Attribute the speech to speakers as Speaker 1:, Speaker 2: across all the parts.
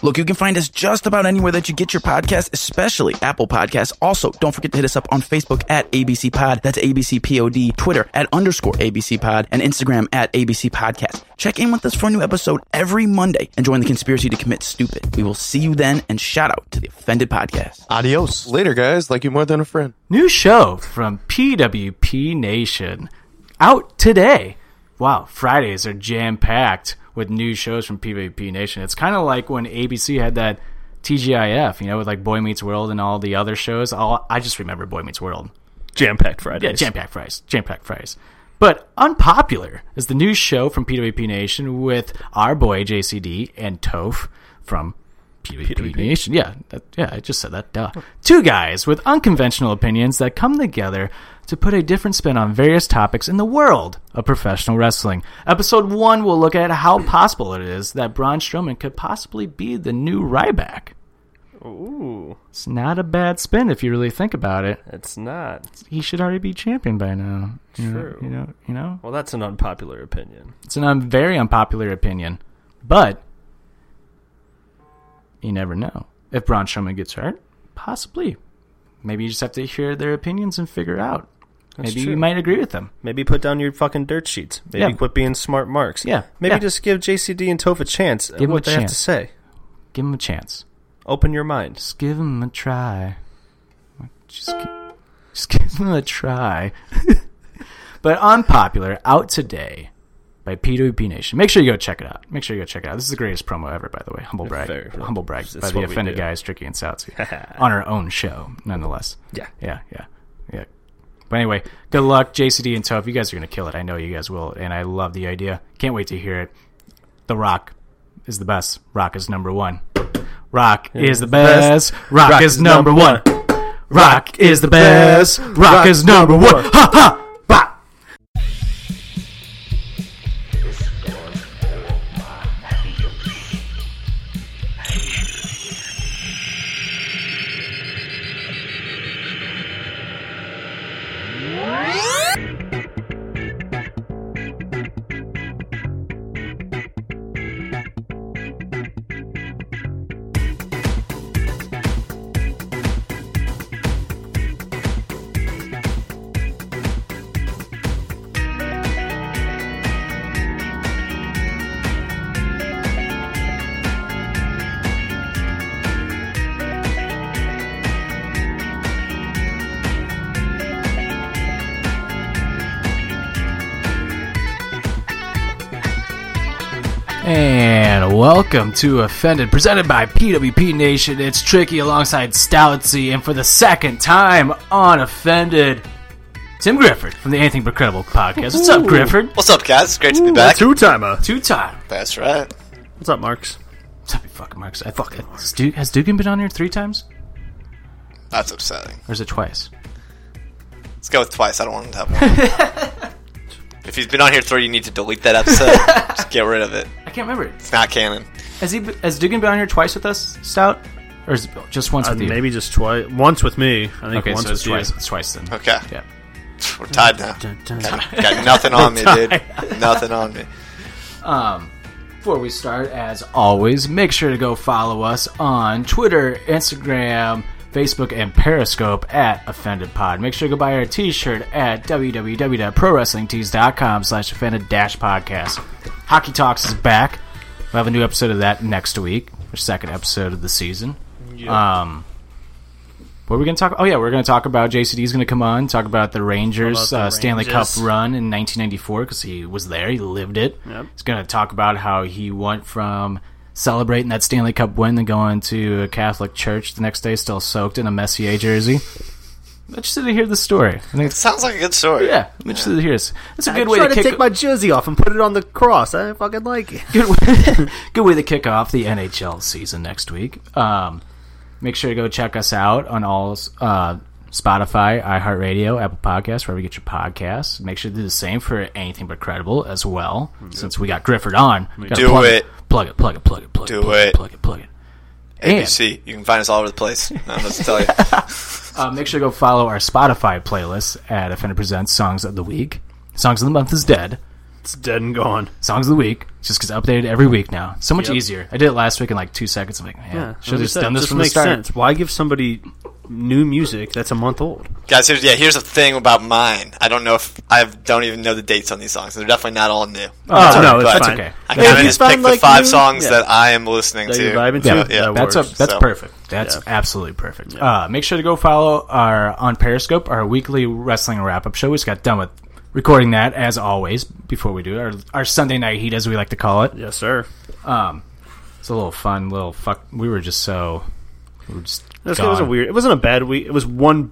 Speaker 1: Look, you can find us just about anywhere that you get your podcast, especially Apple Podcasts. Also, don't forget to hit us up on Facebook at ABC Pod. That's ABC Pod. Twitter at underscore ABC Pod and Instagram at ABC Podcast. Check in with us for a new episode every Monday and join the conspiracy to commit stupid. We will see you then and shout out to the Offended Podcast.
Speaker 2: Adios.
Speaker 3: Later, guys. Like you more than a friend.
Speaker 4: New show from PWP Nation out today. Wow, Fridays are jam packed with new shows from PWP Nation. It's kind of like when ABC had that TGIF, you know, with like Boy Meets World and all the other shows. All, I just remember Boy Meets World.
Speaker 5: Jam packed
Speaker 4: Yeah,
Speaker 5: Fridays.
Speaker 4: jam packed fries. Jam packed fries. But Unpopular is the new show from PWP Nation with our boy JCD and Toph from PWP, Nation. Yeah, that, yeah, I just said that. Duh. Two guys with unconventional opinions that come together to put a different spin on various topics in the world of professional wrestling. Episode one will look at how possible it is that Braun Strowman could possibly be the new Ryback.
Speaker 5: Ooh,
Speaker 4: It's not a bad spin if you really think about it
Speaker 5: that's not
Speaker 4: he should already be champion by now. You know-
Speaker 5: True.
Speaker 4: You know, you know,
Speaker 5: well. That's an unpopular opinion.
Speaker 4: it's an un- very unpopular opinion, but you never know. If Braun Strowman gets hurt, possibly. Maybe you just have to hear their opinions and figure out. Maybe
Speaker 5: true.
Speaker 4: you might agree with them.
Speaker 5: Maybe put down your fucking dirt sheets. Maybe
Speaker 4: Yeah.
Speaker 5: quit being smart marks.
Speaker 4: Yeah,
Speaker 5: Maybe
Speaker 4: yeah.
Speaker 5: just give JCD and Toph a chance. at
Speaker 4: Give 'em a
Speaker 5: what they have
Speaker 4: chance.
Speaker 5: to say.
Speaker 4: Give him a chance.
Speaker 5: Open your mind.
Speaker 4: Just give him a try. Just give, just give him a try. but unpopular out today by PWP Nation. Make sure you go check it out. Make sure you go check it out. This is the greatest promo ever, by the way. Humble brag.
Speaker 5: Very.
Speaker 4: Humble brag
Speaker 5: That's
Speaker 4: by the
Speaker 5: what we
Speaker 4: offended
Speaker 5: do.
Speaker 4: guys, Tricky and Soutsy, on our own show, nonetheless.
Speaker 5: Yeah.
Speaker 4: yeah, yeah, yeah. But anyway, good luck, JCD and Toph. You guys are gonna kill it. I know you guys will, and I love the idea. Can't wait to hear it. The Rock is the best. Rock is number one. Rock is the best. Rock, is, number one. Rock is the best. Rock, is number one. Ha ha. Bah. And welcome to Offended, presented by PWP Nation. It's Tricky alongside Stoutsy, and for the second time on Offended, Tim Grifford from the Anything But Credible podcast. What's up, Grifford?
Speaker 6: What's up, guys? It's great to be back.
Speaker 5: Two timer.
Speaker 4: Two time.
Speaker 6: That's right.
Speaker 5: What's up, Marks?
Speaker 4: What's up, you fucking marks? I fucking has Dugan, has Dugan been on here three times,
Speaker 6: That's upsetting.
Speaker 4: or is it twice?
Speaker 6: Let's go with twice. I don't want to have one. if he's been on here three, you need to delete that episode. Just get rid of it.
Speaker 4: I can't remember.
Speaker 6: It's not canon.
Speaker 4: Has he? Has Dugan been on here twice with us, Stout, or is it just once
Speaker 7: Uh,
Speaker 4: with you?
Speaker 7: maybe just twice. Once with me. I think
Speaker 4: Okay,
Speaker 7: once
Speaker 4: so
Speaker 7: with
Speaker 4: it's twice.
Speaker 7: you.
Speaker 4: It's twice then.
Speaker 6: Okay.
Speaker 4: Yeah.
Speaker 6: We're tied now. Got, got nothing on me, dude. Nothing on me.
Speaker 4: Before we start, as always, make sure to go follow us on Twitter, Instagram, Facebook, and Periscope at Offended Pod. Make sure to go buy our t-shirt at www.prowrestlingtees.com slash offended dash podcast. Hockey Talks is back. We'll have a new episode of that next week, our second episode of the season. Um, what are we going to talk Oh, yeah, we're going to talk about JCD's going to come on, talk about the Rangers,
Speaker 7: About the
Speaker 4: uh, Stanley Cup
Speaker 7: Rangers.
Speaker 4: run in 1994 because he was there, he lived it. He's going to talk about how he went from celebrating that Stanley Cup win and going to a Catholic church the next day, still soaked in a Messier jersey. I'm interested to hear the story. I think it's,
Speaker 6: Sounds like a good story.
Speaker 4: yeah, I'm interested to hear this. It's a good
Speaker 7: I'm
Speaker 4: way
Speaker 7: trying
Speaker 4: to
Speaker 7: to,
Speaker 4: kick
Speaker 7: take my jersey off and put it on the cross. I fucking like it.
Speaker 4: good way, good way to kick off the NHL season next week. Um, make sure to go check us out on all uh, Spotify, iHeartRadio, Apple Podcasts, wherever you get your podcasts. Make sure to do the same for anything but credible as well. Since we got Grifford on, we gotta
Speaker 6: Mm-hmm. Do
Speaker 4: plug
Speaker 6: it.
Speaker 4: plug it, plug it, plug it, plug
Speaker 6: Do
Speaker 4: it, plug
Speaker 6: it.
Speaker 4: it, plug it, plug it.
Speaker 6: You
Speaker 4: And
Speaker 6: see, you can find us all over the place. I'm just tell you.
Speaker 4: uh, make sure to go follow our Spotify playlist at Offender Presents Songs of the Week. Songs of the Month is dead.
Speaker 7: It's dead and gone.
Speaker 4: Songs of the Week, just because updated every week now. So much
Speaker 7: Yep.
Speaker 4: easier. I did it last week in like two seconds. I'm like, man, should have just done this
Speaker 7: just
Speaker 4: from the
Speaker 7: makes
Speaker 4: start.
Speaker 7: sense. Why give somebody new music that's a month old?
Speaker 6: Guys, here's, yeah, here's the thing about mine. I don't know if I don't even know the dates on these songs. They're definitely not all new.
Speaker 4: Oh,
Speaker 7: Oh, no,
Speaker 6: But
Speaker 7: it's
Speaker 4: that's
Speaker 7: fine.
Speaker 4: okay.
Speaker 7: Yeah,
Speaker 6: I kind
Speaker 7: if
Speaker 6: of
Speaker 7: you
Speaker 6: just
Speaker 7: found,
Speaker 6: picked the
Speaker 7: like,
Speaker 6: five
Speaker 7: new-
Speaker 6: songs
Speaker 7: yeah.
Speaker 6: that I am listening
Speaker 7: That you're
Speaker 6: to.
Speaker 7: vibing
Speaker 4: Yeah,
Speaker 7: to?
Speaker 6: yeah,
Speaker 7: That
Speaker 4: that's
Speaker 7: works.
Speaker 4: a, that's
Speaker 6: so.
Speaker 4: perfect. That's absolutely perfect. Uh, make sure to go follow our on Periscope our weekly wrestling wrap up show. We just got done with recording that as always before we do it. Our, our Sunday night heat, as we like to call it.
Speaker 7: yes, sir.
Speaker 4: It's a little fun, little fuck. We were just so. We were just
Speaker 7: This
Speaker 4: gone.
Speaker 7: was a weird. It wasn't a bad week. It was one.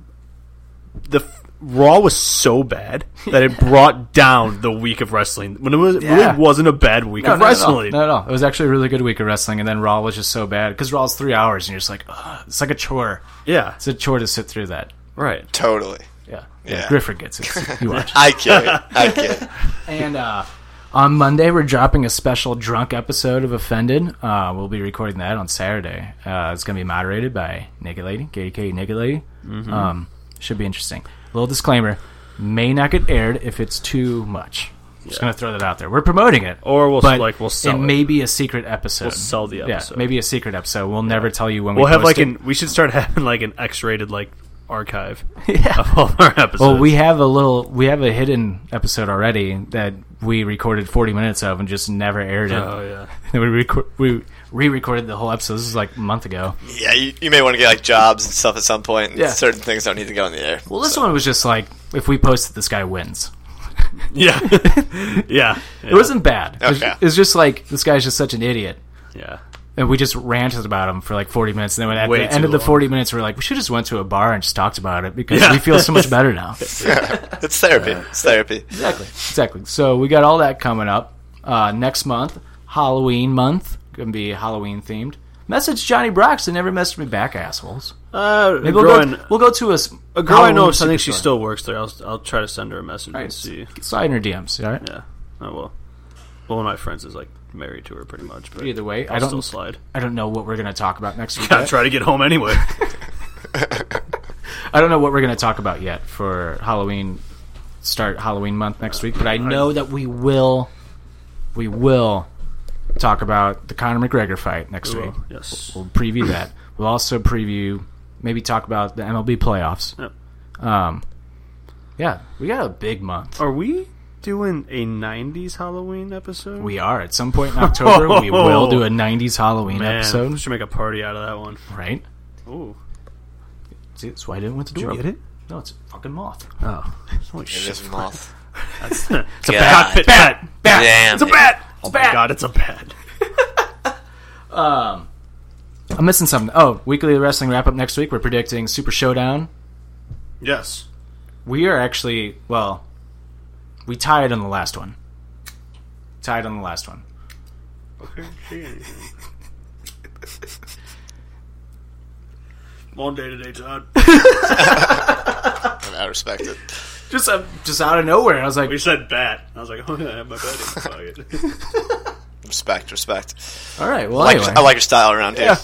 Speaker 7: The f- Raw was so bad that it brought down the week of wrestling. When it was,
Speaker 4: Yeah.
Speaker 7: really wasn't a bad week
Speaker 4: No,
Speaker 7: of
Speaker 4: not at all.
Speaker 7: wrestling.
Speaker 4: Not at all. It was actually a really good week of wrestling, and then Raw was just so bad because Raw's three hours, and you're just like, Ugh, it's like a chore.
Speaker 7: Yeah,
Speaker 4: It's a chore to sit through that.
Speaker 7: right.
Speaker 6: Totally.
Speaker 4: Yeah, yeah.
Speaker 6: Yeah.
Speaker 4: Griffin gets it. You watch.
Speaker 6: I get it. I get it.
Speaker 4: And uh, on Monday, we're dropping a special drunk episode of Offended. Uh, we'll be recording that on Saturday. Uh, it's going to be moderated by Naked Lady, KDK Naked Lady.
Speaker 7: Mm-hmm.
Speaker 4: Um, should be interesting. Little disclaimer may not get aired if it's too much. Just going to throw that out there. We're promoting it.
Speaker 7: Or we'll s-
Speaker 4: but
Speaker 7: like, we'll sell it.
Speaker 4: may be a secret episode. We'll
Speaker 7: sell the episode.
Speaker 4: Yeah, maybe a secret episode. We'll never tell you when we
Speaker 7: We'll have
Speaker 4: post
Speaker 7: like
Speaker 4: it.
Speaker 7: an. We should start having like an X-rated like archive
Speaker 4: Yeah.
Speaker 7: of all our episodes.
Speaker 4: Well, we have a little, we have a hidden episode already that we recorded 40 minutes of and just never aired it.
Speaker 7: Oh yeah.
Speaker 4: And we record, we re-recorded the whole episode. This is like a month ago.
Speaker 6: Yeah, you, you may want to get like jobs and stuff at some point. And
Speaker 4: Yeah.
Speaker 6: Certain things don't need to go in the air.
Speaker 4: Well, this one was just like if we post it, this guy wins.
Speaker 7: Yeah. yeah. Oh,
Speaker 4: It wasn't bad. It was-
Speaker 6: Okay.
Speaker 4: It was just like this guy's just such an idiot,
Speaker 7: Yeah.
Speaker 4: and we just ranted about him for like forty minutes. And then when at
Speaker 7: Way
Speaker 4: the end
Speaker 7: too
Speaker 4: of the
Speaker 7: long.
Speaker 4: forty minutes, we're like, we should just went to a bar and just talked about it because
Speaker 7: Yeah.
Speaker 4: we feel so much better now.
Speaker 6: It's therapy. It's therapy.
Speaker 4: exactly, exactly. So we got all that coming up uh, next month, Halloween month, gonna be Halloween themed. Message Johnny Broxton never messaged me back, assholes.
Speaker 7: Uh,
Speaker 4: Maybe
Speaker 7: a
Speaker 4: we'll
Speaker 7: girl,
Speaker 4: go. We'll go to a, s-
Speaker 7: I, a girl I know.
Speaker 4: Halloween
Speaker 7: I think she
Speaker 4: superstore.
Speaker 7: still works there. I'll, I'll try to send her a message
Speaker 4: All right,
Speaker 7: and see.
Speaker 4: Slide in her DMs. All right.
Speaker 7: Yeah. Oh well. One of my friends is like married to her, pretty much. But
Speaker 4: Either way,
Speaker 7: I'll
Speaker 4: I don't-
Speaker 7: still slide.
Speaker 4: I don't know what we're going to talk about next week.
Speaker 7: Gotta
Speaker 4: yet.
Speaker 7: try to get home anyway.
Speaker 4: I don't know what we're going to talk about yet for Halloween start Halloween month next week, but I know that we will we will talk about the Conor McGregor fight next week.
Speaker 7: yes.
Speaker 4: We'll preview that. We'll also preview maybe talk about the MLB playoffs.
Speaker 7: Yep.
Speaker 4: Um yeah, we got a big month.
Speaker 7: Are we doing a '90s Halloween episode?
Speaker 4: We are at some point in October. we will do a '90s Halloween
Speaker 7: Man, we
Speaker 4: episode,
Speaker 7: should make a party out of that one.
Speaker 4: right?
Speaker 7: Ooh.
Speaker 4: See, that's why I didn't want to do it.
Speaker 7: it?
Speaker 4: No, it's a fucking moth.
Speaker 7: Oh. Holy
Speaker 6: It
Speaker 7: shit.
Speaker 6: is moth.
Speaker 7: That's, it's a
Speaker 6: God.
Speaker 7: bat. Pit bat. Bat.
Speaker 6: Damn.
Speaker 7: It's a
Speaker 6: it.
Speaker 7: bat. Oh
Speaker 4: bat.
Speaker 7: my god, it's a bat.
Speaker 4: I'm missing something. Oh, weekly wrestling wrap up next week. We're predicting Super Showdown.
Speaker 7: Yes.
Speaker 4: We are actually well, we tied on the last one. Tied on the last one.
Speaker 7: One day today, Todd.
Speaker 6: And I respect it.
Speaker 4: Just uh, just out of nowhere, I was like,
Speaker 7: We said bat. I was like, oh yeah, I have my bat in my pocket.
Speaker 6: Respect, respect.
Speaker 4: all right, well,
Speaker 6: Like,
Speaker 4: anyway,
Speaker 6: I like your style around here.
Speaker 4: Yeah.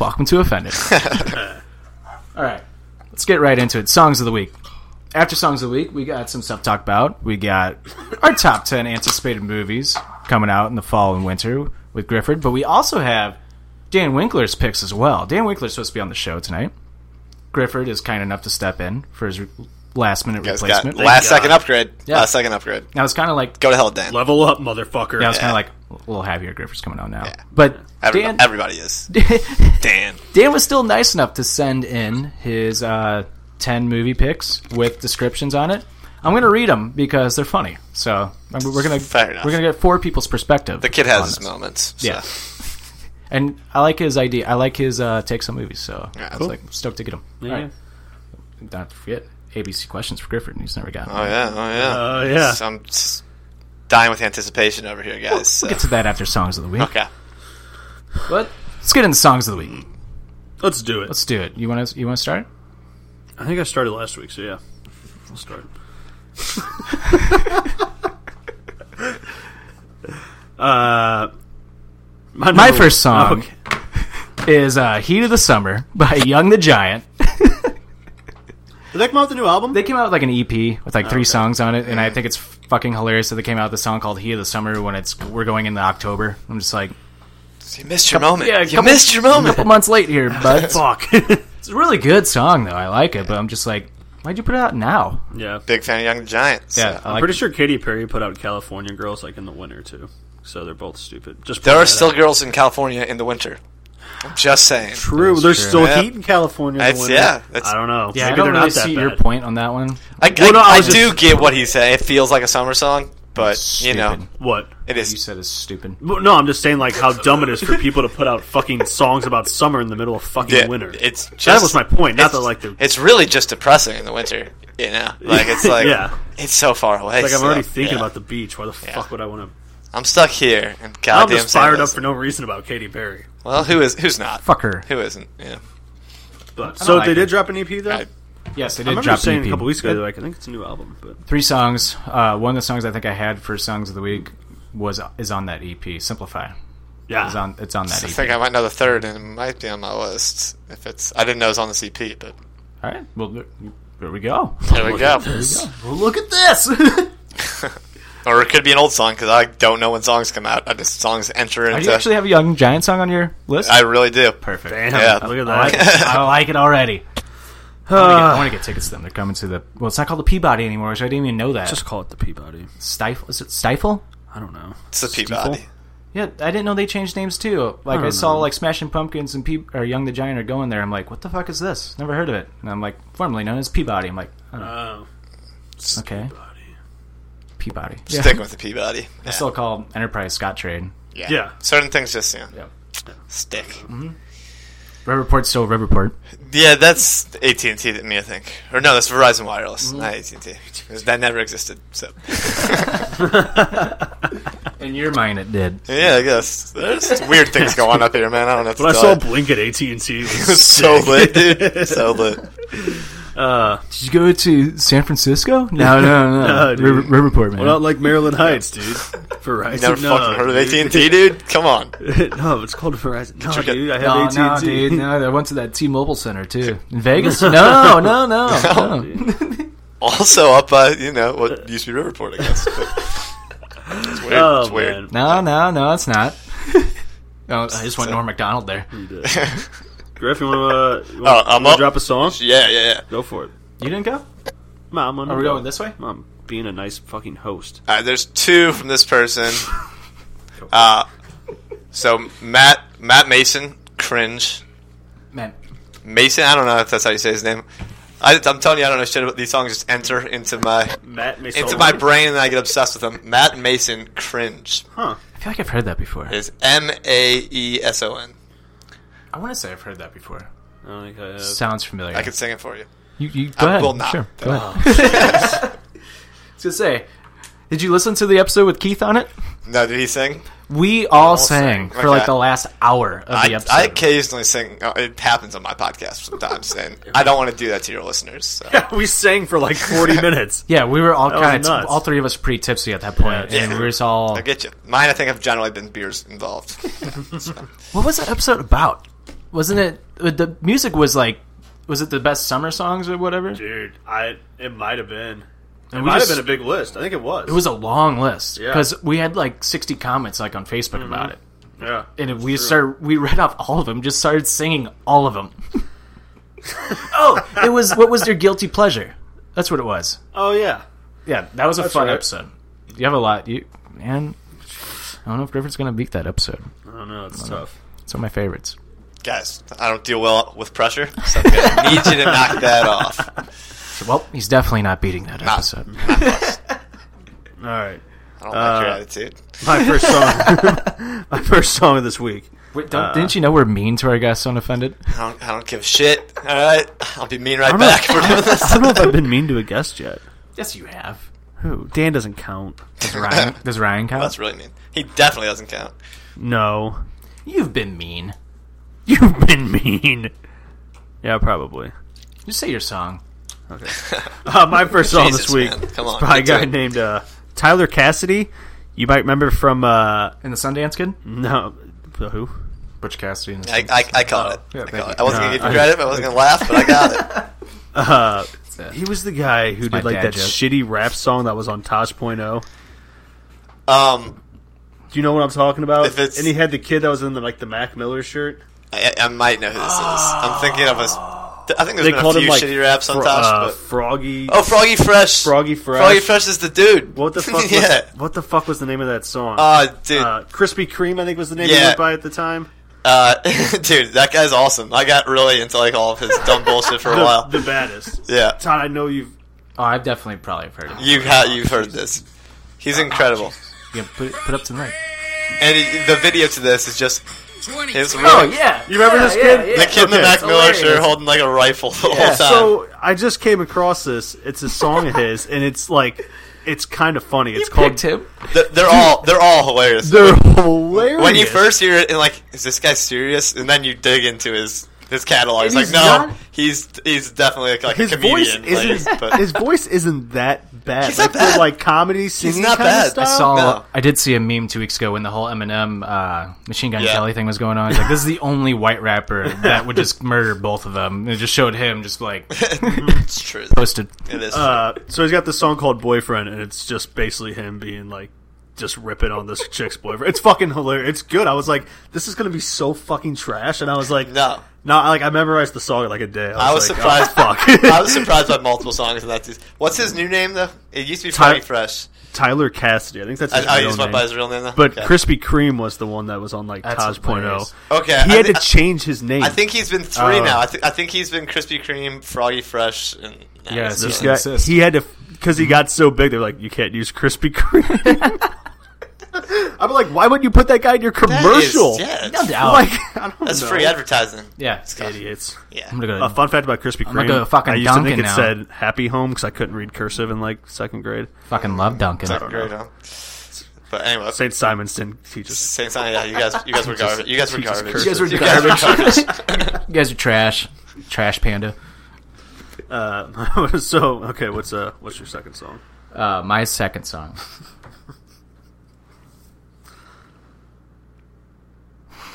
Speaker 4: welcome to offended. all right, let's get right into it. Songs of the week. After songs of the week, we got some stuff to talk about. We got our top ten anticipated movies coming out in the fall and winter with Grifford, but we also have Dan Winkler's picks as well. Dan Winkler's supposed to be on the show tonight. Grifford is kind enough to step in for his last minute
Speaker 6: You guys got
Speaker 4: replacement.
Speaker 6: last second
Speaker 7: God.
Speaker 6: upgrade.
Speaker 4: Yeah.
Speaker 6: Last second upgrade.
Speaker 4: Now it's kind of like
Speaker 6: Go to hell, Dan.
Speaker 7: Level up, motherfucker.
Speaker 4: yeah, I was kind
Speaker 6: Yeah.
Speaker 4: of like we'll have your Griffiths coming on now. But
Speaker 6: Every-
Speaker 4: Dan
Speaker 6: Everybody is. Dan.
Speaker 4: Dan was still nice enough to send in his uh, ten movie picks with descriptions on it. I'm gonna read them because they're funny. So I mean, we're gonna
Speaker 6: Fair enough.
Speaker 4: we're gonna get four people's perspective.
Speaker 6: The kid
Speaker 4: on
Speaker 6: has his
Speaker 4: this.
Speaker 6: moments. so.
Speaker 4: Yeah. And I like his idea. I like his uh, takes on movies. So I was
Speaker 6: Cool.
Speaker 4: like stoked to get him.
Speaker 7: Yeah.
Speaker 4: All right. not to forget ABC questions for Griffin. He's never gotten.
Speaker 6: Oh yeah, oh yeah.
Speaker 4: Uh,
Speaker 7: Oh, yeah.
Speaker 6: So I'm s- dying with anticipation over here, guys. so-
Speaker 4: We'll get to that after songs of the week.
Speaker 6: okay.
Speaker 4: But let's get into songs of the week.
Speaker 7: Let's do it.
Speaker 4: Let's do it. You want to? You want to start?
Speaker 7: I think I started last week, so yeah. We'll start. uh, my
Speaker 4: My
Speaker 7: number-
Speaker 4: first song
Speaker 7: Okay.
Speaker 4: is uh, "Heat of the Summer" by Young the Giant.
Speaker 7: Did that come out with the new album?
Speaker 4: They came out with like an EP with like three songs on it, and I think it's fucking hilarious that they came out with a song called "Heat of the Summer" when it's we're going into October. I'm just like,
Speaker 6: You missed your moment.
Speaker 4: yeah, a
Speaker 6: you
Speaker 4: couple-
Speaker 6: missed your
Speaker 4: a
Speaker 6: moment.
Speaker 4: couple months late here, bud.
Speaker 7: Fuck.
Speaker 4: It's a really good song though. I like it, but I'm just like, why'd you put it out now?
Speaker 7: yeah.
Speaker 6: Big fan of Young Giants.
Speaker 4: Yeah, I
Speaker 7: I'm
Speaker 4: like
Speaker 7: pretty
Speaker 4: it.
Speaker 7: sure Katy Perry put out California Girls like in the winter too. So they're both stupid. Just
Speaker 6: There
Speaker 7: pointing
Speaker 6: are
Speaker 7: that
Speaker 6: still
Speaker 7: out.
Speaker 6: girls in California in the winter. I'm just saying.
Speaker 7: true.
Speaker 4: That's
Speaker 7: There's
Speaker 4: true.
Speaker 7: still
Speaker 6: Yeah.
Speaker 7: heat in California. In the
Speaker 6: That's-
Speaker 7: winter.
Speaker 6: yeah, that's-
Speaker 7: I don't know.
Speaker 4: Yeah,
Speaker 7: Maybe
Speaker 4: I don't
Speaker 7: they're
Speaker 4: really
Speaker 7: not that
Speaker 4: see
Speaker 7: bad.
Speaker 4: your point on that one.
Speaker 6: I, I,
Speaker 7: Well, no, I
Speaker 6: I
Speaker 7: was
Speaker 6: do
Speaker 7: just-
Speaker 6: get what he's saying. It feels like a summer song, but you
Speaker 4: Stupid.
Speaker 6: know,
Speaker 7: What?
Speaker 6: it
Speaker 4: you
Speaker 6: is.
Speaker 4: said is stupid.
Speaker 7: Well, No, I'm just saying like how dumb it is for people to put out fucking songs about summer in the middle of fucking
Speaker 6: Yeah,
Speaker 7: winter.
Speaker 6: It's just,
Speaker 7: that was my point. Not
Speaker 6: it's-
Speaker 7: that like the
Speaker 6: It's really just depressing in the winter. You know, like it's like
Speaker 7: Yeah.
Speaker 6: it's so far away.
Speaker 7: like I'm
Speaker 6: so,
Speaker 7: already thinking
Speaker 6: yeah.
Speaker 7: about the beach. Why the fuck would I want to?
Speaker 6: I'm stuck here, and
Speaker 7: I'm
Speaker 6: goddamn,
Speaker 7: just fired
Speaker 6: San
Speaker 7: up
Speaker 6: Jose.
Speaker 7: for no reason about Katy Perry.
Speaker 6: Well, who is who's not?
Speaker 4: Fuck her.
Speaker 6: Who isn't? Yeah.
Speaker 7: But so
Speaker 4: like
Speaker 7: they
Speaker 4: her.
Speaker 7: did E drop an EP though.
Speaker 6: I-
Speaker 4: Yes, they
Speaker 7: I
Speaker 4: did
Speaker 7: remember
Speaker 4: drop
Speaker 7: saying
Speaker 4: an E
Speaker 7: a
Speaker 4: EP.
Speaker 7: couple weeks ago. Like I think it's a new album, but
Speaker 4: Three songs. Uh, one of the songs I think I had for songs of the week was is on that EP. Simplify.
Speaker 7: yeah,
Speaker 4: It's on. It's on that E
Speaker 6: I
Speaker 4: EP.
Speaker 6: think I might know the third, and it might be on my list. If it's, I didn't know it was on the CP, but
Speaker 4: All right. Well, there, there we go.
Speaker 6: there we go.
Speaker 4: Look at this.
Speaker 6: Or it could be an old song because I don't know when songs come out. I just songs enter
Speaker 4: Do
Speaker 6: into.
Speaker 4: you actually have a Young Giant song on your list?
Speaker 6: I really do.
Speaker 4: Perfect.
Speaker 6: Yeah.
Speaker 7: Look at
Speaker 4: I like,
Speaker 7: that.
Speaker 4: it. I like it already. I want to get tickets to them. They're coming to the. Well, it's not called the Peabody anymore, so I didn't even know that.
Speaker 7: Just call it the Peabody.
Speaker 4: Stifle. Is it Stifle?
Speaker 7: I don't know.
Speaker 6: It's the Peabody.
Speaker 4: Yeah, I didn't know they changed names too. Like I,
Speaker 7: don't
Speaker 4: saw
Speaker 7: know.
Speaker 4: like Smashing Pumpkins and Pe- or Young the Giant are going there. I'm like, what the fuck is this? Never heard of it. And I'm like, formerly known as Peabody. I'm like, oh,
Speaker 7: Oh,
Speaker 4: okay, Peabody. Yeah.
Speaker 6: Sticking with the Peabody. Yeah.
Speaker 4: Still called Enterprise Scott Trade.
Speaker 6: yeah.
Speaker 7: yeah.
Speaker 6: Certain things just you know,
Speaker 4: Yep.
Speaker 6: stick.
Speaker 7: Mm-hmm.
Speaker 4: Riverport's still Riverport.
Speaker 6: Yeah, that's AT and T that me I think, or no, that's Verizon Wireless,
Speaker 7: Mm-hmm.
Speaker 6: not AT and T. That never existed. So
Speaker 4: In your mind, it did.
Speaker 6: yeah, I guess there's weird things going on up here, man. I don't know. What
Speaker 7: When I saw Blink at AT and T,
Speaker 6: so lit, dude. So lit.
Speaker 4: Did you go to San Francisco? No, no, no.
Speaker 7: No, dude.
Speaker 4: River, Riverport, man.
Speaker 7: not like Maryland Heights, dude. Verizon.
Speaker 6: Never
Speaker 7: no,
Speaker 6: fucking heard of AT and T, dude. Come on.
Speaker 7: dude. no, it's called Verizon. No,
Speaker 6: Check it.
Speaker 7: dude, I
Speaker 4: no,
Speaker 7: have
Speaker 4: no,
Speaker 7: AT
Speaker 4: dude.
Speaker 7: and T.
Speaker 4: No, I went to that T-Mobile Center too in Vegas. No, no, no. no.
Speaker 6: Also up by you know what used to be Riverport, I guess. But it's weird.
Speaker 7: Oh
Speaker 6: it's weird.
Speaker 7: man,
Speaker 4: No, no, no, it's not. No, I just went Norm McDonald there.
Speaker 7: Griff, you want to
Speaker 6: Oh, I'm up.
Speaker 7: drop a song?
Speaker 6: Yeah, yeah, yeah.
Speaker 7: Go for it.
Speaker 4: You didn't go?
Speaker 7: Mom, I'm
Speaker 4: Are we going this way?
Speaker 7: Mom, being a nice fucking host.
Speaker 6: All right, Uh, there's two from this person. Uh, so Matt Matt Mason, cringe.
Speaker 4: Man,
Speaker 6: Mason, I don't know if that's how you say his name. I, I'm telling you, I don't know shit about these songs. Just enter into my
Speaker 7: Matt Mason.
Speaker 6: into my brain, and I get obsessed with them. Matt Mason, cringe.
Speaker 7: Huh.
Speaker 4: I feel like I've heard that before.
Speaker 6: Is M A E S O N.
Speaker 4: I want to say I've heard that before.
Speaker 7: I don't think I have.
Speaker 4: Sounds familiar.
Speaker 6: I could sing it for you.
Speaker 4: you, you, go
Speaker 6: I
Speaker 4: ahead.
Speaker 6: will not. Oh.
Speaker 4: Sure, go ahead. I was gonna say, did you listen to the episode with Keith on it?
Speaker 6: No, did he sing?
Speaker 4: We all, sang,
Speaker 6: sang.
Speaker 4: for like
Speaker 6: Okay.
Speaker 4: the last hour of the
Speaker 6: I,
Speaker 4: episode.
Speaker 6: I occasionally sing. uh, It happens on my podcast sometimes, and I don't want to do that to your listeners. So.
Speaker 7: we sang for like 40 minutes.
Speaker 4: yeah, we were all
Speaker 7: was
Speaker 4: kind of
Speaker 7: nuts.
Speaker 4: all three of us pretty tipsy at that point,
Speaker 6: Yeah.
Speaker 4: and we were just all.
Speaker 6: I get you. Mine, I think, have generally been beers involved.
Speaker 4: What was that episode about? Wasn't it uh, the music was like? Was it the best summer songs or whatever?
Speaker 7: Dude, I it might have been. It
Speaker 4: we
Speaker 7: might
Speaker 4: just-
Speaker 7: have been a big list. I think it was.
Speaker 4: It was a long list
Speaker 7: Yeah. Mm-hmm.
Speaker 4: because we had like sixty comments like on Facebook about it,
Speaker 7: Yeah.
Speaker 4: and it- we started we read off all of them, just started singing all of them. oh, it was what was your guilty pleasure? That's what it was.
Speaker 7: Oh yeah.
Speaker 4: Yeah, that was a fun
Speaker 7: right.
Speaker 4: episode. You have a lot, you man. I don't know if Griffin's gonna beat that episode.
Speaker 7: I don't know. It's tough.
Speaker 4: It's one of my favorites.
Speaker 6: Guys, I don't deal well with pressure, so I'm going to need you to knock that off.
Speaker 4: So, well, he's definitely not beating that episode.
Speaker 7: All right. Uh,
Speaker 6: I don't like your attitude.
Speaker 7: My first song. my first song of this week
Speaker 4: Wait, don't, didn't you know we're mean to our guests on Offended?
Speaker 6: I don't, I don't give a shit. All right, I'll be mean right
Speaker 7: don't know.
Speaker 6: back. We're doing this.
Speaker 7: I don't know if I've been mean to a guest yet.
Speaker 4: Yes, you have.
Speaker 7: Who? Dan doesn't count.
Speaker 4: Does Ryan, does Ryan count?
Speaker 6: That's really mean. He definitely doesn't count.
Speaker 7: No.
Speaker 4: You've been mean.
Speaker 7: You've been mean. Yeah, probably.
Speaker 4: Just say your song.
Speaker 7: Uh, my first song
Speaker 6: Jesus,
Speaker 7: this week
Speaker 6: man. Come
Speaker 7: is
Speaker 6: on,
Speaker 7: by a
Speaker 6: get to
Speaker 7: guy
Speaker 6: it.
Speaker 7: named uh, Tyler Cassidy. You might remember from uh,
Speaker 4: And the Sundance Kid?
Speaker 7: no who?
Speaker 4: Butch Cassidy. And the
Speaker 6: I, I, I caught
Speaker 7: Oh,
Speaker 6: it.
Speaker 4: yeah,
Speaker 6: I,
Speaker 4: thank
Speaker 6: caught it.
Speaker 4: you.
Speaker 6: I wasn't
Speaker 7: No,
Speaker 6: gonna give you
Speaker 7: I-
Speaker 6: credit. I wasn't gonna laugh, but I got it.
Speaker 7: He was the guy who
Speaker 4: my
Speaker 7: did like
Speaker 4: dad
Speaker 7: that
Speaker 4: joke.
Speaker 7: shitty rap song that was on Tosh.0.
Speaker 6: Um,
Speaker 7: Do you know what I'm talking about?
Speaker 6: If it's-
Speaker 7: And he had the kid that was in the, like the Mac Miller shirt.
Speaker 6: I, I might know who this is. I'm thinking of a. I think there's
Speaker 7: They
Speaker 6: been
Speaker 7: called
Speaker 6: a
Speaker 7: him
Speaker 6: few
Speaker 7: like
Speaker 6: shitty raps on
Speaker 7: Fro-
Speaker 6: Tosh,
Speaker 7: uh,
Speaker 6: but
Speaker 7: Froggy.
Speaker 6: oh, Froggy Fresh.
Speaker 7: Froggy Fresh.
Speaker 6: Froggy Fresh is the dude.
Speaker 7: What the fuck? was,
Speaker 6: yeah.
Speaker 7: What the fuck was the name of that song?
Speaker 6: Oh, dude,
Speaker 7: uh, Krispy Kreme, I think was the name he
Speaker 6: Yeah.
Speaker 7: went by at the time.
Speaker 6: uh, dude, that guy's awesome. I got really into like all of his dumb bullshit for a
Speaker 7: The,
Speaker 6: while.
Speaker 7: the baddest.
Speaker 6: Yeah,
Speaker 7: Todd, I know you've.
Speaker 4: Oh, I've definitely probably heard of it.
Speaker 6: you ha- you've heard this. He's incredible,
Speaker 4: Yeah, put, put up some right.
Speaker 6: and he, the video to this is just his.
Speaker 4: Oh, yeah.
Speaker 7: You remember this kid?
Speaker 6: The kid in the
Speaker 7: Oh, Okay.
Speaker 6: Mac
Speaker 7: It's
Speaker 6: Miller shirt
Speaker 4: hilarious.
Speaker 6: holding like a rifle the whole time.
Speaker 7: So I just came across this. It's a song of his, and it's like, it's kind of funny. It's called.
Speaker 4: Picked him.
Speaker 6: Th- they're all they're all hilarious.
Speaker 7: They're hilarious.
Speaker 6: when you first hear it and like is this guy serious and then you dig into his his catalog it's
Speaker 4: And
Speaker 6: like
Speaker 4: he's
Speaker 6: no
Speaker 4: not-
Speaker 6: he's he's definitely like, like
Speaker 7: his
Speaker 6: a comedian
Speaker 7: voice
Speaker 6: like,
Speaker 7: isn't
Speaker 6: but
Speaker 7: his voice isn't that bad.
Speaker 6: He's
Speaker 7: like,
Speaker 6: not
Speaker 7: for,
Speaker 6: bad.
Speaker 7: like comedy singing
Speaker 6: not
Speaker 7: kind
Speaker 6: bad.
Speaker 7: Of
Speaker 6: I
Speaker 7: style.
Speaker 4: I saw.
Speaker 6: no.
Speaker 4: I did see a meme two weeks ago when the whole Eminem uh, Machine Gun
Speaker 6: Yeah.
Speaker 4: Kelly thing was going on. It's like this is the only white rapper that would just murder both of them. And it just showed him just like
Speaker 6: it's true
Speaker 7: Oh,
Speaker 4: posted.
Speaker 6: it is
Speaker 7: Uh, so he's got this song called Boyfriend, and it's just basically him being like, just ripping on this chick's boyfriend. It's fucking hilarious. It's good. I was like, this is gonna be so fucking trash, and I was like,
Speaker 6: no
Speaker 7: no, I, like I memorized the song in like a day.
Speaker 6: I
Speaker 7: I
Speaker 6: was
Speaker 7: was, like,
Speaker 6: surprised
Speaker 7: oh, fuck.
Speaker 6: I was surprised by multiple songs and that's what's his new name though it used to be
Speaker 7: Ty-
Speaker 6: Froggy Fresh
Speaker 7: Tyler Cassidy. I think that's
Speaker 6: I,
Speaker 7: his
Speaker 6: I
Speaker 7: real
Speaker 6: just went
Speaker 7: name.
Speaker 6: by his real name though
Speaker 7: but
Speaker 6: okay.
Speaker 7: Krispy Kreme was the one that was on like
Speaker 4: That's
Speaker 7: Taj.0.
Speaker 4: hilarious.
Speaker 6: okay
Speaker 7: He
Speaker 6: I,
Speaker 7: had
Speaker 6: thi-
Speaker 7: to change his name.
Speaker 6: I think he's been three
Speaker 7: Oh.
Speaker 6: now I, th- I think he's been Krispy Kreme Froggy Fresh and nah,
Speaker 4: Yeah,
Speaker 6: it's
Speaker 4: it's just-
Speaker 6: just-
Speaker 7: Yeah,
Speaker 4: insist.
Speaker 7: he had to because he got so big. They're like, you can't use Krispy Kreme. I'm like, why would you put that guy in your
Speaker 6: that
Speaker 7: commercial?
Speaker 6: is- yeah
Speaker 4: No
Speaker 6: it's-
Speaker 4: doubt.
Speaker 7: Like, I don't
Speaker 6: that's
Speaker 7: know.
Speaker 6: free advertising
Speaker 4: yeah.
Speaker 7: Idiots.
Speaker 6: yeah
Speaker 4: I'm gonna go.
Speaker 7: A fun fact about Krispy
Speaker 4: like
Speaker 7: Kreme:
Speaker 4: a fucking
Speaker 7: I used to think
Speaker 4: Dunkin'
Speaker 7: it
Speaker 4: now.
Speaker 7: said "Happy Home" because I couldn't read cursive in like second grade.
Speaker 4: fucking love Duncan.
Speaker 6: great huh but anyway
Speaker 7: St. Simon's didn't teach us.
Speaker 6: Same sign, yeah. You guys, you guys were garbage. You guys were
Speaker 7: Jesus
Speaker 6: garbage.
Speaker 7: Christ.
Speaker 4: You guys were
Speaker 6: garbage.
Speaker 4: You guys are trash. Trash panda.
Speaker 7: Uh, so okay, what's uh, what's your second song?
Speaker 4: Uh, my second song.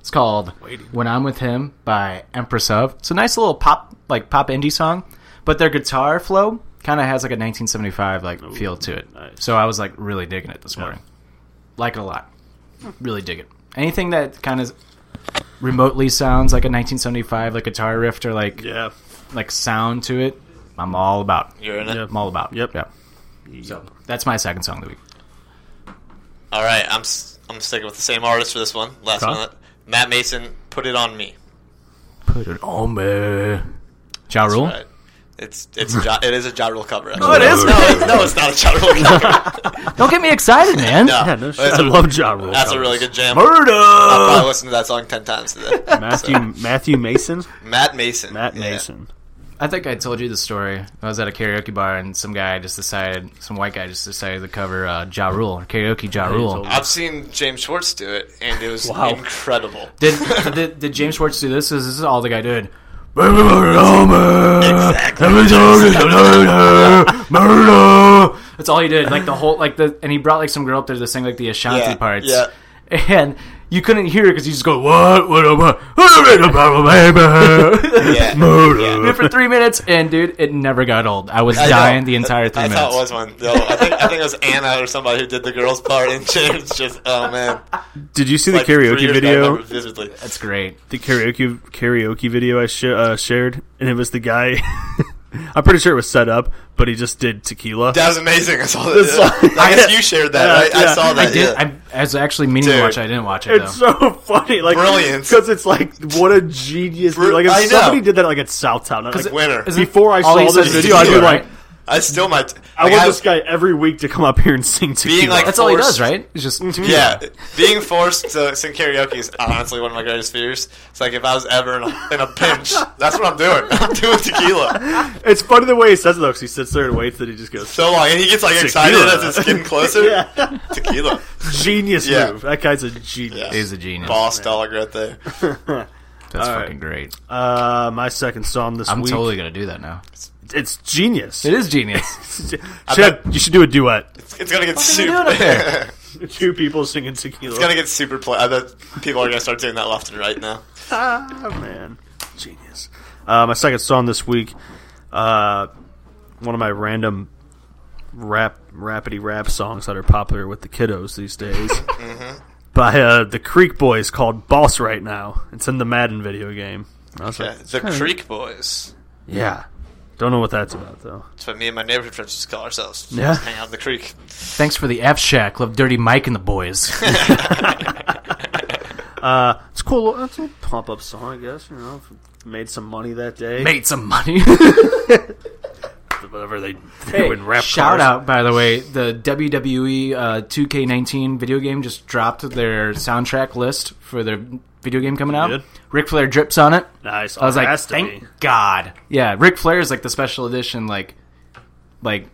Speaker 4: it's called "When I'm with Him" by Empress of. It's a nice little pop, like pop indie song, but their guitar flow kind of has like a 1975 like feel to it.
Speaker 7: nice.
Speaker 4: So I was like really digging it this morning. Like it a lot. Really dig it. Anything that kind of remotely sounds like a 1975 like guitar riff or like
Speaker 7: Yeah,
Speaker 4: like sound to it, I'm all about.
Speaker 6: You're in it.
Speaker 7: Yeah.
Speaker 4: I'm all about.
Speaker 7: Yep.
Speaker 4: Yeah. So that's my second song of the week.
Speaker 6: All right, I'm s- I'm sticking with the same artist for this one. Last
Speaker 7: Okay.
Speaker 6: one, Matt Mason. Put it on me.
Speaker 4: Put it on me. Ja Rule?
Speaker 6: All right. It's it's a ja, it is a Ja Rule cover. Actually.
Speaker 4: it is.
Speaker 6: No, it's, no, it's not a Ja Rule cover.
Speaker 4: Don't get me excited, man.
Speaker 6: No,
Speaker 7: yeah, no
Speaker 6: But
Speaker 7: shit.
Speaker 6: it's
Speaker 7: I
Speaker 6: a-
Speaker 7: love Ja Rule.
Speaker 6: That's a
Speaker 7: covers.
Speaker 6: really good jam.
Speaker 4: Murder!
Speaker 6: I listened to that song ten times today.
Speaker 7: Matthew Matthew Mason.
Speaker 6: Matt Mason.
Speaker 7: Matt
Speaker 6: Yeah.
Speaker 7: Mason.
Speaker 4: I think I told you the story. I was at a karaoke bar and some guy just decided, some white guy just decided to cover uh, Ja Rule, or karaoke Ja Rule.
Speaker 7: told me.
Speaker 6: I've seen James Schwartz do it, and it was
Speaker 7: Wow.
Speaker 6: incredible.
Speaker 4: Did, did, did James Schwartz do this? Is this is all the guy did? Murder! That's all he did. Like the whole, like the, and he brought like some girl up there to sing like the Ashanti
Speaker 6: Yeah,
Speaker 4: parts.
Speaker 6: yeah.
Speaker 4: And you couldn't hear because you just go, what? What am I? What am I about, baby?
Speaker 6: Yeah.
Speaker 4: Did it for three minutes, and dude, it never got old. I was
Speaker 6: I know.
Speaker 4: dying the entire three
Speaker 6: That's
Speaker 4: minutes.
Speaker 6: how it was one. No, I think I think it was Anna or somebody who did the girls' part, and James just oh man.
Speaker 7: Did you see
Speaker 6: Like,
Speaker 7: the
Speaker 6: three
Speaker 7: karaoke
Speaker 6: years ago, I remember
Speaker 7: video?
Speaker 6: vividly.
Speaker 4: That's great.
Speaker 7: The karaoke karaoke video I sh- uh, shared, and it was the guy. I'm pretty sure it was set up, but he just did tequila.
Speaker 6: That was amazing. I saw that.
Speaker 7: That's
Speaker 6: yeah.
Speaker 7: like-
Speaker 6: I guess you shared that,
Speaker 7: Yeah,
Speaker 6: right? I
Speaker 7: yeah.
Speaker 6: saw that.
Speaker 4: I did.
Speaker 6: yeah.
Speaker 4: I, I was actually meaning
Speaker 6: Dude.
Speaker 4: to watch. it. I didn't watch it though.
Speaker 7: It's so funny, like
Speaker 6: Brilliant.
Speaker 7: because it's like what a genius.
Speaker 6: Br-
Speaker 7: like if
Speaker 6: I know.
Speaker 7: somebody did that like at Southtown, I'm like
Speaker 6: Winner.
Speaker 4: Is it-
Speaker 7: before I
Speaker 4: all
Speaker 7: saw
Speaker 4: he
Speaker 7: this
Speaker 4: says is
Speaker 7: video, I'd be
Speaker 4: tequila,
Speaker 7: like,
Speaker 4: right?
Speaker 6: I still might.
Speaker 7: I
Speaker 6: like,
Speaker 7: want this guy every week to come up here and sing to
Speaker 6: Being
Speaker 7: you.
Speaker 6: like-
Speaker 4: That's all he
Speaker 6: Forced.
Speaker 4: does, right? It's just
Speaker 6: Mm-hmm. Yeah, being forced to sing karaoke is honestly one of my greatest fears. It's like if I was ever in a, in a pinch, that's what I'm doing. I'm doing tequila.
Speaker 7: it's funny the way he says it though, 'cause he sits there and waits, and he just goes,
Speaker 6: So long, and he gets like excited
Speaker 7: Tequila.
Speaker 6: as it's getting closer.
Speaker 7: Yeah.
Speaker 6: Tequila,
Speaker 7: "Genius
Speaker 6: Yeah.
Speaker 7: move. That guy's a genius."
Speaker 4: He's a genius.
Speaker 6: boss dog right there.
Speaker 4: That's
Speaker 7: All right.
Speaker 4: fucking great.
Speaker 7: Uh, my second song this
Speaker 4: I'm
Speaker 7: week.
Speaker 4: totally gonna do that now.
Speaker 7: It's genius.
Speaker 4: It is genius.
Speaker 7: Chad, you should do a duet.
Speaker 6: It's gonna get
Speaker 4: you
Speaker 6: super.
Speaker 4: doing up there?
Speaker 6: it's
Speaker 7: Two people singing tequila.
Speaker 6: gonna get super. Play- I bet people are gonna start doing that left and right now.
Speaker 7: Ah, man. Genius. Uh, my second song this week, uh, one of my random rap, rapidy rap songs that are popular with the kiddos these days. By uh, the Creek Boys called Boss Right Now. It's in the Madden video game. I was
Speaker 6: Yeah,
Speaker 7: like,
Speaker 6: the Creek Boys.
Speaker 7: yeah. Don't know what that's about, though.
Speaker 6: That's what me and my neighborhood friends just call ourselves.
Speaker 7: Yeah.
Speaker 6: Just hang out in the creek.
Speaker 4: Thanks for the F Shack. Love Dirty Mike and the boys.
Speaker 7: It's cool. That's a pump up song, I guess. You know, if made some money that day.
Speaker 4: Made some money.
Speaker 7: Whatever they do in rap
Speaker 4: Shout
Speaker 7: cars.
Speaker 4: out, by the way, the WWE uh, 2K19 video game just dropped their soundtrack list for their video game coming out.
Speaker 7: Good.
Speaker 4: Ric Flair drips on it.
Speaker 7: Nice.
Speaker 4: I was
Speaker 7: Oh, it
Speaker 4: like,
Speaker 7: has to
Speaker 4: thank
Speaker 7: be.
Speaker 4: God. Yeah, Ric Flair is like the special edition, like, like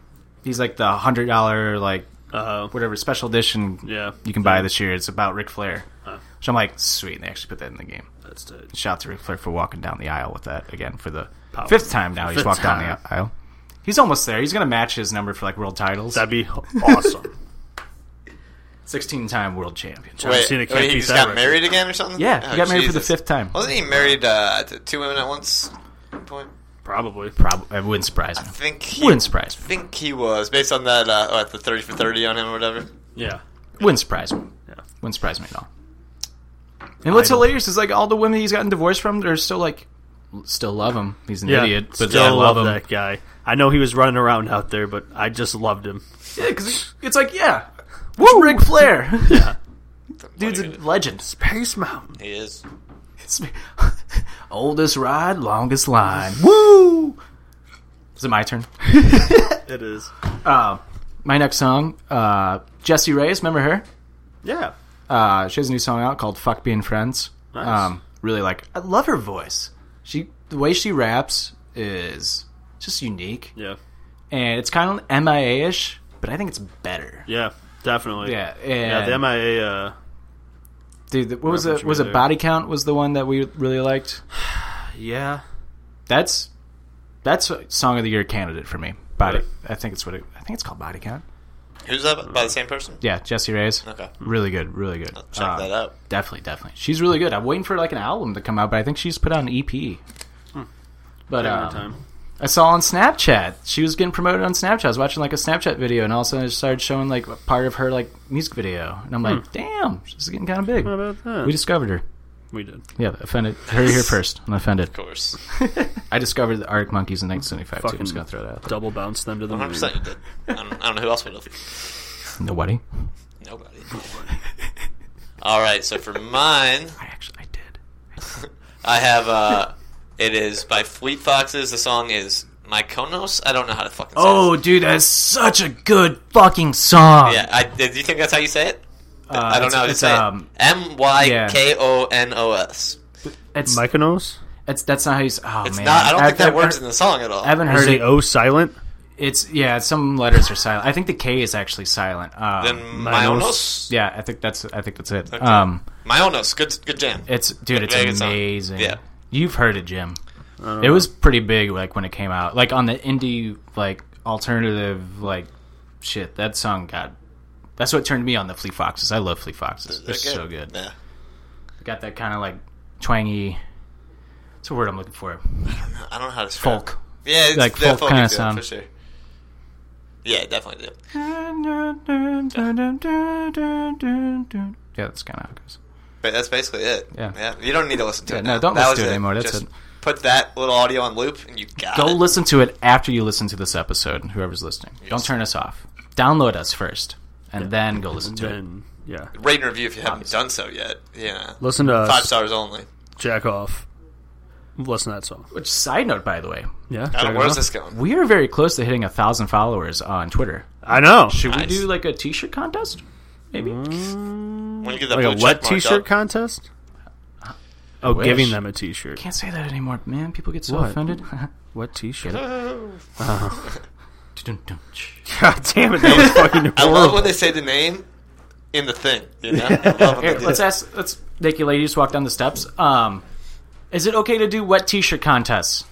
Speaker 4: he's like the hundred dollar, like
Speaker 7: Uh,
Speaker 4: whatever special edition
Speaker 7: Yeah.
Speaker 4: you can buy this year. It's about Ric Flair, which I'm like, sweet. They actually put that in the game.
Speaker 7: that's it.
Speaker 4: Shout out to Ric Flair for walking down the aisle with that again for the fifth time now. He's
Speaker 7: Fifth
Speaker 4: walked down
Speaker 7: time.
Speaker 4: the aisle. He's almost there. He's gonna match his number for like world titles.
Speaker 7: That'd be awesome.
Speaker 4: 16 time world champion.
Speaker 7: John
Speaker 6: wait,
Speaker 7: Cena
Speaker 6: wait,
Speaker 7: can't
Speaker 6: he
Speaker 7: beat
Speaker 6: just
Speaker 7: that
Speaker 6: got
Speaker 7: record.
Speaker 6: married again or something?
Speaker 4: Yeah,
Speaker 6: Oh,
Speaker 4: he got married for the
Speaker 6: Jesus.
Speaker 4: fifth time.
Speaker 6: Wasn't he married uh, to two women at once? at Point.
Speaker 7: Probably.
Speaker 4: Probably, it wouldn't surprise me.
Speaker 6: I think he,
Speaker 4: Wouldn't surprise me.
Speaker 6: think he was based on that uh, what, the thirty for thirty on him or whatever.
Speaker 7: Yeah.
Speaker 4: Wouldn't surprise me.
Speaker 7: Yeah.
Speaker 4: Wouldn't surprise me at all. And what's
Speaker 7: don't-
Speaker 4: hilarious is like all the women he's gotten divorced from, they're still like, still love him. He's an
Speaker 7: Yeah.
Speaker 4: idiot, but
Speaker 7: Still
Speaker 4: they love,
Speaker 7: love,
Speaker 4: him.
Speaker 7: that guy. I know he was running around out there, but I just loved him.
Speaker 4: Yeah, because it's like, yeah, woo, Ric Flair, dude's a
Speaker 6: What are you gonna-
Speaker 4: legend.
Speaker 7: Pace Mountain.
Speaker 6: He is.
Speaker 4: Oldest ride, longest line. Woo! Is it my turn?
Speaker 7: It is.
Speaker 4: My next song, uh, Jessie Reyes. Remember her?
Speaker 7: Yeah.
Speaker 4: Uh, she has a new song out called "Fuck Being Friends."
Speaker 7: Nice.
Speaker 4: Um, really like. I love her voice. She the way she raps is just unique,
Speaker 7: Yeah.
Speaker 4: and it's kind of MIA ish, but I think it's better.
Speaker 7: Yeah. Definitely.
Speaker 4: Yeah,
Speaker 7: Yeah.
Speaker 4: and
Speaker 7: The MIA. Uh,
Speaker 4: dude, the- what was
Speaker 7: reference
Speaker 4: it? Was
Speaker 7: right
Speaker 4: it
Speaker 7: there.
Speaker 4: Body Count? Was the one that we really liked?
Speaker 7: yeah.
Speaker 4: That's that's a song of the year candidate for me. Body,
Speaker 7: Right.
Speaker 4: I think it's what it, I think it's called Body Count.
Speaker 6: Who's that by the same person?
Speaker 4: Yeah, Jessie Reyes.
Speaker 6: Okay.
Speaker 4: Really good, really good.
Speaker 6: Check
Speaker 4: Uh,
Speaker 6: that out.
Speaker 4: Definitely, definitely. She's really good. I'm waiting for like an album to come out, but I think she's put out an EP. But um,
Speaker 7: time.
Speaker 4: I saw on Snapchat she was getting promoted on Snapchat. I was watching like a Snapchat video, and all of a sudden it started showing like a part of her like music video, and I'm
Speaker 6: Hmm.
Speaker 4: like, damn, she's getting kind of big.
Speaker 7: What about that?
Speaker 4: We discovered her.
Speaker 7: we did.
Speaker 4: Yeah, offended. Heard it here first. I'm offended.
Speaker 6: Of course.
Speaker 4: I discovered the Arctic Monkeys in 1975 too. I'm just
Speaker 7: Fucking-
Speaker 4: gonna throw that out. there.
Speaker 7: Double bounce them to the
Speaker 6: One
Speaker 7: moon.
Speaker 6: hundred percent you did. I don't, I don't know who else would have.
Speaker 4: Nobody.
Speaker 6: Nobody. All right, so for mine,
Speaker 4: I actually I did.
Speaker 6: I have uh, it is by Fleet Foxes. The song is Mykonos. I don't know how to fucking. Say
Speaker 4: Oh,
Speaker 6: this.
Speaker 4: dude, that's such a good fucking song.
Speaker 6: yeah. I, do you think that's how you say it? I don't know how
Speaker 4: Uh,
Speaker 6: to
Speaker 4: it's,
Speaker 6: say
Speaker 4: um,
Speaker 6: it. M y k o n o s.
Speaker 4: It's
Speaker 7: Mykonos.
Speaker 4: It's that's not how you. s- Oh
Speaker 6: It's
Speaker 4: man,
Speaker 6: not. I don't think
Speaker 4: I've-
Speaker 6: that
Speaker 4: I've
Speaker 6: word's in
Speaker 4: heard-
Speaker 6: the song at all.
Speaker 4: I haven't
Speaker 7: Is
Speaker 4: heard
Speaker 7: the
Speaker 4: it.
Speaker 7: O silent?
Speaker 4: It's yeah. Some letters are silent. I think the K is actually silent. Uh,
Speaker 6: Then Myonos.
Speaker 4: yeah, I think that's I think that's it. Um,
Speaker 6: Myonos. Good. Good jam.
Speaker 4: it's dude, it's
Speaker 6: Very good song.
Speaker 4: amazing.
Speaker 6: Yeah.
Speaker 4: you've heard it, Jim. It was pretty big, like when it came out, like on the indie, like alternative, like shit. That song got. That's what turned me on the Fleet Foxes. I love Fleet Foxes. They're, so good.
Speaker 6: Yeah.
Speaker 4: Got that kind of like twangy. It's a word I'm looking for.
Speaker 6: I don't know how to describe.
Speaker 4: Folk.
Speaker 6: It. Yeah, it's
Speaker 4: Like
Speaker 6: they're
Speaker 4: folk
Speaker 6: folk
Speaker 4: kinda
Speaker 6: kind
Speaker 4: sound.
Speaker 6: of for sure. Yeah, definitely do.
Speaker 4: Yeah, that's kind of how it goes.
Speaker 6: But that's basically it.
Speaker 4: Yeah.
Speaker 6: You don't need to listen to
Speaker 4: Yeah,
Speaker 6: it.
Speaker 4: no,
Speaker 6: now.
Speaker 4: don't
Speaker 6: That
Speaker 4: listen
Speaker 6: was
Speaker 4: to it anymore. That's
Speaker 6: Just
Speaker 4: it.
Speaker 6: Put that little audio on loop, and you got
Speaker 4: Go
Speaker 6: it.
Speaker 4: listen to it after you listen to this episode, whoever's listening. Don't turn us off. Download us first, and then go listen to it.
Speaker 7: Then yeah.
Speaker 6: Rate and review if you haven't done so yet. Yeah.
Speaker 7: Listen to
Speaker 6: Five
Speaker 7: us.
Speaker 6: stars only.
Speaker 7: Jack off. Listen to that song.
Speaker 4: Which side note, by the way,
Speaker 7: Yeah. fair
Speaker 6: I don't know where's
Speaker 7: enough.
Speaker 6: this going.
Speaker 4: we are very close to hitting a thousand followers on Twitter.
Speaker 7: I know.
Speaker 4: Should
Speaker 6: Nice. Mm.
Speaker 4: we do like a T-shirt contest? Maybe.
Speaker 6: When you get that
Speaker 7: Like
Speaker 6: blue
Speaker 7: a wet
Speaker 6: check mark
Speaker 7: T-shirt
Speaker 6: up,
Speaker 7: contest. Oh,
Speaker 4: wish.
Speaker 7: giving them a T-shirt.
Speaker 4: Can't say that anymore, man. People get so
Speaker 7: What?
Speaker 4: offended.
Speaker 7: What T-shirt?
Speaker 5: God damn it, that was fucking
Speaker 6: I love
Speaker 5: horrible.
Speaker 6: when they say the name in the thing. You know, I love when they
Speaker 4: Here,
Speaker 6: do
Speaker 4: let's
Speaker 6: that.
Speaker 4: ask. Let's naked ladies walk down the steps. Um, is it okay to do wet T-shirt contests?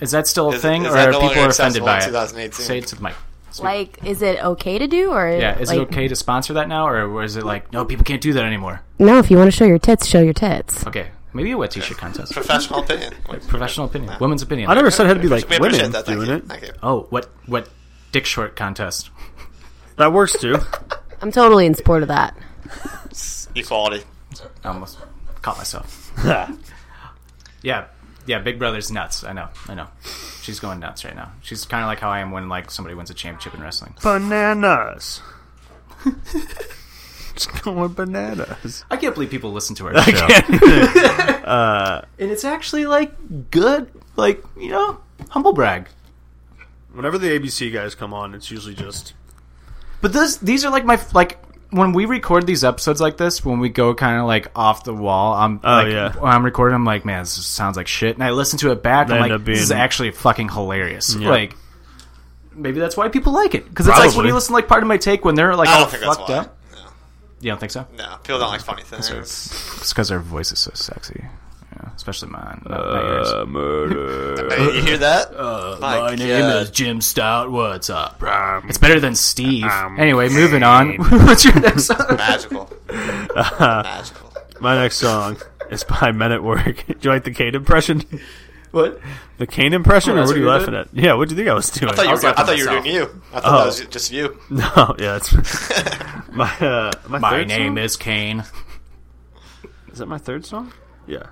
Speaker 4: Is that still a
Speaker 6: Is it-
Speaker 4: thing,
Speaker 6: is
Speaker 4: or
Speaker 6: that
Speaker 4: are
Speaker 6: no
Speaker 4: people
Speaker 6: longer
Speaker 4: are offended
Speaker 6: accessible
Speaker 4: by
Speaker 6: in
Speaker 4: it?
Speaker 6: 2018?
Speaker 4: Say it to the mic.
Speaker 3: Like, is it okay to do or
Speaker 4: Yeah, is
Speaker 3: like,
Speaker 4: it okay to sponsor that now, or is it like no, people can't do that anymore?
Speaker 3: No, if you want to show your tits, show your tits.
Speaker 4: Okay, maybe a wet T-shirt contest.
Speaker 6: professional opinion.
Speaker 4: Professional opinion, women's opinion.
Speaker 7: I never said it had to be like
Speaker 6: We appreciate
Speaker 7: women
Speaker 6: that. Thank
Speaker 7: doing
Speaker 6: you.
Speaker 7: it.
Speaker 6: Thank you.
Speaker 4: Oh, what what dick short contest?
Speaker 7: That works too.
Speaker 3: I'm totally in support of that.
Speaker 6: Equality.
Speaker 4: I almost caught myself. yeah, yeah. Big Brother's nuts. I know. I know. She's going nuts right now. She's kind of like how I am when like somebody wins a championship in wrestling.
Speaker 7: bananas. Just going bananas.
Speaker 4: I can't believe people listen to our show.
Speaker 7: Uh,
Speaker 4: and it's actually like good, like you know, humble brag.
Speaker 7: Whenever the ABC guys come on, it's usually just
Speaker 4: But this, these are like my like when we record these episodes like this, when we go kind of like off the wall. I'm oh like,
Speaker 7: yeah.
Speaker 4: when I'm recording. I'm like, man, this just sounds like shit. And I listen to it back.
Speaker 7: They
Speaker 4: I'm
Speaker 7: end
Speaker 4: like,
Speaker 7: up
Speaker 4: this is
Speaker 7: being-
Speaker 4: actually fucking hilarious.
Speaker 7: Yeah.
Speaker 4: Like. Maybe that's why people like it because it's like when
Speaker 7: Probably.
Speaker 4: you listen to like part of my take when they're like
Speaker 6: I
Speaker 4: all
Speaker 6: don't think that's
Speaker 4: fucked
Speaker 6: why.
Speaker 4: up. You don't think so?
Speaker 6: No, people don't like funny things.
Speaker 4: It's because their voice is so sexy, yeah, especially mine. Not,
Speaker 7: Uh,
Speaker 4: not yours.
Speaker 7: murder.
Speaker 6: Hey, you hear that? My
Speaker 4: Uh, My name
Speaker 6: God.
Speaker 4: is Jim Stout. What's up? it's better than Steve.
Speaker 7: um,
Speaker 4: anyway, moving on. What's your next song?
Speaker 6: Magical. Magical.
Speaker 7: My next song is by Men at Work. do you like the Kane impression?
Speaker 4: What?
Speaker 7: The Kane impression,
Speaker 4: Oh,
Speaker 7: or
Speaker 4: that's
Speaker 7: what are you
Speaker 4: what you
Speaker 7: laughing at? Yeah, what do you think I was doing?
Speaker 6: I thought you,
Speaker 4: was
Speaker 6: were, I
Speaker 4: laughing
Speaker 6: thought you were
Speaker 4: myself. Oh.
Speaker 6: doing you. I thought that was ju- just you.
Speaker 7: no, yeah, it's my uh, my,
Speaker 4: My
Speaker 7: third
Speaker 4: name
Speaker 7: song?
Speaker 4: is Kane.
Speaker 7: is that my third song? Yeah,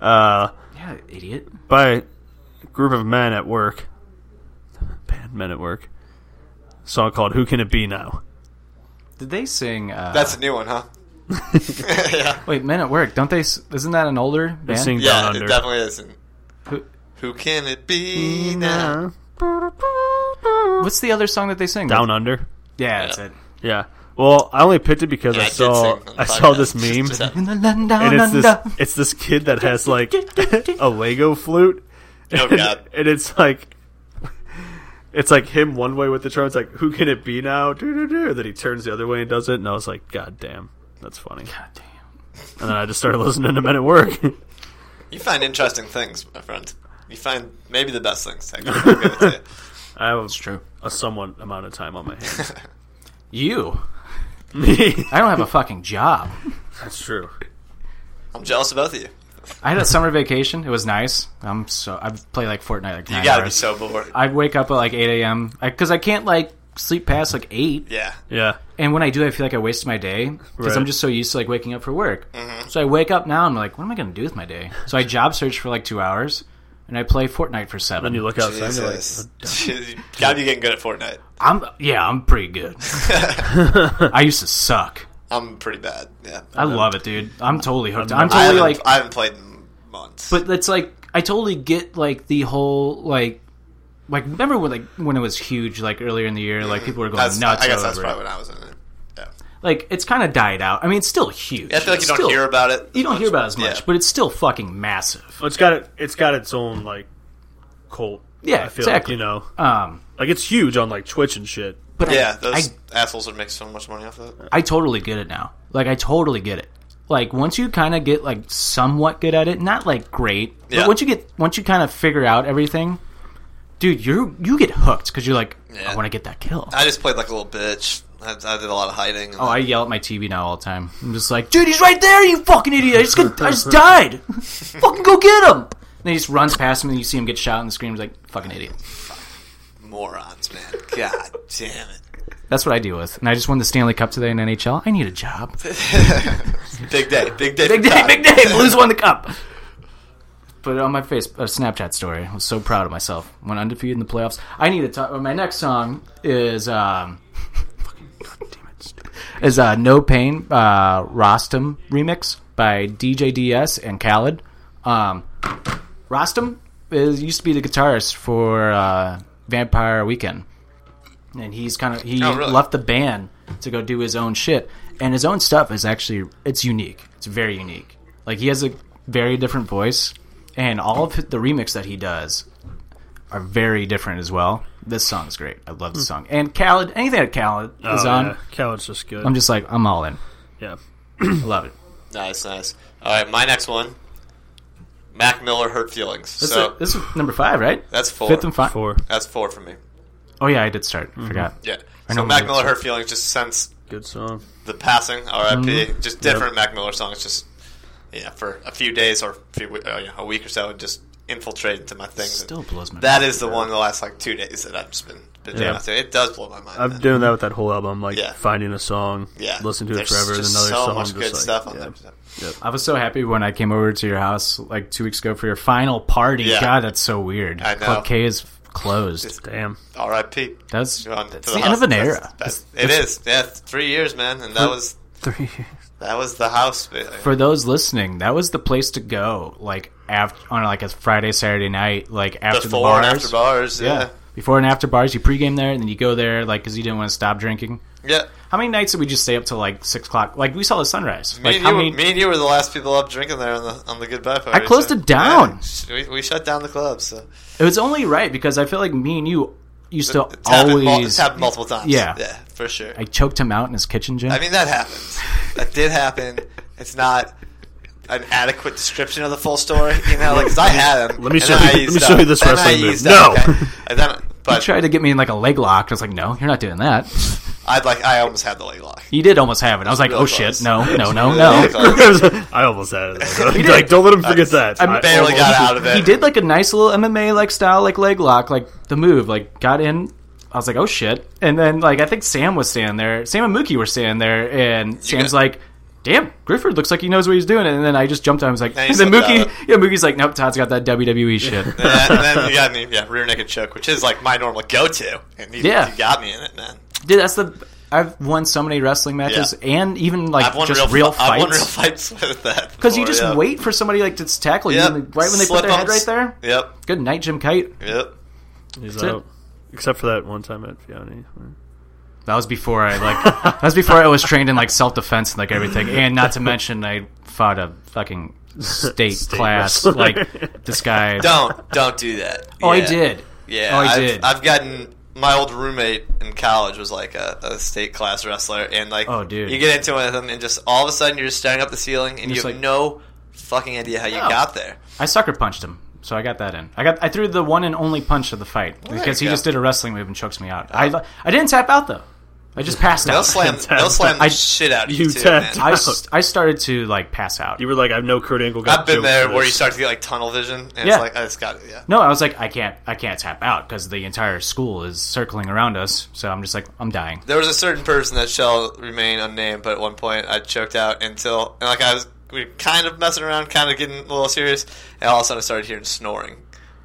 Speaker 7: uh,
Speaker 4: Yeah, idiot.
Speaker 7: by a group of men at work, band men at work. Song called "Who Can It Be Now."
Speaker 4: Did they sing? Uh,
Speaker 6: That's a new one, huh? yeah,
Speaker 4: wait, Men at Work. Don't they? s- Isn't that an older band?
Speaker 7: Sing
Speaker 6: yeah,
Speaker 7: down
Speaker 6: it
Speaker 7: under.
Speaker 6: definitely isn't.
Speaker 4: Who-
Speaker 6: Who can it be now?
Speaker 4: What's the other song that they sing?
Speaker 7: Down under.
Speaker 4: Yeah, that's it.
Speaker 7: Yeah. Well, I only picked it because
Speaker 6: Yeah,
Speaker 7: I
Speaker 6: did
Speaker 7: saw
Speaker 6: sing on the
Speaker 7: I saw
Speaker 6: podcast.
Speaker 7: this meme,
Speaker 6: Just- just that.
Speaker 4: In the land down
Speaker 7: and it's this
Speaker 4: under.
Speaker 7: it's this kid that has like a Lego flute.
Speaker 6: Oh god.
Speaker 7: and it's like it's like him one way with the drum. It's like who can it be now? Doo-doo-doo. Then he turns the other way and does it, and I was like, God damn, that's funny.
Speaker 4: God damn.
Speaker 7: And then I just started listening to Men at Work.
Speaker 6: You find interesting things, my friend. You find maybe the best things. I can give it to you.
Speaker 7: I have
Speaker 4: It's true.
Speaker 7: a somewhat amount of time on my hands.
Speaker 4: You. I don't have a fucking job.
Speaker 7: that's true.
Speaker 6: I'm jealous of both of you.
Speaker 4: I had a summer vacation. It was nice. I'm so I played like Fortnite like
Speaker 6: You
Speaker 4: nine
Speaker 6: gotta be
Speaker 4: hours.
Speaker 6: so bored.
Speaker 4: I'd wake up at like 8 a.m. because I can't like sleep past like 8.
Speaker 6: Yeah.
Speaker 7: Yeah,
Speaker 4: And when I do, I feel like I waste my day because
Speaker 7: Right.
Speaker 4: I'm just so used to like waking up for work. So I wake up now. I'm like, what am I going to do with my day? So I job search for like two hours. And I play Fortnite for seven.
Speaker 7: and you look outside. And you're like,
Speaker 6: Jesus. you gotta be getting good at Fortnite.
Speaker 4: I'm yeah, I'm pretty good. I used to suck.
Speaker 6: I'm pretty bad. Yeah.
Speaker 4: I love it, dude. I'm totally hooked.
Speaker 7: I'm
Speaker 4: I'm
Speaker 6: I
Speaker 4: totally
Speaker 6: haven't,
Speaker 4: like,
Speaker 6: I haven't played in months.
Speaker 4: but it's like I totally get like the whole like, like remember when like when it was huge like earlier in the year, like people were going
Speaker 6: that's,
Speaker 4: nuts.
Speaker 6: I guess
Speaker 4: over
Speaker 6: that's
Speaker 4: it.
Speaker 6: probably when I was in it. Yeah.
Speaker 4: like it's kind of died out. I mean, it's still huge.
Speaker 6: I feel like
Speaker 4: It's
Speaker 6: you don't
Speaker 4: still-
Speaker 6: hear about it.
Speaker 4: you don't hear about it as much,
Speaker 6: Yeah.
Speaker 4: but it's still fucking massive.
Speaker 7: well, it's got it. It's got its own like cult.
Speaker 4: Yeah,
Speaker 7: I feel
Speaker 4: exactly.
Speaker 7: like you know,
Speaker 4: Um,
Speaker 7: like it's huge on like Twitch and shit.
Speaker 4: but I-
Speaker 6: Yeah, those
Speaker 4: I,
Speaker 6: assholes would make so much money off of it.
Speaker 4: I totally get it now. Like I totally get it. Like once you kind of get like somewhat good at it, not like great,
Speaker 6: Yeah.
Speaker 4: but once you get once you kind of figure out everything, dude, you you get hooked because you're like, I
Speaker 6: Yeah.
Speaker 4: want to get that kill.
Speaker 6: I just played like a little bitch. I, I did a lot of hiding. And
Speaker 4: Oh, I yell at my TV now all the time. I'm just like, dude, he's right there, you fucking idiot! I just, got, I just died. fucking go get him. And then he just runs past him, and you see him get shot, and the screams like, "Fucking idiot."
Speaker 6: morons, man. God damn it.
Speaker 4: That's what I deal with. And I just won the Stanley Cup today in NHL. I need a job.
Speaker 6: Big day. Big day.
Speaker 4: Big
Speaker 6: for
Speaker 4: day,
Speaker 6: Todd.
Speaker 4: big day. Blues won the cup. Put it on my face, a Snapchat story. I was so proud of myself. Went undefeated in the playoffs. I need to talk. My next song is um, is uh, "No Pain" uh, Rostam remix by DJ DS and Khaled. Um, Rostam is used to be the guitarist for uh, Vampire Weekend, and he's kind of he
Speaker 6: Oh, really?
Speaker 4: left the band to go do his own shit. And his own stuff is actually it's unique. It's very unique. Like he has a very different voice, and all of the remix that he does are very different as well. This song is great. I love this song. And Khaled, anything that Khaled is
Speaker 7: Oh,
Speaker 4: on,
Speaker 7: yeah. Khaled's just good.
Speaker 4: I'm just like I'm all in.
Speaker 7: yeah.
Speaker 4: I love it.
Speaker 6: Nice, nice. All right, my next one. Mac Miller hurt feelings.
Speaker 4: This,
Speaker 6: so
Speaker 4: is, this is number five, right?
Speaker 6: that's four.
Speaker 4: Fifth and fi-
Speaker 7: Four.
Speaker 6: that's four for me.
Speaker 4: Oh yeah, I did start. Forgot.
Speaker 6: Yeah.
Speaker 4: I
Speaker 6: So
Speaker 4: know
Speaker 6: Mac
Speaker 4: my-
Speaker 6: Miller hurt feelings just since
Speaker 7: Good song.
Speaker 6: the passing, R.I.P. Just different Mac Miller songs. Just yeah, for a few days or a, few, we- uh, yeah, a week or so, it just infiltrate into my things.
Speaker 4: Still blows my.
Speaker 6: that is the one the last like two days that I've just been been
Speaker 7: Yeah.
Speaker 6: down to. It does blow my mind.
Speaker 7: I'm
Speaker 6: man.
Speaker 7: doing that with that whole album, like
Speaker 6: Yeah.
Speaker 7: finding a song,
Speaker 6: yeah,
Speaker 7: listen to it
Speaker 6: There's
Speaker 7: forever, and another
Speaker 6: just so
Speaker 7: song.
Speaker 6: much
Speaker 7: just
Speaker 6: good
Speaker 7: like,
Speaker 6: stuff on
Speaker 7: yeah.
Speaker 6: there.
Speaker 4: I was so happy when I came over to your house like two weeks ago for your final party.
Speaker 6: Yeah.
Speaker 4: God, that's so weird.
Speaker 6: I know.
Speaker 4: Club K is closed.
Speaker 7: Damn.
Speaker 6: R.I.P.
Speaker 4: That's
Speaker 6: Gone to
Speaker 4: that's the end
Speaker 6: house.
Speaker 4: of an
Speaker 6: That's-
Speaker 4: era.
Speaker 6: that's- It is. Yeah, three years, man, and that was
Speaker 7: Three years.
Speaker 6: that was the house. man.
Speaker 4: for those listening, that was the place to go. Like after on like a Friday, Saturday night, like after the,
Speaker 6: Before
Speaker 4: bars.
Speaker 6: and after bars.
Speaker 4: yeah.
Speaker 6: Yeah.
Speaker 4: before and after bars, you pregame there, and then you go there, like because you didn't want to stop drinking.
Speaker 6: Yeah.
Speaker 4: How many nights did we just stay up till like six o'clock? Like we saw the sunrise.
Speaker 6: Me,
Speaker 4: like
Speaker 6: and
Speaker 4: how
Speaker 6: you,
Speaker 4: many?
Speaker 6: were me and you were the last people up drinking there on the on the goodbye party.
Speaker 4: closed
Speaker 6: so-
Speaker 4: it down.
Speaker 6: Yeah, we, we shut down the club. So
Speaker 4: It was only right because I feel like me and you used to
Speaker 6: it's happened, mul- it's
Speaker 4: always.
Speaker 6: happened multiple times.
Speaker 4: Yeah.
Speaker 6: yeah, for sure.
Speaker 4: I choked him out in his kitchen, Jim.
Speaker 6: I mean, that happens. that did happen. It's not an adequate description of the full story, you know. Like, 'cause I had him.
Speaker 7: Let me
Speaker 6: and
Speaker 7: show
Speaker 6: then
Speaker 7: you-
Speaker 6: I
Speaker 7: let me
Speaker 6: eased
Speaker 7: show you
Speaker 6: up.
Speaker 7: this
Speaker 6: Then I
Speaker 7: wrestling move.
Speaker 6: eased up,
Speaker 7: No.
Speaker 6: okay. And then,
Speaker 4: He
Speaker 6: but
Speaker 4: tried to get me in like a leg lock. I was like, no, you're not doing that.
Speaker 6: I'd like. I almost had the leg lock.
Speaker 4: You did almost have it. I was like,
Speaker 6: Really
Speaker 4: oh
Speaker 6: close.
Speaker 4: shit, no, no, no,
Speaker 6: Really
Speaker 4: no.
Speaker 6: close.
Speaker 7: I almost had it. like, don't let him forget that.
Speaker 4: I'm
Speaker 7: I
Speaker 6: barely
Speaker 7: almost-
Speaker 6: got out of it.
Speaker 4: He did like a nice little MMA like style, like leg lock, like the move, like got in. I was like, oh shit. And then like I think Sam was standing there. Sam and Mookie were standing there, and Sam's
Speaker 6: got-
Speaker 4: like. Damn, Grifford looks like he knows what he's doing, and then I just jumped on. him. I was like,
Speaker 6: Then
Speaker 4: and,
Speaker 6: he
Speaker 4: then
Speaker 6: slipped
Speaker 4: Mookie,
Speaker 6: out.
Speaker 4: yeah, Mookie's like, nope, Todd's got that WWE shit.
Speaker 6: Yeah, and then you got me, yeah, rear naked choke, which is like my normal go to, and you,
Speaker 4: Yeah.
Speaker 6: you got me in it, man.
Speaker 4: Dude, that's the I've won so many wrestling matches and even like
Speaker 6: I've won
Speaker 4: just
Speaker 6: real,
Speaker 4: real,
Speaker 6: fi- I've won real
Speaker 4: fights
Speaker 6: fights with that
Speaker 4: because you
Speaker 6: before,
Speaker 4: just
Speaker 6: Oh, yeah.
Speaker 4: wait for somebody like to tackle you
Speaker 6: Yep.
Speaker 4: and right when they put
Speaker 6: Slip
Speaker 4: their head right
Speaker 6: ups.
Speaker 4: there.
Speaker 6: Yep,
Speaker 4: Good night, Jim Kite.
Speaker 6: yep.
Speaker 7: He's
Speaker 4: it.
Speaker 7: out. Except for that one time at Fiani.
Speaker 4: That was before I like that was before I was trained in like self defense and like everything, and not to mention I fought a fucking state, class
Speaker 7: wrestler.
Speaker 4: like this guy.
Speaker 6: Don't don't do that.
Speaker 4: Oh, I
Speaker 6: Yeah.
Speaker 4: did.
Speaker 6: Yeah,
Speaker 4: Oh, I
Speaker 6: I've,
Speaker 4: did.
Speaker 6: I've gotten my old roommate in college was like a, a state class wrestler, and like,
Speaker 4: Oh, dude.
Speaker 6: you get into it with him, and just all of a sudden you're just staring up the ceiling, and you have
Speaker 4: Just like-
Speaker 6: no fucking idea how you
Speaker 4: No.
Speaker 6: got there.
Speaker 4: I sucker punched him, so I got that in. I got I threw the one and only punch of the fight because he
Speaker 6: you go. Oh.
Speaker 4: just did a wrestling move and chokes me out. I I didn't tap out though. I just passed
Speaker 6: They'll
Speaker 4: out.
Speaker 6: slam, they'll slam the shit out of you,
Speaker 7: you
Speaker 6: too,
Speaker 7: tapped
Speaker 6: man.
Speaker 4: I, s- I started to like pass out.
Speaker 7: You were like, I've no Kurt Angle got
Speaker 6: I've been
Speaker 7: jokes
Speaker 6: there
Speaker 7: for
Speaker 6: where
Speaker 7: this.
Speaker 6: you start to get like tunnel vision, and
Speaker 4: Yeah.
Speaker 6: it's like I just got it. Yeah,
Speaker 4: No, I was like, I can't, I can't tap out because the entire school is circling around us. So I'm just like, I'm dying.
Speaker 6: there was a certain person that shall remain unnamed, but at one point I choked out until and like I was we were kind of messing around, kind of getting a little serious, and all of a sudden I started hearing snoring.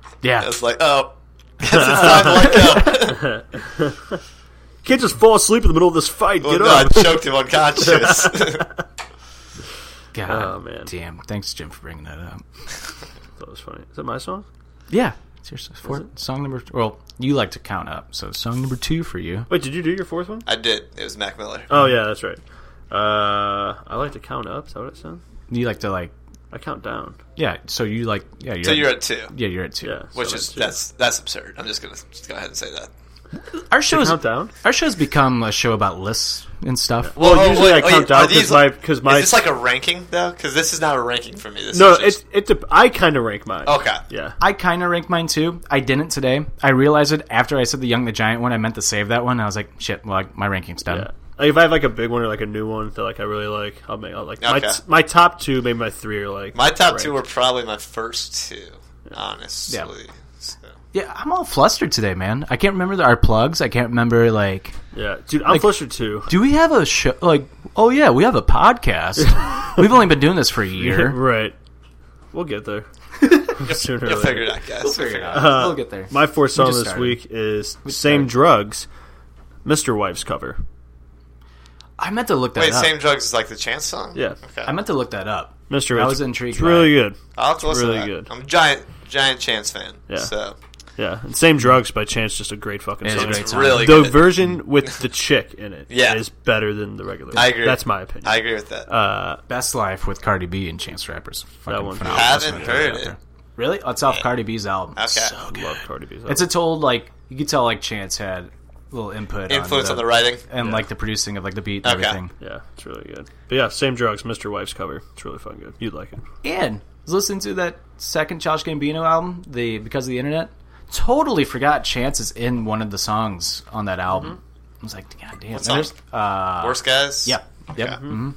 Speaker 6: I
Speaker 4: Yeah,
Speaker 6: was like, oh, guess it's time to let go.
Speaker 7: You can't just fall asleep in the middle of this fight.
Speaker 6: Well,
Speaker 7: Get
Speaker 6: Oh, no,
Speaker 7: up.
Speaker 6: I choked him unconscious.
Speaker 4: God,
Speaker 7: Oh, man.
Speaker 4: damn. Thanks, Jim, for bringing that up.
Speaker 7: That was funny. Is that my song?
Speaker 4: Yeah, seriously. For, song number, well, you like to count up, so song number two for you.
Speaker 7: Wait, did you do your fourth one?
Speaker 6: I did. It was Mac Miller.
Speaker 7: Oh, yeah, that's right. Uh, I like to count up. Is that what it sounds?
Speaker 4: You like to like,
Speaker 7: I count down.
Speaker 4: yeah. So you like, yeah. You're
Speaker 6: so you're at two,
Speaker 4: yeah, you're at two.
Speaker 7: Yeah.
Speaker 6: which
Speaker 7: so
Speaker 6: is
Speaker 7: it's two.
Speaker 6: that's that's absurd. I'm just gonna just go ahead and say that.
Speaker 4: Our show's
Speaker 7: count down?
Speaker 4: our show's become a show about lists and stuff.
Speaker 7: Well,
Speaker 6: Oh,
Speaker 7: usually
Speaker 6: wait,
Speaker 7: I
Speaker 6: oh,
Speaker 7: count
Speaker 6: yeah,
Speaker 7: down
Speaker 6: are these
Speaker 7: because my because my
Speaker 6: is this like a ranking though? Because this is not a ranking for me. This
Speaker 7: no,
Speaker 6: is just,
Speaker 7: it it dep- I kind of rank mine.
Speaker 6: okay.
Speaker 7: Yeah.
Speaker 4: I kind of rank mine too. I didn't today. I realized it after I said the Young the Giant one. I meant to save that one. I was like, shit. Well, like, my ranking's done.
Speaker 7: Yeah. Like if I have like a big one or like a new one that like I really like, I'll make I'll like my,
Speaker 6: Okay.
Speaker 7: t- my top two, maybe my three are like
Speaker 6: My top two
Speaker 7: ranked.
Speaker 6: were probably my first two, honestly. So.
Speaker 4: Yeah, I'm all flustered today, man. I can't remember our plugs. I can't remember like,
Speaker 7: yeah, dude. I'm flustered too.
Speaker 4: do we have a show? Like, oh yeah, we have a podcast. We've only been doing this for a year.
Speaker 7: right. We'll get there. Sooner or
Speaker 6: You'll
Speaker 7: later.
Speaker 6: figure it out, guys. You'll figure it out.
Speaker 4: we'll get there.
Speaker 7: My fourth song
Speaker 4: just
Speaker 7: this
Speaker 4: started.
Speaker 7: week is "Same Drugs," Mr. Wife's cover.
Speaker 4: I meant to look that
Speaker 6: Wait,
Speaker 4: up.
Speaker 6: same drugs is like the Chance song.
Speaker 7: Yeah.
Speaker 6: Okay.
Speaker 4: I meant to look that up.
Speaker 7: Mr.
Speaker 4: I
Speaker 7: Wife's-
Speaker 4: was intrigued
Speaker 7: It's
Speaker 4: by
Speaker 7: really good.
Speaker 6: I'll have to listen
Speaker 7: really
Speaker 6: to that.
Speaker 7: good.
Speaker 6: I'm a giant giant Chance fan.
Speaker 7: Yeah.
Speaker 6: So
Speaker 7: Yeah, and same drugs by chance. Just a great fucking
Speaker 4: It's a
Speaker 7: song.
Speaker 4: great
Speaker 6: it's
Speaker 4: song.
Speaker 6: really
Speaker 7: the
Speaker 6: good.
Speaker 7: version with the chick in it
Speaker 6: Yeah.
Speaker 7: is better than the regular.
Speaker 6: I agree.
Speaker 7: That's my opinion.
Speaker 6: I agree with that.
Speaker 4: Best Life with Cardi B and Chance the Rapper is fucking
Speaker 7: one's-
Speaker 4: phenomenal. That's
Speaker 6: Haven't
Speaker 4: my favorite
Speaker 6: heard
Speaker 4: out
Speaker 6: it.
Speaker 4: there. Really? It's off Cardi B's album.
Speaker 6: Okay.
Speaker 4: So good.
Speaker 7: love Cardi B's.
Speaker 4: It's a total like you could tell like Chance had a little input
Speaker 6: Influence on the
Speaker 4: right
Speaker 6: writing.
Speaker 4: and like the producing of like the beat and
Speaker 6: Okay.
Speaker 4: everything.
Speaker 7: yeah, it's really good. But yeah, same drugs. Mr. Wife's cover. It's really fucking good. You'd like it.
Speaker 4: And I was listening to that second Josh Gambino album, the Because of the Internet. Totally forgot Chance is in one of the songs on that album. I was like, God damn.
Speaker 6: Mm-hmm. What
Speaker 4: And
Speaker 6: song?
Speaker 4: there's- Uh,
Speaker 6: Worst guys.
Speaker 4: yep. Yep. hmm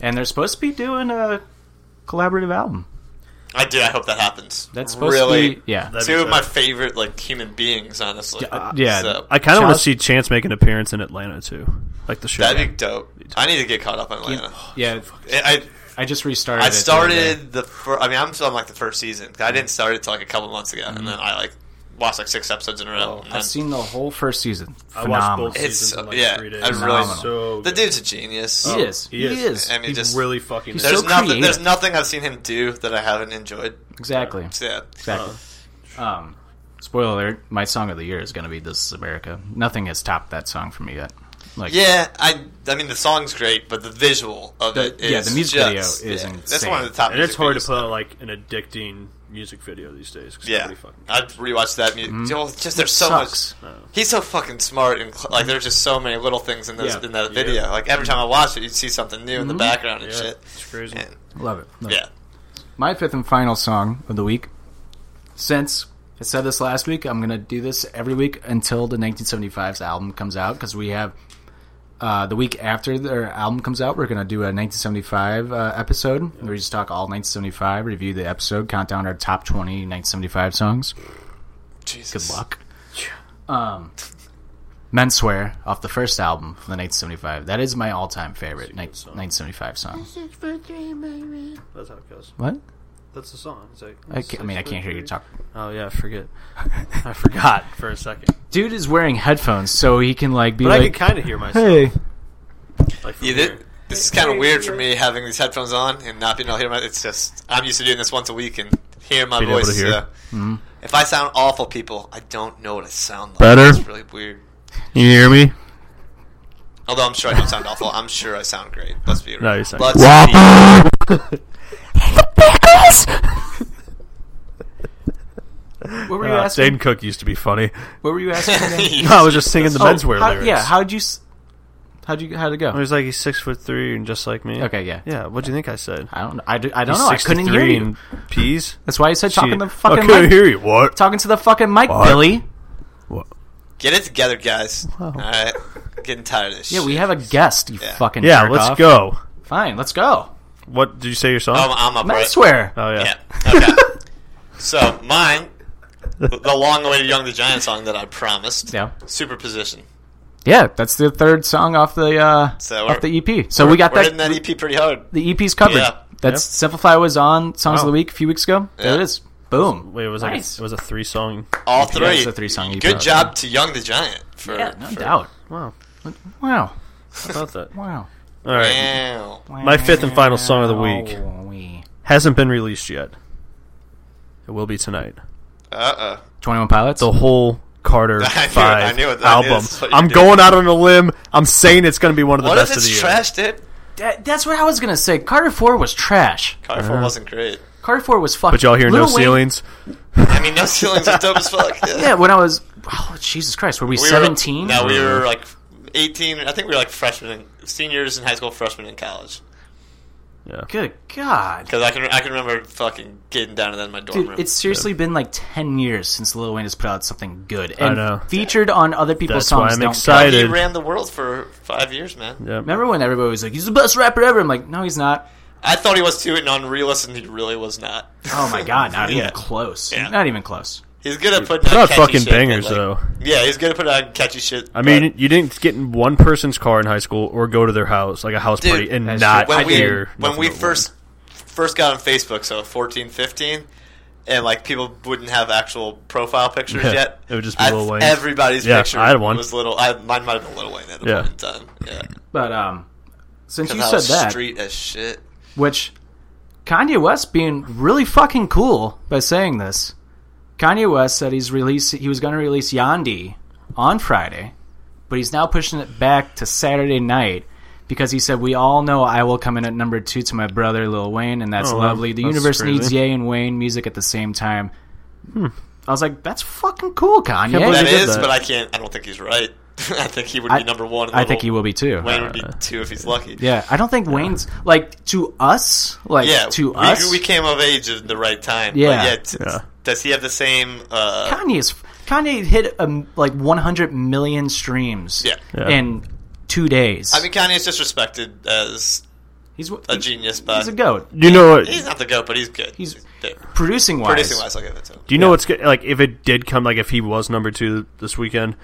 Speaker 4: And they're supposed to be doing a collaborative album.
Speaker 6: I do. I hope that happens.
Speaker 4: That's supposed
Speaker 6: really
Speaker 4: to be yeah.
Speaker 7: That'd
Speaker 6: two
Speaker 7: be
Speaker 6: of my
Speaker 7: sick.
Speaker 6: favorite like human beings. Honestly,
Speaker 4: uh, yeah.
Speaker 6: So,
Speaker 7: I kind of want to
Speaker 4: Chas-
Speaker 7: see Chance make an appearance in Atlanta too, like the show.
Speaker 6: that'd be dope. I need to get caught up on Atlanta.
Speaker 4: yeah.
Speaker 6: I
Speaker 4: I just restarted.
Speaker 6: I
Speaker 4: it the other day.
Speaker 6: started the. Fir- I mean, I'm still on like the first season. I didn't start it till like a couple months ago, and then I like watched like six episodes in a row. and then-
Speaker 4: Oh, I've seen the whole first season.
Speaker 7: I
Speaker 4: Phenomenal.
Speaker 7: watched both
Speaker 6: It's
Speaker 7: seasons
Speaker 6: so-
Speaker 7: in like
Speaker 6: yeah,
Speaker 7: three days.
Speaker 6: I really- Phenomenal.
Speaker 7: so
Speaker 6: the
Speaker 7: good.
Speaker 6: dude's a genius.
Speaker 4: He is.
Speaker 7: he
Speaker 4: He
Speaker 7: is.
Speaker 4: is.
Speaker 6: I mean,
Speaker 7: He
Speaker 6: just
Speaker 7: really fucking.
Speaker 4: He's
Speaker 7: is.
Speaker 6: there's
Speaker 4: so
Speaker 6: nothing.
Speaker 4: creative.
Speaker 6: There's nothing I've seen him do that I haven't enjoyed.
Speaker 4: Exactly.
Speaker 6: So, yeah.
Speaker 4: Exactly.
Speaker 7: Uh-huh.
Speaker 4: Um, spoiler alert: My song of the year is going to be "This Is America." Nothing has topped that song for me yet. Like,
Speaker 6: Yeah, I. I mean, the song's great, but the visual of
Speaker 4: The-
Speaker 6: it is
Speaker 4: yeah, the music video
Speaker 6: just-
Speaker 4: is
Speaker 6: yeah, That's
Speaker 4: insane.
Speaker 6: one of the top.
Speaker 7: and it's
Speaker 6: music
Speaker 7: hard to
Speaker 6: videos.
Speaker 7: put out like an addicting music video these days. 'cause
Speaker 6: Yeah, Ah,
Speaker 7: nobody fucking-
Speaker 6: I rewatched that. Music. Oh, just there's so
Speaker 4: Mm-hmm. sucks.
Speaker 6: much. He's so fucking smart, and cl- like there's just so many little things in those
Speaker 4: Yeah. Mm-hmm.
Speaker 6: in that video. Like every time I watch it, you'd see something new in the background and
Speaker 7: Yeah,
Speaker 6: shit.
Speaker 7: it's crazy.
Speaker 6: And,
Speaker 4: Love it. Love it.
Speaker 6: yeah,
Speaker 4: My fifth and final song of the week. Since I said this last week, I'm going to do this every week until the 1975's album comes out because we have uh, the week after their album comes out, we're going to do a 1975 uh, episode where we just talk all 1975, review the episode, count down our top 20 1975 songs.
Speaker 6: Jesus.
Speaker 4: Good luck. Um, Menswear off the first album from the 1975. That is my all-time favorite nine- 1975 song.
Speaker 7: That's how it goes.
Speaker 4: What?
Speaker 7: That's the song. It's like,
Speaker 4: I, can't, I mean, I can't hear you talk.
Speaker 7: Oh yeah, I forget. I forgot for a second,
Speaker 4: Dude is wearing headphones, so he can like be
Speaker 7: but I
Speaker 4: like,
Speaker 7: can kind of hear myself.
Speaker 4: "Hey,
Speaker 7: Like from
Speaker 6: Yeah, thi-
Speaker 7: here.
Speaker 6: this is kind of weird for me having these headphones on and not being able to hear my. It's just I'm used to doing this once a week and hearing my
Speaker 7: Being able
Speaker 6: voice.
Speaker 7: to hear.
Speaker 6: so- If I sound awful, people, I don't know what I sound like. Better. It's really weird.
Speaker 7: you hear me?
Speaker 6: Although I'm sure I don't sound awful, I'm sure I sound great. Let's be real.
Speaker 7: No, you sound
Speaker 6: Let's be,
Speaker 4: what were you
Speaker 7: Uh,
Speaker 4: asking?
Speaker 7: Dane Cook used to be funny.
Speaker 4: What were you asking?" again?
Speaker 7: No, I was just singing the menswear
Speaker 4: Oh, how,
Speaker 7: lyrics.
Speaker 4: Yeah, how'd you? s- How'd you? How'd it go?
Speaker 7: I was like, he's six foot three and just like me.
Speaker 4: Okay, yeah.
Speaker 7: Yeah, what do you think I said?
Speaker 4: I don't. I, do, I don't know. I couldn't hear you.
Speaker 7: Peas.
Speaker 4: That's why I said talking to the fucking
Speaker 7: I couldn't
Speaker 4: mic.
Speaker 7: hear you. What?
Speaker 4: Talking to the fucking mic, Billy.
Speaker 7: what?
Speaker 6: get it together, guys. All right. Getting tired of this.
Speaker 4: Yeah, we
Speaker 6: shit.
Speaker 4: have a guest. You
Speaker 6: Yeah.
Speaker 4: fucking
Speaker 7: Yeah,
Speaker 4: jerk
Speaker 7: let's
Speaker 4: off.
Speaker 7: go.
Speaker 4: Fine, let's go.
Speaker 7: What did you say your song?
Speaker 6: I'm, Oh, I'm up. right?
Speaker 4: Menswear.
Speaker 7: oh yeah.
Speaker 6: Um, Yeah. Okay. so mine, the long-awaited "Young the Giant" song that I promised.
Speaker 4: Yeah.
Speaker 6: Superposition.
Speaker 4: Yeah, that's the third song off the uh,
Speaker 6: So
Speaker 4: off
Speaker 6: we're-
Speaker 4: the EP. So we got
Speaker 6: We're hitting
Speaker 4: that,
Speaker 6: that EP pretty hard.
Speaker 4: the EP's covered.
Speaker 6: Yeah.
Speaker 4: That's
Speaker 7: Yep.
Speaker 4: Simplify was on songs of
Speaker 7: Wow.
Speaker 4: the week a few weeks ago. There
Speaker 6: Yeah.
Speaker 4: it is. Boom.
Speaker 7: Wait, it was
Speaker 4: Nice.
Speaker 7: like a, it was a three song.
Speaker 6: All
Speaker 4: Yeah,
Speaker 6: three.
Speaker 4: it's a
Speaker 7: E
Speaker 4: three-song EP.
Speaker 6: Good job to Young the Giant for.
Speaker 4: yeah, no doubt.
Speaker 7: Wow,
Speaker 4: Wow.
Speaker 7: how about that.
Speaker 4: Wow.
Speaker 7: All right,
Speaker 6: Wow.
Speaker 7: my fifth and final song of the week
Speaker 4: Wowee.
Speaker 7: hasn't been released yet. It will be tonight.
Speaker 6: Uh oh.
Speaker 4: Twenty One Pilots.
Speaker 7: The whole Carter
Speaker 6: I knew it. I
Speaker 7: Five
Speaker 6: knew it. I knew
Speaker 7: album.
Speaker 6: this is what you
Speaker 7: I'm
Speaker 6: did.
Speaker 7: going out on a limb. I'm saying it's going to be one of the
Speaker 6: What if
Speaker 7: best of the
Speaker 6: it's
Speaker 7: year.
Speaker 6: trash, dude?
Speaker 4: That- that's what I was gonna say. Carter Four was trash.
Speaker 6: Carter
Speaker 7: Uh-huh.
Speaker 6: Four wasn't great.
Speaker 4: Carter Four was fucking.
Speaker 7: But y'all hear
Speaker 4: Lil
Speaker 7: no
Speaker 4: Wayne-
Speaker 7: ceilings.
Speaker 6: I mean, no ceilings are dope as fuck.
Speaker 4: Yeah, when I was oh, Jesus Christ, were we
Speaker 6: We were-
Speaker 4: seventeen?
Speaker 6: No, we
Speaker 7: Mm-hmm.
Speaker 6: were like 18. I think we were like freshmen, in, seniors in high school, freshmen in college.
Speaker 7: Yeah.
Speaker 4: Good God.
Speaker 6: Because I can I can remember fucking getting down to that in my dorm
Speaker 4: Dude,
Speaker 6: room.
Speaker 4: it's seriously been like ten years since Lil Wayne has put out something good and
Speaker 7: know.
Speaker 4: featured on other people's
Speaker 7: That's
Speaker 4: songs.
Speaker 7: why I'm
Speaker 4: don't count.
Speaker 7: excited.
Speaker 6: he
Speaker 7: dude.
Speaker 6: ran the world for five years, man.
Speaker 7: Yeah.
Speaker 4: Remember when everybody was like, "He's the best rapper ever"? I'm like, "No, he's not."
Speaker 6: I thought he was too, and on realist, and he really was not.
Speaker 4: Oh my God, not
Speaker 6: Yeah.
Speaker 4: even close.
Speaker 6: Yeah.
Speaker 4: Not even close.
Speaker 6: He's good at putting out
Speaker 7: not
Speaker 6: catchy
Speaker 7: fucking
Speaker 6: shit, but,
Speaker 7: bangers,
Speaker 6: like-
Speaker 7: though.
Speaker 6: Yeah, he's good at putting out catchy shit.
Speaker 7: I mean,
Speaker 6: but
Speaker 7: you didn't get in one person's car in high school or go to their house, like a house
Speaker 6: Dude,
Speaker 7: party, and
Speaker 4: that's
Speaker 7: not
Speaker 4: true.
Speaker 6: when we
Speaker 7: hear.
Speaker 6: when
Speaker 7: nothing
Speaker 6: we
Speaker 7: but
Speaker 6: first first got on Facebook, so 14, 15, and like people wouldn't have actual profile pictures
Speaker 7: Yeah,
Speaker 6: yet.
Speaker 7: it would just be
Speaker 6: I-
Speaker 7: Lil Wayne's.
Speaker 6: Everybody's
Speaker 7: Yeah,
Speaker 6: picture.
Speaker 7: I had one.
Speaker 6: Was little. I, mine might have been Little Wayne at a
Speaker 7: Yeah.
Speaker 6: point in time. Yeah,
Speaker 4: But um, since you
Speaker 6: I
Speaker 4: said
Speaker 6: was
Speaker 4: that,
Speaker 6: street as shit.
Speaker 4: which Kanye West being really fucking cool by saying this, Kanye West said he's release he was going to release Yandi on Friday, but he's now pushing it back to Saturday night because he said we all know I will come in at number two to my brother Lil Wayne, and that's
Speaker 7: Oh,
Speaker 4: lovely. The
Speaker 7: that's
Speaker 4: universe
Speaker 7: crazy. Hmm.
Speaker 4: needs Ye and Wayne music at the same time. I was like, that's fucking cool, Kanye.
Speaker 7: believe
Speaker 6: That
Speaker 7: They did
Speaker 6: is,
Speaker 7: that.
Speaker 6: but I can't. I don't think he's right. I think he would be
Speaker 4: I-
Speaker 6: number one.
Speaker 4: I think he will be too.
Speaker 6: Wayne would be
Speaker 7: Uh,
Speaker 6: two if he's lucky.
Speaker 4: Yeah, I don't think Wayne's like to us, like
Speaker 6: yeah.
Speaker 4: to
Speaker 6: we,
Speaker 4: us.
Speaker 6: we came of age at the right time. but
Speaker 4: Yeah.
Speaker 6: yeah, t-
Speaker 7: Yeah.
Speaker 6: Does he have the same? Uh,
Speaker 4: Kanye's Kanye hit um, like 100 million streams
Speaker 6: Yeah.
Speaker 7: Yeah.
Speaker 4: in two days.
Speaker 6: I mean, Kanye's just respected as
Speaker 4: he's
Speaker 6: a genius, but
Speaker 4: He's a goat.
Speaker 7: You know what?
Speaker 6: He's not the goat, but he's good.
Speaker 4: He's-
Speaker 6: good.
Speaker 4: Producing wise,
Speaker 6: producing wise. I'll give it to him.
Speaker 7: Do you know what's good? Like, if it did come, like, if he was number two this weekend,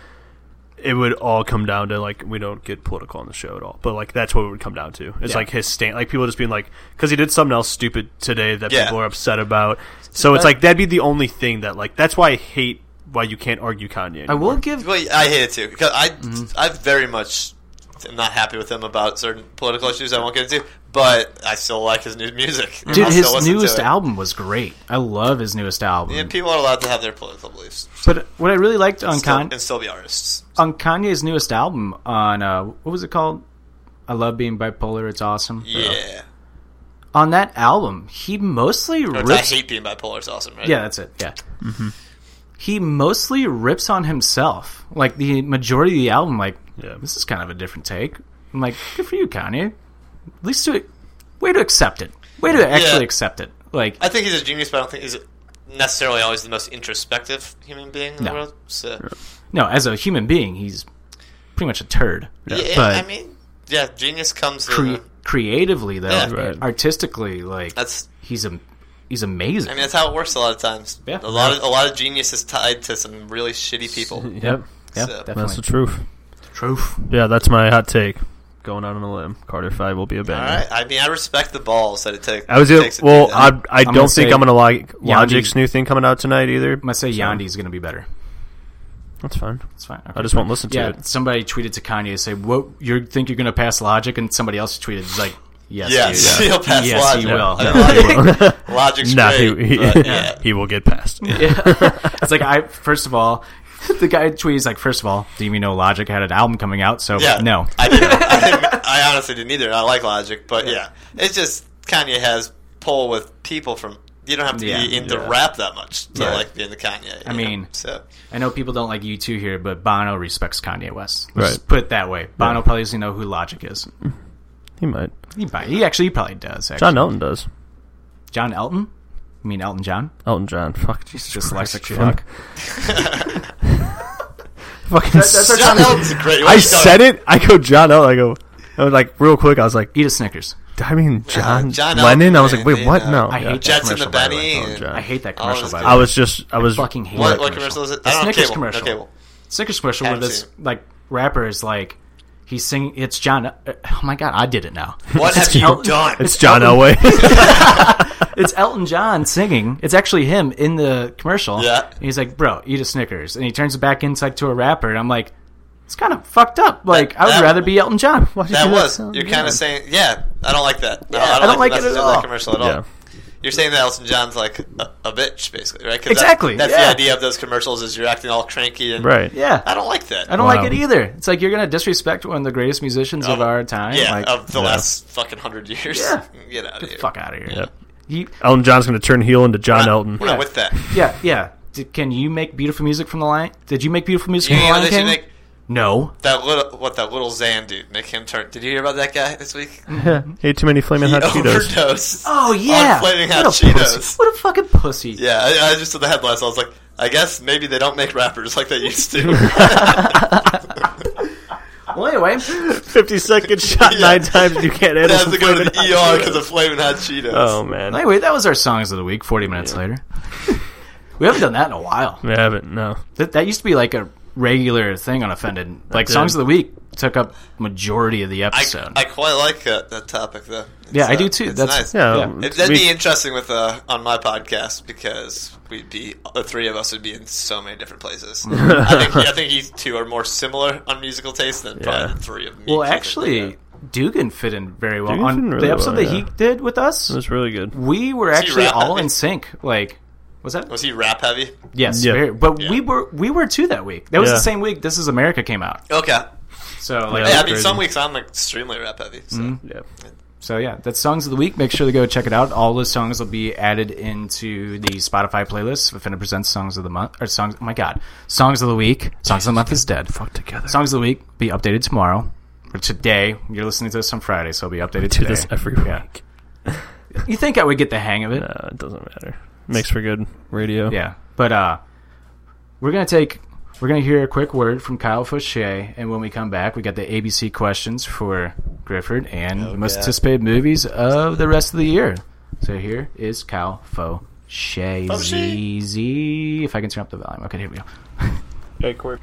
Speaker 7: it would all come down to like we don't get political on the show at all. But like, that's what it would come down to. It's
Speaker 4: Yeah.
Speaker 7: like his stand, like people just being like, because he did something else stupid today that
Speaker 6: Yeah.
Speaker 7: people are upset about. So it's like that'd be the only thing that like that's why I hate why you can't argue Kanye.
Speaker 4: I
Speaker 7: anymore.
Speaker 4: will give.
Speaker 6: Well, I hate it too because I,
Speaker 4: Mm-hmm.
Speaker 6: I very much am not happy with him about certain political issues. I won't get into, but I still like his new music.
Speaker 4: Dude,
Speaker 6: I'll still
Speaker 4: his
Speaker 6: listen to
Speaker 4: newest
Speaker 6: it.
Speaker 4: album was great. I love his newest album.
Speaker 6: Yeah, people are allowed to have their political beliefs
Speaker 4: But what I really liked on
Speaker 6: still,
Speaker 4: Kanye
Speaker 6: and still be artists.
Speaker 4: on Kanye's newest album on uh, what was it called? I love being bipolar. It's awesome.
Speaker 6: Yeah,
Speaker 4: On that album, he mostly
Speaker 6: Or it's I
Speaker 4: rips
Speaker 6: hate being bipolar. It's awesome, right?
Speaker 4: Yeah, that's it. Yeah.
Speaker 7: Mm-hmm.
Speaker 4: He mostly rips on himself. Like the majority of the album, like
Speaker 7: Yeah.
Speaker 4: this is kind of a different take. I'm like, good for you, Kanye. At least to way to accept it. Way to actually
Speaker 6: Yeah.
Speaker 4: accept it. Like
Speaker 6: I think he's a genius, but I don't think he's necessarily always the most introspective human being in
Speaker 4: No.
Speaker 6: the world. So,
Speaker 4: no, as a human being, he's pretty much a turd.
Speaker 6: yeah,
Speaker 4: but
Speaker 6: I mean, yeah, genius comes. in-
Speaker 4: cre- creatively though,
Speaker 6: Yeah.
Speaker 7: Right.
Speaker 4: artistically, like
Speaker 6: that's
Speaker 4: he's a he's amazing.
Speaker 6: I mean, that's how it works a lot of times.
Speaker 4: Yeah.
Speaker 6: A lot of a lot of genius is tied to some really shitty people.
Speaker 4: yep. Yep,
Speaker 6: So-
Speaker 4: definitely.
Speaker 7: That's the truth.
Speaker 4: truth.
Speaker 7: Yeah, that's my hot take. Going out on a limb, Carter Five will be a banger.
Speaker 6: All right. I mean, I respect the balls that it take,
Speaker 7: I was gonna,
Speaker 6: takes. to
Speaker 7: well.
Speaker 6: do
Speaker 7: I,
Speaker 6: that.
Speaker 7: I
Speaker 4: gonna
Speaker 7: don't
Speaker 4: say
Speaker 7: think I'm gonna like Logic's
Speaker 4: Yandi's-
Speaker 7: new thing coming out tonight either.
Speaker 4: I say Yandi's going to be better.
Speaker 7: That's fine.
Speaker 4: That's fine.
Speaker 7: I
Speaker 4: Okay.
Speaker 7: just won't listen to
Speaker 4: yeah,
Speaker 7: it.
Speaker 4: somebody tweeted to Kanye, say, "What you think you're going to pass logic?" And somebody else tweeted, like, "Yes,
Speaker 6: yes,
Speaker 4: dude.
Speaker 6: he'll pass
Speaker 4: Yes,
Speaker 6: logic.
Speaker 4: he will.
Speaker 6: I mean,
Speaker 4: Yeah.
Speaker 6: logic- Logic's
Speaker 7: Nah, he,
Speaker 6: great.
Speaker 7: he,
Speaker 6: but, yeah.
Speaker 7: he will get past.
Speaker 4: Yeah. it's like I first of all, the guy tweets like, first of all, do you even know Logic had an album coming out? So
Speaker 6: Yeah,
Speaker 4: no,
Speaker 6: I didn't. I, didn't, I honestly didn't either. and I like Logic, but yeah, it's just Kanye has pull with people from. You don't have to
Speaker 4: Yeah.
Speaker 6: be into
Speaker 7: Yeah.
Speaker 6: rap that much to
Speaker 4: Right.
Speaker 6: like being the Kanye.
Speaker 4: I
Speaker 6: you
Speaker 4: mean-
Speaker 6: know? so
Speaker 4: I know people don't like you two here, but Bono respects Kanye West. Let's
Speaker 7: Right.
Speaker 4: just put it that way. Bono probably doesn't know who Logic is.
Speaker 7: He might.
Speaker 4: He, might- he actually probably does. Actually.
Speaker 7: John Elton does.
Speaker 4: John Elton. I mean Elton John.
Speaker 7: Elton John. Fuck Jesus.
Speaker 4: Just
Speaker 7: Christ,
Speaker 4: like the
Speaker 7: Jim.
Speaker 4: fuck.
Speaker 7: Fucking.
Speaker 4: our
Speaker 7: s-
Speaker 6: John Elton's great.
Speaker 7: I said it. I go John Elton. I go. I was like real quick. I was like,
Speaker 4: Eat a Snickers.
Speaker 7: I mean John,
Speaker 6: John
Speaker 7: Lennon.
Speaker 6: Elton,
Speaker 7: I was like, wait,
Speaker 6: man,
Speaker 7: what?
Speaker 6: yeah.
Speaker 7: No.
Speaker 4: I
Speaker 7: Yeah.
Speaker 4: hate that
Speaker 6: Jets and
Speaker 4: commercial.
Speaker 6: the
Speaker 4: by the
Speaker 6: Benny.
Speaker 4: way.
Speaker 6: and-
Speaker 7: John.
Speaker 4: I hate that
Speaker 6: Oh,
Speaker 4: commercial.
Speaker 6: that's
Speaker 4: by the
Speaker 6: good.
Speaker 4: way.
Speaker 7: I was just. I was.
Speaker 4: fucking hate
Speaker 6: What,
Speaker 4: that
Speaker 6: what commercial is it? I don't know,
Speaker 4: Snickers
Speaker 6: cable.
Speaker 4: commercial.
Speaker 6: No cable.
Speaker 4: Snickers commercial where
Speaker 6: Haven't
Speaker 4: this
Speaker 6: seen
Speaker 4: like rapper is like he's singing. It's John. uh, oh my god, I did it now.
Speaker 6: What have you
Speaker 4: Elton-
Speaker 6: done?
Speaker 7: It's John Elway.
Speaker 4: It's Elton John singing. It's actually him in the commercial.
Speaker 6: Yeah.
Speaker 4: And he's like, "Bro, eat a Snickers," and he turns it back inside to a rapper. And I'm like, "It's kind of fucked up. Like, I would
Speaker 6: that-
Speaker 4: rather be Elton John."
Speaker 6: that was you're kind of saying, yeah, I don't like that. No, I, don't like
Speaker 4: it
Speaker 6: the
Speaker 4: at
Speaker 6: message of that
Speaker 4: all.
Speaker 6: commercial at
Speaker 7: yeah.
Speaker 6: all. You're saying that Elton John's like a, a bitch, basically, right? 'Cause that-
Speaker 4: Exactly,
Speaker 6: that's
Speaker 4: yeah.
Speaker 6: the idea of those commercials: is you're acting all cranky and
Speaker 7: Right.
Speaker 4: Yeah.
Speaker 6: I don't like that.
Speaker 4: I don't
Speaker 7: Wow.
Speaker 4: like it either. It's like you're gonna disrespect one of the greatest musicians of our time.
Speaker 6: Yeah,
Speaker 4: Like,
Speaker 6: of the
Speaker 7: yeah.
Speaker 6: last fucking hundred years.
Speaker 4: Yeah.
Speaker 6: Get out of here.
Speaker 4: fuck out of here.
Speaker 7: Yep.
Speaker 4: You-
Speaker 7: Elton John's going to turn heel into John Elton.
Speaker 6: We're not with that.
Speaker 4: yeah, yeah. D- Can you make beautiful music from the line? Did you make beautiful music
Speaker 6: You
Speaker 4: from the
Speaker 6: know,
Speaker 4: line?
Speaker 6: they should
Speaker 4: King?
Speaker 6: make
Speaker 4: no.
Speaker 6: that little what that little Zan dude make him turn. Did you hear about that guy this week?
Speaker 7: Ate too many flaming
Speaker 6: He
Speaker 7: hot Cheetos.
Speaker 6: overdosed.
Speaker 4: Oh yeah,
Speaker 6: on flaming hot
Speaker 4: what a
Speaker 6: Cheetos.
Speaker 4: Pussy. What a fucking pussy.
Speaker 6: Yeah, I, I just saw the headlines. I was like, I guess maybe they don't make rappers like they used to.
Speaker 4: Well, anyway,
Speaker 7: 50 second shot
Speaker 6: Yeah.
Speaker 7: nine times and you can't
Speaker 6: they
Speaker 7: handle
Speaker 6: have
Speaker 7: some
Speaker 6: to go
Speaker 7: flaming
Speaker 6: to the
Speaker 7: hot Cheetos.
Speaker 6: ER because of flaming hot Cheetos.
Speaker 7: Oh, man.
Speaker 4: anyway, that was our songs of the week. Forty minutes later, we haven't done that in a while.
Speaker 7: I haven't, no.
Speaker 4: That, that used to be like a regular thing on Offended. Like
Speaker 7: did.
Speaker 4: songs of the week took up majority of the
Speaker 6: I,
Speaker 4: episode.
Speaker 6: I quite like that, that topic though. It's,
Speaker 4: Yeah, I
Speaker 6: uh,
Speaker 4: do, too.
Speaker 6: It's
Speaker 4: That's-
Speaker 6: nice.
Speaker 7: Yeah.
Speaker 4: Yeah.
Speaker 6: It- that'd
Speaker 7: we-
Speaker 6: be interesting with uh, on my podcast because we'd be the three of us would be in so many different places. I think I think you two are more similar on musical taste than probably
Speaker 7: Yeah.
Speaker 6: the three of me.
Speaker 4: well,
Speaker 6: Like,
Speaker 4: actually, Dugan fit in very well
Speaker 7: Dugan fit
Speaker 4: on
Speaker 7: in
Speaker 4: the
Speaker 7: really
Speaker 4: episode
Speaker 7: well,
Speaker 4: that he
Speaker 7: yeah.
Speaker 4: did with us.
Speaker 7: It was really good.
Speaker 4: we were actually
Speaker 6: right.
Speaker 4: all in sync. Like Was that?
Speaker 6: Was he rap heavy?
Speaker 4: Yes.
Speaker 7: Yeah.
Speaker 4: very- but
Speaker 6: Yeah.
Speaker 4: we were we were too that week. That was
Speaker 7: Yeah.
Speaker 4: the same week This Is America came out.
Speaker 6: Okay.
Speaker 4: So like,
Speaker 6: Yeah, I
Speaker 7: that's
Speaker 6: mean, some
Speaker 7: crazy. Mm-hmm.
Speaker 6: weeks I'm like extremely rap heavy. So.
Speaker 7: Yeah.
Speaker 4: so yeah, that's songs of the week. Make sure to go check it out. All those songs will be added into the Spotify playlist. If it presents songs of the month or songs, oh my god, songs of the week. Songs of the month is dead.
Speaker 7: Fuck together.
Speaker 4: Songs of the week be updated tomorrow or today. You're listening to this on Friday, so it'll be updated
Speaker 7: do
Speaker 4: today.
Speaker 7: this every
Speaker 4: Yeah.
Speaker 7: week.
Speaker 4: You think I would get the hang of it?
Speaker 7: Uh, it doesn't matter. Makes for good radio.
Speaker 4: Yeah. But uh we're gonna take we're gonna hear a quick word from Kyle Fauché, and when we come back we got the ABC questions for Grifford and the most anticipated movies of the rest of the year. So here is Kyle Fauché. Fauché. If I can turn up the volume. Okay, here we go.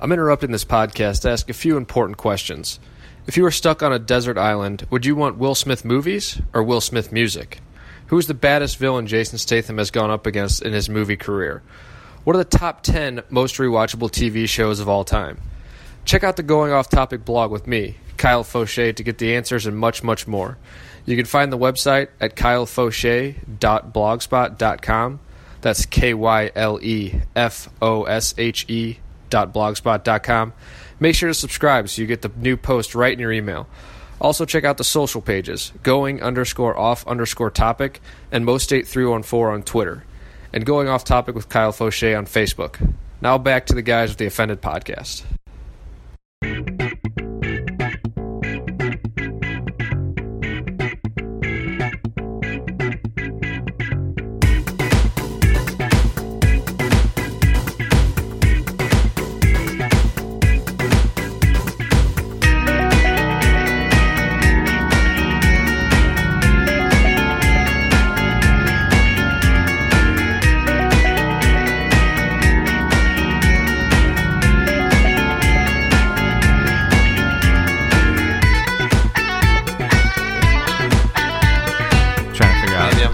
Speaker 2: I'm interrupting this podcast to ask a few important questions. If you were stuck on a desert island, would you want Will Smith movies or Will Smith music? Who is the baddest villain Jason Statham has gone up against in his movie career? What are the top 10 most rewatchable TV shows of all time? Check out the Going Off Topic blog with me, Kyle Fauché, to get the answers and much, much more. You can find the website at kylefauché.blogspot.com. That's K Y L E F O S H E dot blogspot.com. Make sure to subscribe so you get the new post right in your email. Also, check out the social pages going underscore off underscore topic and mostate314 on Twitter, and going off topic with Kyle Fauché on Facebook. Now back to the guys with the Offended podcast.
Speaker 4: Trying to figure out
Speaker 6: Medium.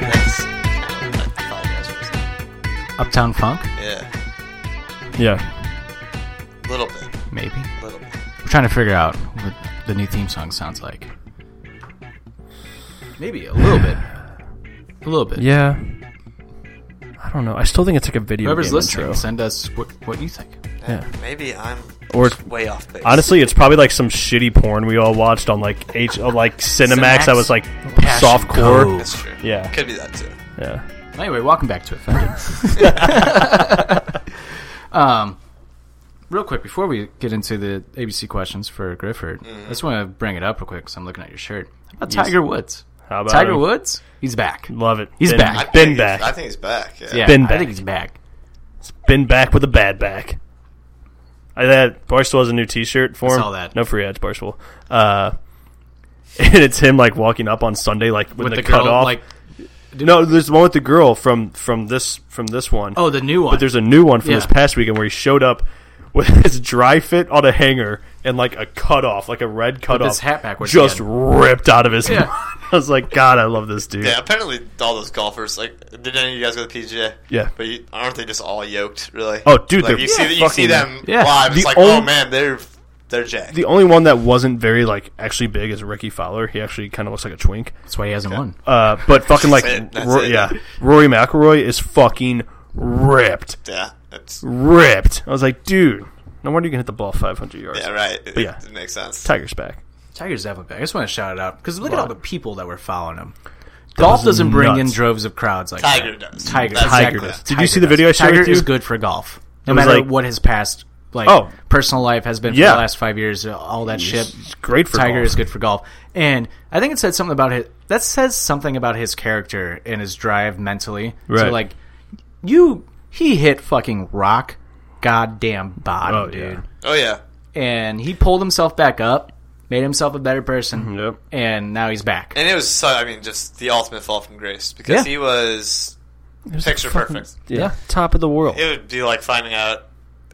Speaker 6: That's kind of like the Fall Guys episode.
Speaker 4: Uptown Funk,
Speaker 6: Yeah.
Speaker 7: Yeah.
Speaker 6: Little bit.
Speaker 4: maybe.
Speaker 6: Little bit.
Speaker 4: We're trying to figure out what the new theme song sounds like. Maybe a little bit. A little bit.
Speaker 7: Yeah. I don't know. I still think it's like a video
Speaker 4: Whoever's
Speaker 7: game
Speaker 4: listening,
Speaker 7: intro.
Speaker 4: send us what, what you think.
Speaker 7: Yeah.
Speaker 6: Maybe I'm
Speaker 7: Or-
Speaker 6: just way off base.
Speaker 7: Honestly, it's probably like some shitty porn we all watched on like H, on, like Cinemax. That was like
Speaker 4: Passion
Speaker 7: soft core.
Speaker 4: Code.
Speaker 6: That's true.
Speaker 7: Yeah.
Speaker 6: Could be that too.
Speaker 7: Yeah.
Speaker 4: Anyway, welcome back to Offended. um, real quick, before we get into the ABC questions for Grifford, I just want to bring it up real quick because I'm looking at your shirt. How about Tiger Woods?
Speaker 7: How about
Speaker 4: Tiger
Speaker 7: him?
Speaker 4: Woods? He's back.
Speaker 7: Love it.
Speaker 4: He's
Speaker 7: been,
Speaker 4: back.
Speaker 6: I
Speaker 4: I've
Speaker 6: think
Speaker 7: Been
Speaker 6: he's- I
Speaker 7: back.
Speaker 6: think he's back. Yeah.
Speaker 4: Yeah,
Speaker 7: Been
Speaker 4: I
Speaker 7: back.
Speaker 4: think he's back.
Speaker 7: Been back with a bad back. I that Barstool has a new T-shirt for
Speaker 4: I
Speaker 7: him.
Speaker 4: saw that.
Speaker 7: No free ads, Barstool. Uh, and it's him like walking up on Sunday, like with,
Speaker 4: With
Speaker 7: the,
Speaker 4: the
Speaker 7: cut
Speaker 4: girl,
Speaker 7: off.
Speaker 4: like
Speaker 7: no, there's one with the girl from from this from this one.
Speaker 4: oh, the new one.
Speaker 7: But there's a new one from
Speaker 4: Yeah.
Speaker 7: this past weekend where he showed up with his dry fit on a hanger and like a cutoff, like a red cutoff,
Speaker 4: his hat backwards
Speaker 7: just
Speaker 4: again.
Speaker 7: ripped out of his.
Speaker 4: Yeah.
Speaker 7: mind. I was like, God, I love this dude.
Speaker 6: Yeah, apparently all those golfers like did any of you guys go to the PGA?
Speaker 7: Yeah.
Speaker 6: but you, aren't they just all yoked? Really?
Speaker 7: Oh, dude,
Speaker 6: like,
Speaker 7: they're
Speaker 6: you see
Speaker 7: Yeah.
Speaker 6: you
Speaker 7: fucking-
Speaker 6: see them
Speaker 4: yeah.
Speaker 6: live. It's
Speaker 7: The
Speaker 6: like, oh
Speaker 7: only-
Speaker 6: man, they're they're jacked.
Speaker 7: The only one that wasn't very like actually big is Ricky Fowler. He actually kind of looks like a twink.
Speaker 4: That's why he hasn't won.
Speaker 7: Uh, but fucking like,
Speaker 6: it, that's
Speaker 7: Ro-
Speaker 6: it.
Speaker 7: yeah, Rory McIlroy is fucking ripped,
Speaker 6: yeah, that's
Speaker 7: ripped. I was like, dude, no wonder you can hit the ball 500 yards.
Speaker 6: yeah, right. It,
Speaker 7: But yeah.
Speaker 6: it makes sense.
Speaker 7: Tiger's back.
Speaker 4: Tiger's definitely back. I just want to shout it out because look at all the people that were following him.
Speaker 7: was
Speaker 4: golf doesn't bring in
Speaker 7: nuts.
Speaker 4: droves of crowds like
Speaker 6: Tiger
Speaker 4: that.
Speaker 6: does.
Speaker 4: Tiger,
Speaker 6: That's
Speaker 4: Tiger
Speaker 6: exactly
Speaker 4: does.
Speaker 6: that.
Speaker 7: Did you
Speaker 4: Tiger
Speaker 7: see the
Speaker 4: does.
Speaker 7: video I shared
Speaker 4: Tiger
Speaker 7: with you?
Speaker 4: is good for golf, no
Speaker 7: It was
Speaker 4: matter
Speaker 7: like-
Speaker 4: what his past like
Speaker 7: Oh.
Speaker 4: personal life has been for
Speaker 7: Yeah.
Speaker 4: the last five years. All that shit.
Speaker 7: great for
Speaker 4: Tiger
Speaker 7: golf.
Speaker 4: is good for golf, and I think it said something about his. That says something about his character and his drive mentally. So
Speaker 7: Right.
Speaker 4: like you, he hit fucking rock, goddamn bottom,
Speaker 7: Oh, yeah.
Speaker 4: dude
Speaker 6: Oh yeah,
Speaker 4: and he pulled himself back up, made himself a better person,
Speaker 7: Yep.
Speaker 4: and now he's back.
Speaker 6: and it was so. I mean, just the ultimate fall from grace because
Speaker 4: Yeah.
Speaker 6: he was picture perfect.
Speaker 4: Yeah.
Speaker 7: top of the world.
Speaker 6: It would be like finding out,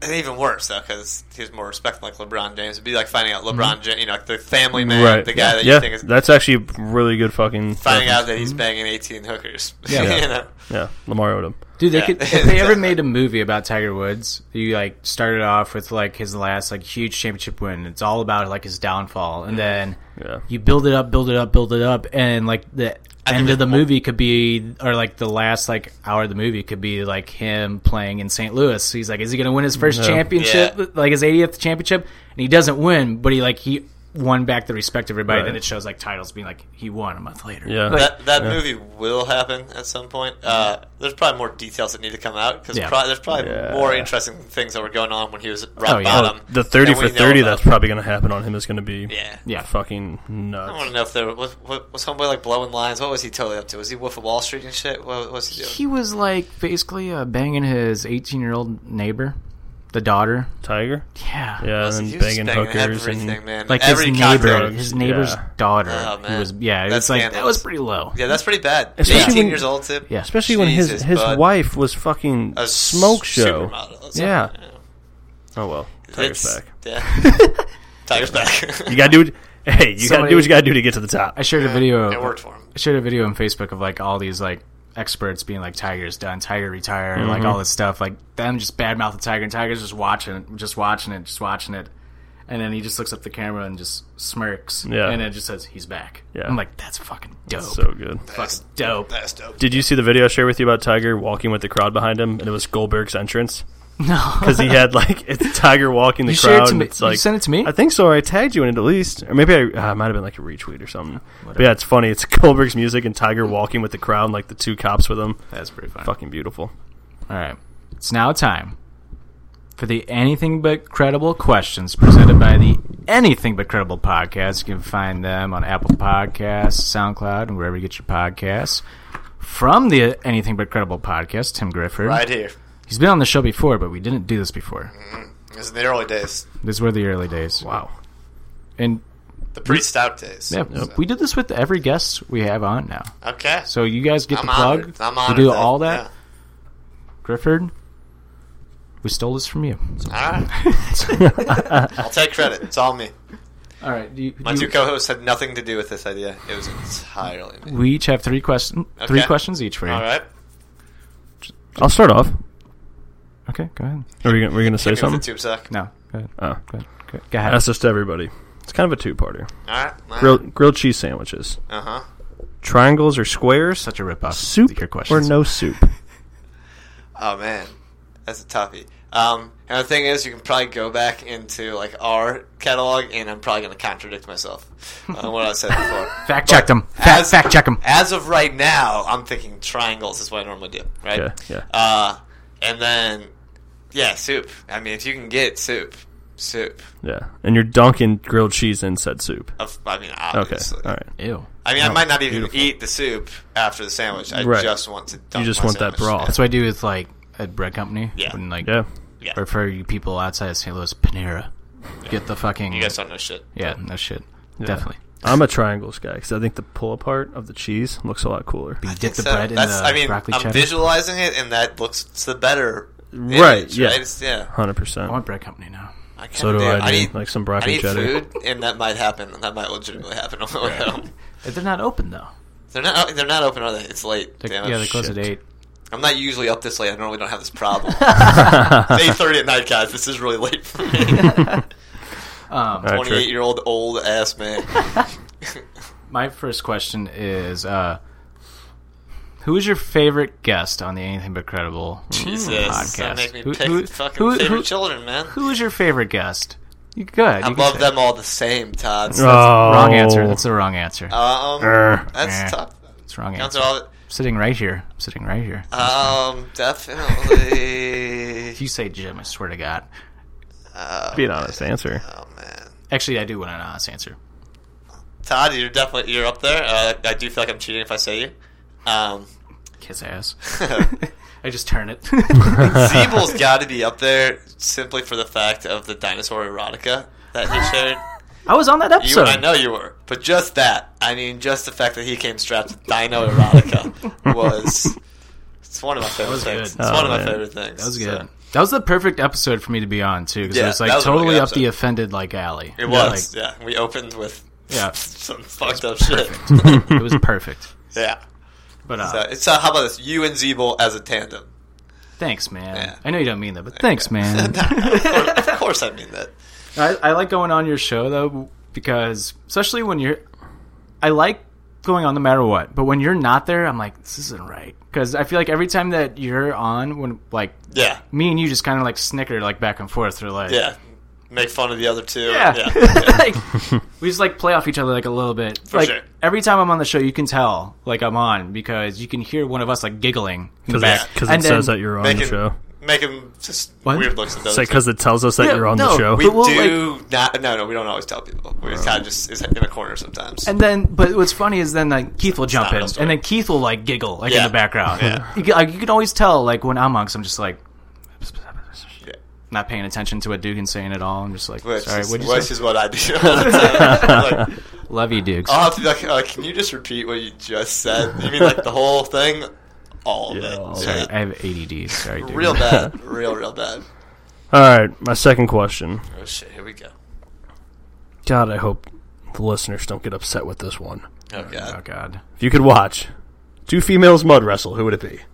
Speaker 6: and even worse though, because he was more respected like LeBron James. It'd be like finding out LeBron James, you know, like the family man,
Speaker 7: right.
Speaker 6: the guy that
Speaker 7: yeah.
Speaker 6: you think is
Speaker 7: that's actually a really good fucking.
Speaker 6: finding
Speaker 7: reference.
Speaker 6: out that he's banging eighteen hookers.
Speaker 4: Yeah.
Speaker 6: you know?
Speaker 7: Yeah, Lamar Odom.
Speaker 4: Dude, they
Speaker 6: Yeah.
Speaker 4: could if they ever made a movie about Tiger Woods, you like started off with like his last like huge championship win. It's all about like his downfall, and then
Speaker 7: Yeah.
Speaker 4: you build it up, build it up, build it up, and like the end of the movie could be, or like the last like hour of the movie could be like him playing in St. Louis. So he's like, is he going to win his first championship,
Speaker 6: Yeah.
Speaker 4: like his 80th championship? And he doesn't win, but he like he won back the respect of everybody.
Speaker 7: Right.
Speaker 4: Then it shows like titles being like he won a month later.
Speaker 7: Yeah.
Speaker 6: That, that movie will happen at some point. Uh, there's probably more details that need to come out because
Speaker 4: Yeah.
Speaker 6: there's probably
Speaker 7: Yeah.
Speaker 6: more interesting things that were going on when he was at rock
Speaker 4: Oh, yeah.
Speaker 6: bottom.
Speaker 7: The 30
Speaker 6: than um, we
Speaker 7: for
Speaker 6: know
Speaker 7: 30
Speaker 6: about.
Speaker 7: that's probably going to happen on him is going to be
Speaker 6: yeah.
Speaker 4: Yeah.
Speaker 7: fucking
Speaker 6: I want to
Speaker 7: nuts.
Speaker 6: know if there was what, was homeboy like blowing lines. What was he totally up to? Was he Wolf of Wall Street and shit? What, what was he doing?
Speaker 4: He was like basically uh, banging his 18 year old neighbor, the daughter.
Speaker 7: Tiger?
Speaker 4: Yeah.
Speaker 7: Yeah,
Speaker 6: Listen,
Speaker 7: and
Speaker 6: he
Speaker 7: then
Speaker 6: was
Speaker 7: banging
Speaker 6: banging
Speaker 7: hookers.
Speaker 6: everything,
Speaker 7: and,
Speaker 6: man.
Speaker 4: Like
Speaker 6: Every
Speaker 4: his neighbor,
Speaker 6: cocktail.
Speaker 4: his neighbor's
Speaker 7: Yeah.
Speaker 4: daughter.
Speaker 6: Oh,
Speaker 4: He
Speaker 6: man.
Speaker 4: was yeah.
Speaker 6: That's
Speaker 4: It's like that
Speaker 6: scandalous.
Speaker 4: was pretty low.
Speaker 6: Yeah, that's pretty bad.
Speaker 7: Especially
Speaker 6: Eighteen
Speaker 7: when-
Speaker 6: years old too.
Speaker 4: Yeah.
Speaker 7: Especially when his
Speaker 6: Jesus,
Speaker 7: his
Speaker 6: bud.
Speaker 7: wife was fucking
Speaker 6: A
Speaker 7: smoke show.
Speaker 6: supermodel.
Speaker 7: Yeah. Oh well, Tiger's
Speaker 6: It's-
Speaker 7: back.
Speaker 6: Yeah. Tiger's back.
Speaker 7: You gotta do. What, hey, you gotta
Speaker 4: Somebody-
Speaker 7: do what you gotta do to get to the top.
Speaker 4: I shared a video.
Speaker 6: It worked for him.
Speaker 4: I shared a video on Facebook of like all these like experts being like Tiger's done, Tiger retired,
Speaker 7: Mm-hmm.
Speaker 4: like all this stuff. Like them just bad mouthing Tiger, and Tiger's just watching, just watching it, just watching it. And then he just looks up the camera and just smirks.
Speaker 7: Yeah.
Speaker 4: And it just says, he's back.
Speaker 7: Yeah.
Speaker 4: I'm like, that's fucking dope.
Speaker 7: So good.
Speaker 4: fucking dope.
Speaker 6: That's dope.
Speaker 7: Did you see the video I shared with you about Tiger walking with the crowd behind him, and it was Goldberg's entrance
Speaker 4: No.
Speaker 7: because he had like it's Tiger walking the
Speaker 4: You shared it
Speaker 7: crowd.
Speaker 4: to
Speaker 7: and
Speaker 4: me-
Speaker 7: It's
Speaker 4: you
Speaker 7: like,
Speaker 4: sent it to me?
Speaker 7: I think so. Or I tagged you in it at least, or maybe I uh, it might have been like a retweet or something. But yeah, it's funny. It's Goldberg's music and Tiger walking with the crowd, and, like the two cops with him.
Speaker 4: That's pretty fun.
Speaker 7: Fucking beautiful.
Speaker 4: All right. It's now time for the Anything But Credible questions presented by the Anything But Credible podcast. You can find them on Apple Podcasts, SoundCloud, and wherever you get your podcasts. From the Anything But Credible podcast, Tim Grifford.
Speaker 6: Right here.
Speaker 4: He's been on the show before, but we didn't do this before.
Speaker 6: It was in the early days,
Speaker 4: These were the early days.
Speaker 7: Wow.
Speaker 4: And
Speaker 6: the pre stout days.
Speaker 4: yeah, we did this with every guest we have on now.
Speaker 6: Okay.
Speaker 4: So you guys get
Speaker 6: I'm
Speaker 4: the plug.
Speaker 6: honored. I'm
Speaker 4: We
Speaker 6: honored.
Speaker 4: do all that. Grifford, we stole this from you.
Speaker 6: yeah. All right. I'll take credit. It's all me.
Speaker 4: All right. Do you,
Speaker 6: My
Speaker 4: do
Speaker 6: two
Speaker 4: you-
Speaker 6: co-hosts had nothing to do with this idea. It was entirely me.
Speaker 4: We each have three question, three
Speaker 6: Okay.
Speaker 4: questions each for you.
Speaker 6: All right.
Speaker 7: I'll start off.
Speaker 4: Okay, go ahead.
Speaker 7: Are we gonna, we're gonna say
Speaker 6: Give me the
Speaker 7: something?
Speaker 6: tube sock.
Speaker 4: No, go ahead.
Speaker 7: Oh.
Speaker 4: Go ahead. Go go ahead.
Speaker 7: That's just everybody. It's kind of a two-parter.
Speaker 6: All right.
Speaker 7: Grilled, grilled cheese sandwiches.
Speaker 6: Uh huh.
Speaker 7: Triangles or squares?
Speaker 4: Such a ripoff.
Speaker 7: Soup
Speaker 4: Your
Speaker 7: or
Speaker 4: questions.
Speaker 7: no soup?
Speaker 6: Oh man, that's a toughie. Um, and the thing is, you can probably go back into like our catalog, and I'm probably going to contradict myself on what I said before.
Speaker 4: Fact check them. Fact,
Speaker 6: As-
Speaker 4: fact check them.
Speaker 6: As of right now, I'm thinking triangles is what I normally do, right?
Speaker 7: Okay, yeah.
Speaker 6: Uh, and then, yeah, soup. I mean, if you can get soup, soup.
Speaker 7: Yeah. And you're dunking grilled cheese in said soup.
Speaker 6: Of, I mean,
Speaker 7: Okay.
Speaker 6: obviously.
Speaker 7: All right.
Speaker 4: Ew.
Speaker 6: I mean, I might not even
Speaker 7: beautiful.
Speaker 6: eat the soup after the sandwich. I
Speaker 7: Right.
Speaker 6: just want to. Dunk
Speaker 7: You just
Speaker 6: my
Speaker 7: want that
Speaker 6: sandwich.
Speaker 7: broth.
Speaker 4: That's what I do with like at bread company.
Speaker 6: Yeah.
Speaker 4: When like
Speaker 7: Yeah.
Speaker 6: Yeah.
Speaker 4: or for you people outside of St. Louis, Panera. Get the fucking
Speaker 6: You guys don't know shit.
Speaker 4: yeah, no shit. Definitely.
Speaker 7: I'm a triangles guy because I think the pull apart of the cheese looks a lot cooler.
Speaker 4: You dip the
Speaker 6: So
Speaker 4: bread in
Speaker 6: that's,
Speaker 4: the
Speaker 6: I mean,
Speaker 4: broccoli
Speaker 6: I'm
Speaker 4: cheddar.
Speaker 6: visualizing it, and that looks it's the better. image,
Speaker 7: Right, yeah.
Speaker 6: It's- yeah.
Speaker 7: Hundred
Speaker 4: I
Speaker 7: percent.
Speaker 4: want bread company now.
Speaker 6: I
Speaker 7: So do
Speaker 6: kinda
Speaker 7: I. Dude.
Speaker 6: need-
Speaker 7: like some
Speaker 6: I
Speaker 7: broccoli
Speaker 6: need
Speaker 7: cheddar.
Speaker 6: food, and that might happen. That might legitimately happen on the way home.
Speaker 4: They're not open though.
Speaker 6: They're not. They're not open, are they? It's late.
Speaker 4: They're,
Speaker 6: Damn it.
Speaker 4: yeah, they close at
Speaker 7: shit.
Speaker 4: eight.
Speaker 6: I'm not usually up this late. I normally don't have this problem. It's eight thirty at night, guys. This is really late for me.
Speaker 4: Um,
Speaker 7: All right,
Speaker 6: Twenty eight
Speaker 7: Trick.
Speaker 6: year old old ass man.
Speaker 4: My first question is uh who is your favorite guest on the Anything But Credible
Speaker 6: Jesus,
Speaker 4: podcast?
Speaker 6: that make me
Speaker 4: Who-
Speaker 6: pick
Speaker 4: who-
Speaker 6: fucking
Speaker 4: who-
Speaker 6: favorite
Speaker 4: who-
Speaker 6: children, man.
Speaker 4: Who is your favorite guest? You go ahead.
Speaker 6: I
Speaker 4: you can
Speaker 6: love
Speaker 4: say
Speaker 6: them all the same, Todd.
Speaker 7: Oh,
Speaker 6: So that's-
Speaker 4: Wrong answer. That's the wrong answer.
Speaker 6: um,
Speaker 7: Err.
Speaker 6: that's
Speaker 4: Uh, Eh.
Speaker 6: tough.
Speaker 4: It's wrong
Speaker 6: Those
Speaker 4: answer.
Speaker 6: are all-
Speaker 4: Sitting right here. I'm sitting right here.
Speaker 6: Um, definitely.
Speaker 4: if you say Jim, I swear to God.
Speaker 7: Be an honest answer.
Speaker 6: Oh man,
Speaker 4: Actually, I do want an honest answer.
Speaker 6: Todd, you're definitely you're up there. Uh, I do feel like I'm cheating if I say you. Um,
Speaker 4: Kiss ass. I just turn it.
Speaker 6: Zeeble's got to be up there simply for the fact of the dinosaur erotica that he shared.
Speaker 4: I was on that
Speaker 6: You,
Speaker 4: episode.
Speaker 6: I know you were, but just that. I mean, just the fact that he came strapped with dino erotica was. It's one of my favorite
Speaker 4: good.
Speaker 6: things. It's
Speaker 7: Oh,
Speaker 6: one of my
Speaker 7: man.
Speaker 6: favorite things.
Speaker 4: That was good.
Speaker 6: so.
Speaker 4: That was the perfect episode for me to be on too, because
Speaker 6: Yeah,
Speaker 4: it was like
Speaker 6: that was a really
Speaker 4: totally
Speaker 6: good
Speaker 4: up the
Speaker 6: episode.
Speaker 4: offended like alley.
Speaker 6: It was. Yeah, we opened with
Speaker 4: Yeah.
Speaker 6: some fucked up shit.
Speaker 4: It was perfect.
Speaker 6: yeah.
Speaker 4: But uh,
Speaker 6: So, it's, uh, how about this? You and Zeeble as a tandem.
Speaker 4: thanks, man.
Speaker 6: Yeah.
Speaker 4: I know you don't mean that, but thanks, man.
Speaker 6: Of course, I mean that.
Speaker 4: I, I like going on your show though because especially when you're I like going on no matter what. But when you're not there, I'm like, this isn't right. Because I feel like every time that you're on, when like
Speaker 6: Yeah.
Speaker 4: me and you just kind of like snicker like back and forth, or like
Speaker 6: Yeah. Make fun of the other two.
Speaker 4: yeah.
Speaker 6: yeah.
Speaker 4: like, we just like play off each other like a little bit. like
Speaker 6: sure.
Speaker 4: every time I'm on the show, you can tell like I'm on because you can hear one of us like giggling in the back
Speaker 7: Because
Speaker 4: And
Speaker 7: it says
Speaker 4: then-
Speaker 7: that you're on
Speaker 6: Make
Speaker 7: the
Speaker 6: him,
Speaker 7: show.
Speaker 6: make him just
Speaker 4: What?
Speaker 6: weird looks at those.
Speaker 7: It's like because it tells us that
Speaker 4: Yeah,
Speaker 7: you're on
Speaker 4: no,
Speaker 7: the show.
Speaker 6: we
Speaker 4: But we'll, Oh.
Speaker 6: do not. No, no, we don't always tell people. We kind of just is in a corner sometimes.
Speaker 4: And then, but what's funny is then like Keith will jump
Speaker 6: not
Speaker 4: in,
Speaker 6: real story.
Speaker 4: and then Keith will like giggle like in
Speaker 6: Yeah.
Speaker 4: the background.
Speaker 6: Yeah.
Speaker 4: You, can, like, you can always tell like when I'm on, 'cause I'm just like
Speaker 6: yeah.
Speaker 4: not paying attention to what Dugan's saying at all. I'm just like,
Speaker 6: Which,
Speaker 4: sorry,
Speaker 6: is,
Speaker 4: what'd you
Speaker 6: which
Speaker 4: say?
Speaker 6: is what I do. all the time. Like,
Speaker 4: Love you, Dukes.
Speaker 6: I'll have to be like, uh, can you just repeat what you just said? You mean like the whole thing? All of it.
Speaker 4: sorry,
Speaker 6: Yeah.
Speaker 4: I have ADD. Sorry, Dugan.
Speaker 6: Real bad. Real, real bad.
Speaker 7: All right, my second question.
Speaker 6: Oh shit, here we go.
Speaker 7: God, I hope the listeners don't get upset with this one.
Speaker 6: Oh
Speaker 4: Oh
Speaker 6: god.
Speaker 4: God.
Speaker 7: If you could watch two females mud wrestle, who would it be?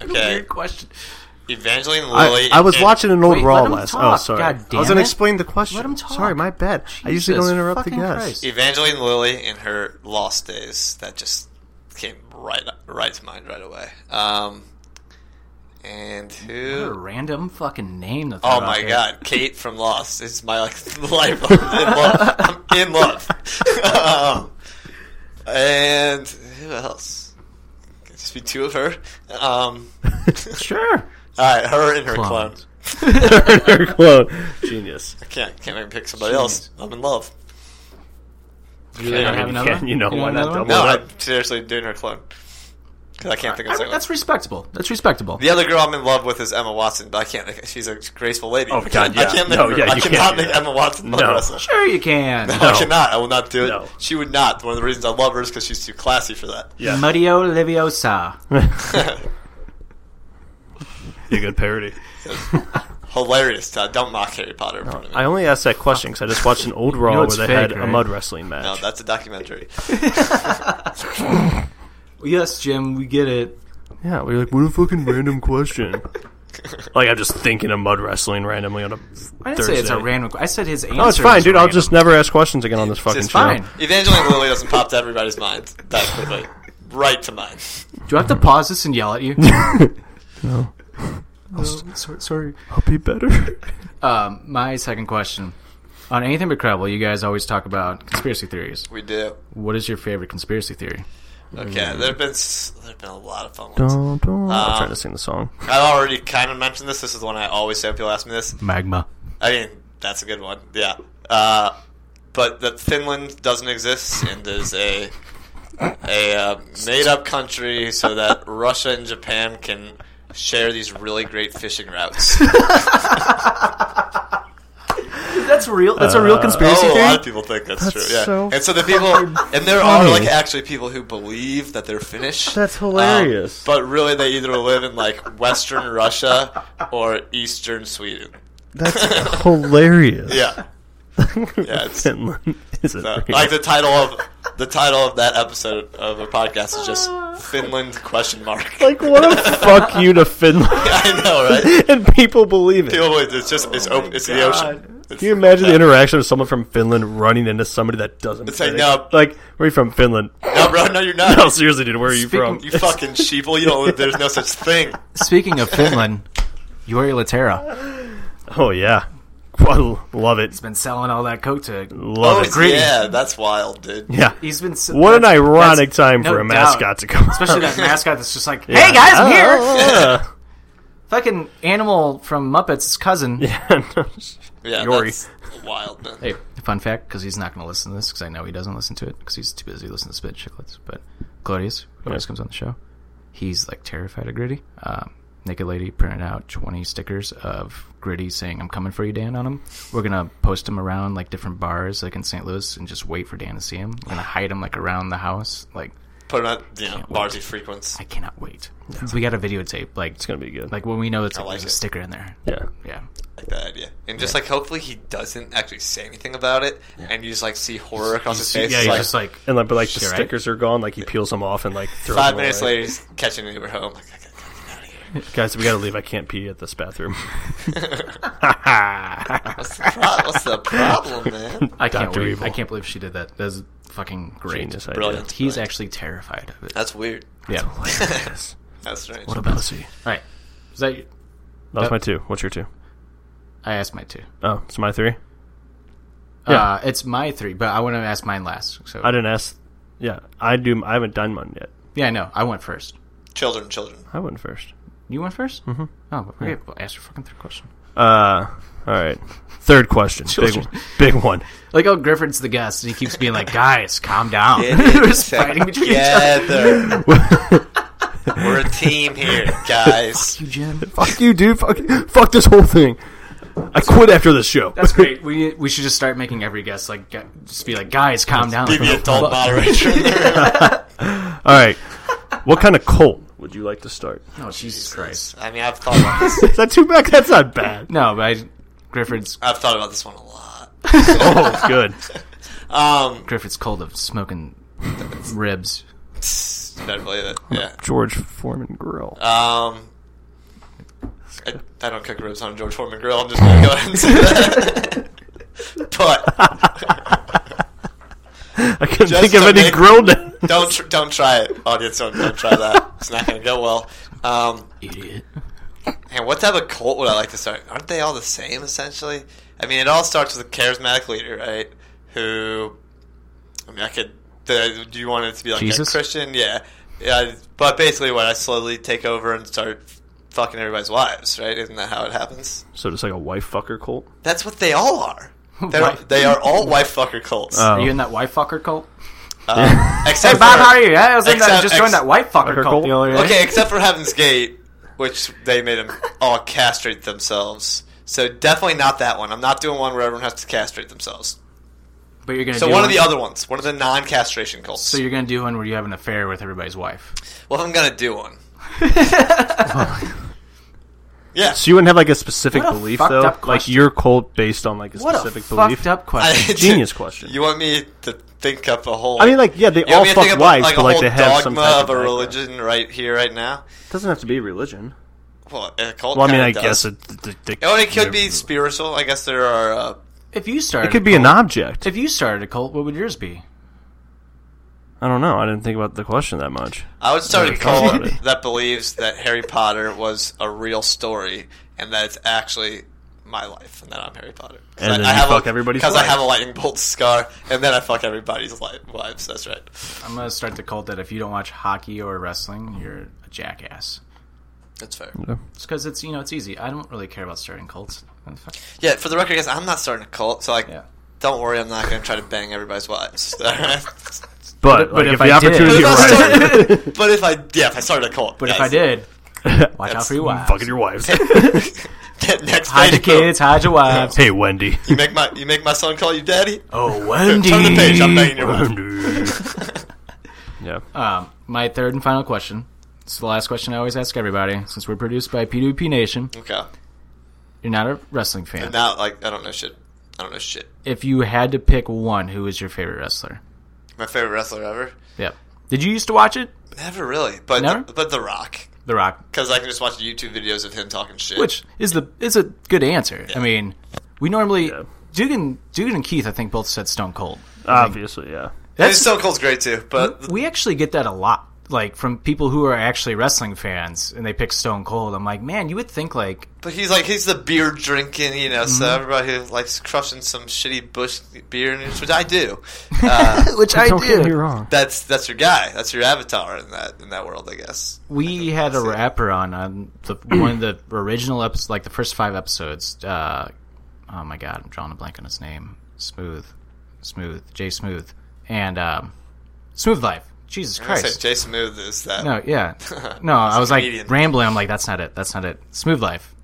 Speaker 6: Okay.
Speaker 4: Weird question.
Speaker 6: Evangeline
Speaker 7: I,
Speaker 6: Lilly.
Speaker 7: I was
Speaker 6: and-
Speaker 7: watching an old
Speaker 4: Wait,
Speaker 7: Raw
Speaker 4: let him
Speaker 7: last. Oh,
Speaker 4: talk,
Speaker 7: sorry.
Speaker 4: God
Speaker 7: I
Speaker 4: damn
Speaker 7: was gonna
Speaker 4: it.
Speaker 7: explain the question.
Speaker 4: him talk.
Speaker 7: Sorry, my bad. I usually
Speaker 4: Jesus
Speaker 7: don't interrupt the
Speaker 4: fucking
Speaker 7: guests.
Speaker 4: Christ.
Speaker 6: Evangeline Lilly in her lost days that just came right right to mind right away. Um, and
Speaker 4: What a
Speaker 6: who?
Speaker 4: random fucking name. To throw
Speaker 6: Oh
Speaker 4: out
Speaker 6: my
Speaker 4: there.
Speaker 6: god, Kate from Lost. It's my like life. I'm in love. I'm in love. um, and who else? Could just be two of her. Um,
Speaker 4: Sure.
Speaker 6: all right, her and her
Speaker 4: Clones.
Speaker 6: clone.
Speaker 7: Eric Clone. Genius.
Speaker 6: I can't can't make me pick somebody else. I'm in love.
Speaker 4: You don't have another
Speaker 7: Yeah,
Speaker 4: one?
Speaker 7: you know,
Speaker 4: don't
Speaker 7: why
Speaker 4: have
Speaker 7: not
Speaker 4: another one?
Speaker 7: double-
Speaker 6: No,
Speaker 7: Well, that-
Speaker 6: I'm seriously doing her clone. 'Cause I can't think of
Speaker 4: I-
Speaker 6: someone.
Speaker 4: that's respectable. That's respectable.
Speaker 6: The other girl I'm in love with is Emma Watson, but I can't. Make, she's a graceful lady.
Speaker 7: Oh,
Speaker 6: I
Speaker 7: God,
Speaker 6: can't-
Speaker 7: yeah.
Speaker 6: I can't make
Speaker 7: No,
Speaker 6: her-
Speaker 7: yeah,
Speaker 6: I
Speaker 7: you
Speaker 6: cannot
Speaker 7: can't do
Speaker 6: make
Speaker 7: that.
Speaker 6: Emma Watson love
Speaker 7: No.
Speaker 6: wrestle.
Speaker 4: Sure, you can.
Speaker 6: I cannot. I will not do it.
Speaker 7: No.
Speaker 6: She would not. One of the reasons I love her is because she's too classy for that.
Speaker 7: Yeah.
Speaker 4: Mario Liviosa.
Speaker 7: Be a good parody.
Speaker 6: Hilarious, Todd. Don't mock Harry Potter. in front of me.
Speaker 7: I only asked that question because I just watched an old Raw
Speaker 4: know
Speaker 7: where
Speaker 4: it's
Speaker 7: they
Speaker 4: fake,
Speaker 7: had a
Speaker 4: right?
Speaker 7: mud wrestling match.
Speaker 6: no, that's a documentary.
Speaker 4: Yes, Jim, we get it.
Speaker 7: yeah, we were like, what a fucking random question. like, I'm just thinking of mud wrestling randomly on a
Speaker 4: I didn't
Speaker 7: Thursday.
Speaker 4: say it's a random. I said his answer.
Speaker 7: No, Oh, it's fine, dude. I'll just never ask questions again on this fucking
Speaker 6: It's
Speaker 7: show.
Speaker 4: fine.
Speaker 6: Evangeline Lilly doesn't pop to everybody's mind. That's but right to mine.
Speaker 4: Do I have to pause this and yell at you? no. sorry. sorry.
Speaker 7: I'll be better.
Speaker 4: Um, my second question. On anything but credible, you guys always talk about conspiracy theories.
Speaker 6: We do.
Speaker 4: What is your favorite conspiracy theory?
Speaker 6: Okay,
Speaker 7: Mm.
Speaker 6: there have been s- there have been a lot of fun ones.
Speaker 7: Dun, dun. I'm
Speaker 6: Um,
Speaker 7: trying to sing the song.
Speaker 6: I've already kind of mentioned this. This is the one I always say when people ask me this.
Speaker 4: Magma.
Speaker 6: I mean, that's a good one. Yeah. Uh, but that Finland doesn't exist and is a a uh, made up country so that Russia and Japan can share these really great fishing routes.
Speaker 4: That's real. That's a real
Speaker 7: Uh,
Speaker 4: conspiracy
Speaker 6: oh, a lot of
Speaker 4: theory.
Speaker 6: people think that's,
Speaker 7: That's
Speaker 6: true. Yeah.
Speaker 7: so
Speaker 6: and so the people and there are like actually people who believe that they're Finnish.
Speaker 7: That's hilarious.
Speaker 6: Um, but really they either live in like western Russia or eastern Sweden.
Speaker 7: That's hilarious.
Speaker 6: Yeah. Yeah, it's,
Speaker 7: Finland is a
Speaker 6: No,
Speaker 7: thing.
Speaker 6: like the title of the title of that episode of a podcast is just Finland question mark.
Speaker 7: Like, what a fuck you to Finland.
Speaker 6: I know, right?
Speaker 7: and people believe it.
Speaker 6: People, believe it's just it's open. It's the ocean. It's,
Speaker 7: Can you imagine the interaction of someone from Finland running into somebody that doesn't?
Speaker 6: It's like,
Speaker 7: fit?
Speaker 6: no.
Speaker 7: like where are you from, Finland?
Speaker 6: no, bro, no, you're not.
Speaker 7: No, seriously, dude, where are you from?
Speaker 6: You fucking sheeple. You don't. There's no such thing.
Speaker 4: Speaking of Finland, Yuri Laterra
Speaker 7: Oh yeah, Well, love it,
Speaker 4: been selling all that coke to.
Speaker 7: love it.
Speaker 6: Oh, yeah, that's wild, dude.
Speaker 7: Yeah,
Speaker 4: He's been. s-
Speaker 7: what an
Speaker 4: that's-
Speaker 7: ironic
Speaker 4: that's-
Speaker 7: time
Speaker 4: no
Speaker 7: for
Speaker 4: doubt.
Speaker 7: a mascot to come. Uh-huh.
Speaker 4: Especially that mascot that's just like, "Hey guys, I'm here." Fucking animal from Muppets' cousin.
Speaker 6: Yeah,
Speaker 7: Yori.
Speaker 6: that's wild. Man.
Speaker 4: Hey, fun fact, because he's not going to listen to this, because I know he doesn't listen to it, because he's too busy listening to Spit Chicklets. But Claudius, who always comes on the show, he's like terrified of Gritty. Um, Naked Lady printed out 20 stickers of Gritty saying, I'm coming for you, Dan, on him. We're going to post him around like different bars, like in St. Louis, and just wait for Dan to see him. We're going to hide him like around the house. Like,
Speaker 6: Put it on you know, bars he frequents.
Speaker 4: I cannot wait. We got a videotape. Like, it's
Speaker 7: gonna be good.
Speaker 4: Like, when we know it's
Speaker 6: I
Speaker 4: like,
Speaker 6: like
Speaker 4: there's a
Speaker 6: it.
Speaker 4: sticker in there.
Speaker 7: yeah,
Speaker 4: Yeah.
Speaker 6: I like that idea, and just like hopefully he doesn't actually say anything about it, and you just like see horror across his face.
Speaker 4: Yeah,
Speaker 6: It's
Speaker 4: he's
Speaker 6: like,
Speaker 4: just like,
Speaker 7: and like, but like the
Speaker 4: Sure, right?
Speaker 7: stickers are gone. Like he peels them off and like throws
Speaker 6: five
Speaker 7: them
Speaker 6: minutes
Speaker 7: away.
Speaker 6: later, he's catching an Uber home. Like, I gotta get out of here.
Speaker 7: guys, we gotta leave. I can't pee at this bathroom.
Speaker 6: What's the, pro- what's the problem, man?
Speaker 4: I can't
Speaker 7: Dr.
Speaker 4: wait.
Speaker 7: Evil.
Speaker 4: I can't believe she did that. That's fucking great.
Speaker 5: Genius idea.
Speaker 6: Brilliant.
Speaker 4: He's
Speaker 6: Brilliant.
Speaker 4: actually terrified of it.
Speaker 6: That's weird.
Speaker 4: yeah.
Speaker 6: That's strange.
Speaker 4: what about pussy? All right. Is that?
Speaker 5: That was
Speaker 4: Yep.
Speaker 5: my two. What's your two?
Speaker 4: I asked my two.
Speaker 5: Oh, it's my three.
Speaker 4: Yeah. Uh, it's my three, but I want to ask mine last. So
Speaker 5: I didn't ask. Yeah, I do. I haven't done mine yet.
Speaker 4: yeah, I know. I went first.
Speaker 6: Children, children.
Speaker 5: I went first.
Speaker 4: You went 1st Mm-hmm. Oh, but okay. Well, ask your fucking third question.
Speaker 5: Uh, all right. Third question. big
Speaker 4: Children.
Speaker 5: one. Big one.
Speaker 4: Like how Griffin's the guest, and he keeps being like, "Guys, calm down."
Speaker 6: Get
Speaker 4: We're
Speaker 6: it
Speaker 4: just fighting between each other.
Speaker 6: together. We're a team here, guys.
Speaker 4: You, Jim.
Speaker 5: fuck you, dude. Fuck, fuck this whole thing. I quit after this show.
Speaker 4: That's great. We we should just start making every guest like gu- just be like, "Guys, calm down."
Speaker 6: Be the adult moderator in the room.
Speaker 5: All right. What kind of cult would you like to start?
Speaker 4: Oh, Jesus Christ.
Speaker 6: I mean, I've thought about this.
Speaker 5: Is that too bad? That's not bad.
Speaker 4: No, but I, Griffin's
Speaker 6: I've thought about this one a lot.
Speaker 5: Oh, good.
Speaker 6: Um,
Speaker 4: Griffin's cold of smoking ribs.
Speaker 6: you better believe it. Yeah.
Speaker 5: George Foreman Grill.
Speaker 6: Um, I, I don't cook ribs on a George Foreman grill. I'm just gonna go ahead and say that. but
Speaker 5: I couldn't
Speaker 6: just
Speaker 5: think of
Speaker 6: to
Speaker 5: any
Speaker 6: make-
Speaker 5: grilled. All
Speaker 6: don't tr- don't try it, audience. Don't, don't try that. It's not gonna go well. Um,
Speaker 4: Idiot.
Speaker 6: and what type of cult would I like to start? Aren't they all the same essentially? I mean, it all starts with a charismatic leader, right? Who, I mean, I could. The, do you want it to be like
Speaker 4: Jesus?
Speaker 6: a Christian? Yeah, yeah. But basically, what I slowly take over and start fucking everybody's wives, right? Isn't that how it happens?
Speaker 5: So just like a wife fucker cult.
Speaker 6: That's what they all are. They're,
Speaker 4: Wife-
Speaker 6: they are all wife fucker cults.
Speaker 5: Oh.
Speaker 4: Are you in that white fucker cult?
Speaker 6: Uh,
Speaker 4: Oh. Hey,
Speaker 6: except
Speaker 4: Bob, how are
Speaker 6: for,
Speaker 4: you? I was in that,
Speaker 6: Except-
Speaker 4: just joined
Speaker 6: ex-
Speaker 4: that white fucker
Speaker 5: Fucker
Speaker 4: cult.
Speaker 5: cult?
Speaker 4: the other day.
Speaker 6: Okay, except for Heaven's Gate, which they made them all castrate themselves. So definitely not that one. I'm not doing one where everyone has to castrate themselves.
Speaker 4: But you're gonna
Speaker 6: So
Speaker 4: do
Speaker 6: one of the other ones, one of the non-castration cults.
Speaker 4: So you're gonna do one where you have an affair with everybody's wife.
Speaker 6: well, if I'm gonna do one. yeah,
Speaker 5: So you wouldn't have like a specific
Speaker 4: What a
Speaker 5: belief
Speaker 4: fucked
Speaker 5: though,
Speaker 4: up
Speaker 5: like
Speaker 4: question.
Speaker 5: your cult based on like a
Speaker 4: What a
Speaker 5: specific belief.
Speaker 4: fucked up question.
Speaker 5: Genius question.
Speaker 6: You want me to think up a whole?
Speaker 5: I mean, like yeah, they
Speaker 6: you
Speaker 5: all
Speaker 6: want me to think
Speaker 5: fuck
Speaker 6: up
Speaker 5: wives,
Speaker 6: like a
Speaker 5: but like
Speaker 6: whole
Speaker 5: they have some
Speaker 6: dogma
Speaker 5: type
Speaker 6: of a
Speaker 5: background.
Speaker 6: religion right here, right now.
Speaker 5: It doesn't have to be religion.
Speaker 6: Well, a cult.
Speaker 5: Well, I mean,
Speaker 6: kinda
Speaker 5: I
Speaker 6: does.
Speaker 5: guess it. th- th- th-
Speaker 6: Oh, and it could be spiritual. I guess there are. Uh,
Speaker 4: If you started,
Speaker 5: It could be an object.
Speaker 4: If you started a cult, what would yours be?
Speaker 5: I don't know. I didn't think about the question that much.
Speaker 6: I would start a
Speaker 5: Like, talk
Speaker 6: cult
Speaker 5: about it.
Speaker 6: that believes that Harry Potter was a real story and that it's actually my life and that I'm Harry Potter.
Speaker 5: And then you fuck everybody's
Speaker 6: Because I
Speaker 5: wife.
Speaker 6: have a lightning bolt scar and then I fuck everybody's li- wives. That's right.
Speaker 4: I'm gonna start the cult that if you don't watch hockey or wrestling, you're a jackass.
Speaker 6: That's fair.
Speaker 4: It's because it's you know it's easy. I don't really care about starting cults.
Speaker 6: Yeah, for the record, guys, I'm not starting a cult, so like,
Speaker 4: Yeah.
Speaker 6: don't worry, I'm not going to try to bang everybody's wives. but
Speaker 5: But,
Speaker 4: but
Speaker 5: like,
Speaker 4: if
Speaker 5: if
Speaker 4: I
Speaker 5: the
Speaker 4: did-
Speaker 5: opportunity
Speaker 6: if I
Speaker 5: arises,
Speaker 6: started, but if I yeah, if I started a cult,
Speaker 4: But if I did, watch out
Speaker 6: That's
Speaker 4: for your wives.
Speaker 5: fucking your wives.
Speaker 6: next
Speaker 4: hide your
Speaker 6: page, boom.
Speaker 4: kids, hide your wives.
Speaker 5: hey, Wendy.
Speaker 6: you make my you make my son call you daddy.
Speaker 4: oh, Wendy.
Speaker 6: Turn the page, I'm banging your wife.
Speaker 5: Wendy. yeah.
Speaker 4: Um, my third and final question. It's the last question I always ask everybody. Since we're produced by PWP Nation,
Speaker 6: Okay,
Speaker 4: you're not a wrestling fan.
Speaker 6: now like I don't know shit. I don't know shit.
Speaker 4: If you had to pick one, who is your favorite wrestler?
Speaker 6: My favorite wrestler ever.
Speaker 4: Yep. Did you used to watch it?
Speaker 6: Never really, but
Speaker 4: Never?
Speaker 6: The, but The Rock,
Speaker 4: The Rock.
Speaker 6: because I can just watch YouTube videos of him talking shit.
Speaker 4: which is the is a good answer. I mean, we normally Dugan Dugan and Keith, I think, both said Stone Cold.
Speaker 5: Obviously, yeah.
Speaker 6: and Stone Cold's great too, but
Speaker 4: We actually get that a lot, like from people who are actually wrestling fans, and they pick Stone Cold. I'm like, man, you would think like
Speaker 6: but he's like he's the beer drinking, you know. So
Speaker 4: Hmm?
Speaker 6: everybody who likes crushing some shitty bush beer, and it's- which I do, uh,
Speaker 4: which I do.
Speaker 5: wrong.
Speaker 6: that's that's your guy, that's your avatar in that in that world, I guess.
Speaker 4: We had a rapper on on the one of the original episodes, like the first five episodes. Uh, oh my god, I'm drawing a blank on his name. Smooth, Smooth, Jay Smooth, and um, Smooth Life. Jesus
Speaker 6: I
Speaker 4: Christ.
Speaker 6: said Jay Smooth is that.
Speaker 4: No, yeah. No, I was like
Speaker 6: comedian.
Speaker 4: rambling. I'm like, that's not it. That's not it. Smooth Life.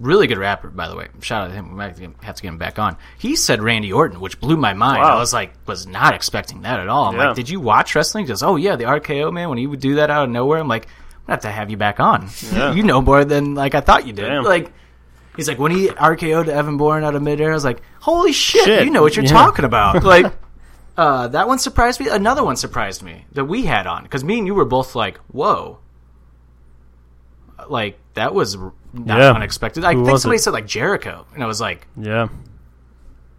Speaker 4: Really good rapper, by the way. Shout out to him. We might have to get him back on. He said Randy Orton, which blew my mind.
Speaker 5: Wow.
Speaker 4: I was like, was not expecting that at all. I'm
Speaker 5: Yeah.
Speaker 4: like, did you watch wrestling? He goes, oh, yeah, the RKO, man, when he would do that out of nowhere. I'm like, I'm going to have to have you back on. you know more than like I thought you did.
Speaker 5: Damn.
Speaker 4: Like, he's like, when he RKO'd Evan Bourne out of midair, I was like, holy shit,
Speaker 5: Shit.
Speaker 4: you know what you're
Speaker 5: Yeah.
Speaker 4: talking about. Like, uh, that one surprised me. Another one surprised me that we had on because me and you were both like, "Whoa!" Like that was r- not
Speaker 5: Yeah.
Speaker 4: unexpected. I
Speaker 5: Who
Speaker 4: think
Speaker 5: was
Speaker 4: somebody
Speaker 5: it?
Speaker 4: said like Jericho, and I was like,
Speaker 5: Yeah.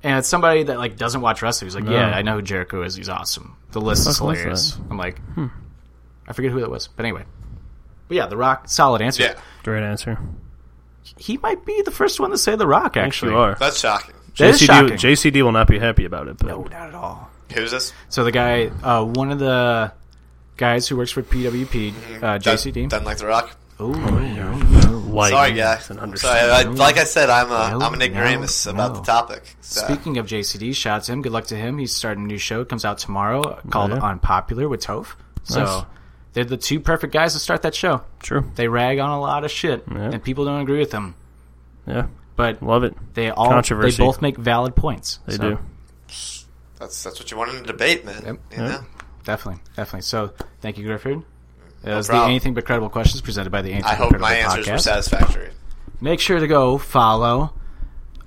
Speaker 4: and it's somebody that like doesn't watch wrestling. He's like, yeah, I know who Jericho is. He's awesome. The list is
Speaker 5: fuck was
Speaker 4: hilarious.
Speaker 5: that?
Speaker 4: I'm like, hmm. I forget who that was, but anyway. But yeah, The Rock, solid answer.
Speaker 6: Yeah,
Speaker 5: Great answer.
Speaker 4: He might be the first one to say The Rock. Actually,
Speaker 5: You are.
Speaker 6: that's shocking.
Speaker 4: That is
Speaker 5: JCD,
Speaker 4: shocking.
Speaker 5: JCD will not be happy about it. But
Speaker 4: No, Oh, not at all.
Speaker 6: Who's this?
Speaker 4: So the guy, uh, one of the guys who works for PWP,
Speaker 6: Mm-hmm.
Speaker 4: uh, JCD.
Speaker 6: Doesn't like the rock.
Speaker 4: oh, no.
Speaker 5: Like,
Speaker 6: Sorry, guys.
Speaker 5: it's an
Speaker 6: Sorry,
Speaker 5: under-
Speaker 6: I, like I said, I'm a,
Speaker 4: No,
Speaker 6: I'm an ignoramus
Speaker 4: no,
Speaker 6: about
Speaker 4: no.
Speaker 6: the topic. So.
Speaker 4: Speaking of JCD, shout out to him. Good luck to him. He's starting a new show. It comes out tomorrow called
Speaker 5: Yeah.
Speaker 4: Unpopular with Toph. So
Speaker 5: Nice.
Speaker 4: they're the two perfect guys to start that show.
Speaker 5: True.
Speaker 4: They rag on a lot of shit,
Speaker 5: Yeah.
Speaker 4: and people don't agree with them.
Speaker 5: Yeah.
Speaker 4: But
Speaker 5: Love it.
Speaker 4: they all they
Speaker 5: Controversy.
Speaker 4: both make valid points.
Speaker 5: They
Speaker 4: So,
Speaker 5: do.
Speaker 6: that's that's what you want in a debate, man. You know?
Speaker 4: definitely, definitely. So thank you, Griffin. That was the
Speaker 6: problem.
Speaker 4: Anything But Credible questions presented by the Anything
Speaker 6: I
Speaker 4: But
Speaker 6: hope
Speaker 4: Credible
Speaker 6: my answers were
Speaker 4: podcast.
Speaker 6: satisfactory.
Speaker 4: Make sure to go follow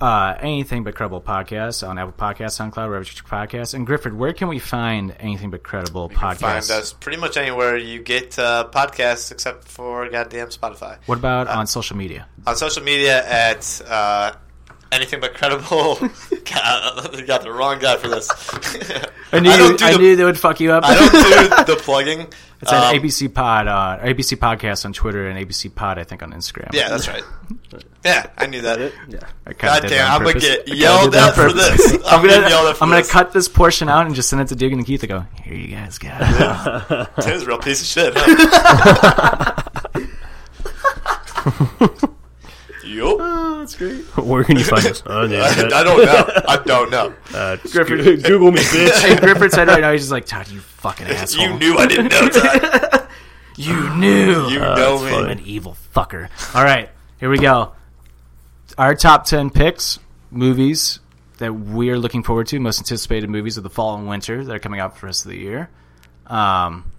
Speaker 4: uh, Anything But Credible Podcast on Apple Podcasts, SoundCloud, wherever you get your podcasts. And Griffin, where can we find Anything But Credible
Speaker 6: You can find
Speaker 4: Podcast?
Speaker 6: us pretty much anywhere you get uh, podcasts, except for goddamn Spotify.
Speaker 4: What about on social media?
Speaker 6: On social media at uh, anything but credible. God, you got the wrong guy for this.
Speaker 4: I knew,
Speaker 6: I
Speaker 4: you,
Speaker 6: don't do
Speaker 4: I
Speaker 6: the,
Speaker 4: knew they would fuck you up.
Speaker 6: I don't do the plugging.
Speaker 4: it's at
Speaker 6: Um,
Speaker 4: ABC Pod, uh, ABC Podcast on Twitter and ABC Pod, I think, on Instagram.
Speaker 6: Yeah, that's right. Yeah, I knew
Speaker 4: I
Speaker 6: that.
Speaker 4: kinda
Speaker 6: God
Speaker 4: did that
Speaker 6: damn,
Speaker 4: on
Speaker 6: I'm gonna
Speaker 4: purpose.
Speaker 6: get
Speaker 4: I kinda
Speaker 6: yelled
Speaker 4: did that
Speaker 6: at for
Speaker 4: on purpose.
Speaker 6: this.
Speaker 4: I'm gonna,
Speaker 6: get yelled at for
Speaker 4: I'm gonna
Speaker 6: this.
Speaker 4: cut this portion out and just send it to Dugan and Keith. and go, here you guys go.
Speaker 6: Tim's a real piece of shit. Huh? yup.
Speaker 5: Where can you find us? Oh, yeah,
Speaker 6: I,
Speaker 5: that-
Speaker 6: I don't know. I don't know.
Speaker 5: uh, Google me, bitch.
Speaker 4: Hey, Griffin said right now, he's just like, Todd, you fucking asshole.
Speaker 6: You knew I didn't know that.
Speaker 4: You knew.
Speaker 6: You
Speaker 4: I'm
Speaker 6: know me.
Speaker 4: an evil fucker. All right, here we go. Our top 10 picks, movies that we're looking forward to, most anticipated movies of the fall and winter that are coming out for the rest of the year. Um,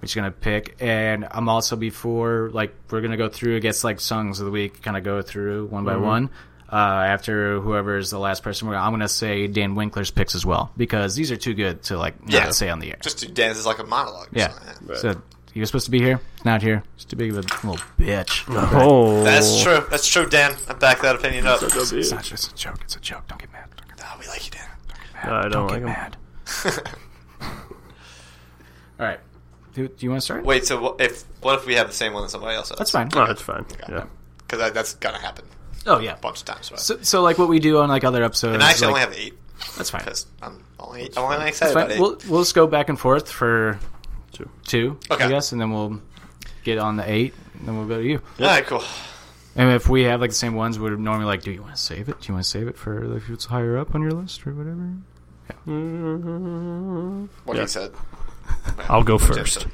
Speaker 4: which you're gonna pick, and I'm also before like we're gonna go through I guess like songs of the week, kind of go through one
Speaker 6: Mm-hmm.
Speaker 4: by one. Uh, after whoever is the last person, we're, I'm gonna say Dan Winkler's picks as well because these are too good to like not
Speaker 6: Yeah.
Speaker 4: say on the air.
Speaker 6: Just do dances like a monologue. or
Speaker 4: Yeah.
Speaker 6: something.
Speaker 4: So he was supposed to be here, not here. He's too big of a little bitch.
Speaker 5: Oh,
Speaker 6: That's true. That's true, Dan. I back that opinion up.
Speaker 4: It's not just a joke. It's a joke. Don't get mad. Don't get
Speaker 6: Ah, we like you, Dan.
Speaker 5: I don't like him.
Speaker 4: mad. All right. Do, do you want to start?
Speaker 6: Wait, so what if what if we have the same one that somebody else
Speaker 4: That's
Speaker 6: has?
Speaker 4: fine.
Speaker 5: Oh, that's fine. Yeah.
Speaker 6: Because that's gonna happen
Speaker 4: Oh yeah.
Speaker 6: a bunch of times. Right?
Speaker 4: So, so like what we do on like other episodes.
Speaker 6: and I actually
Speaker 4: like-
Speaker 6: only have eight
Speaker 4: that's fine.
Speaker 6: because I'm only I'm only
Speaker 4: That's
Speaker 6: excited
Speaker 4: fine.
Speaker 6: about 8
Speaker 4: We'll we'll just go back and forth for
Speaker 5: Two.
Speaker 4: two, I
Speaker 6: Okay.
Speaker 4: guess, and then we'll get on the eight, and then we'll go to you.
Speaker 6: All right, cool.
Speaker 4: And if we have like the same ones, we're normally like, do you want to save it? Do you want to save it for if it's higher up on your list or whatever?
Speaker 6: What he said.
Speaker 5: I'll go
Speaker 6: Tim
Speaker 5: first.
Speaker 6: said.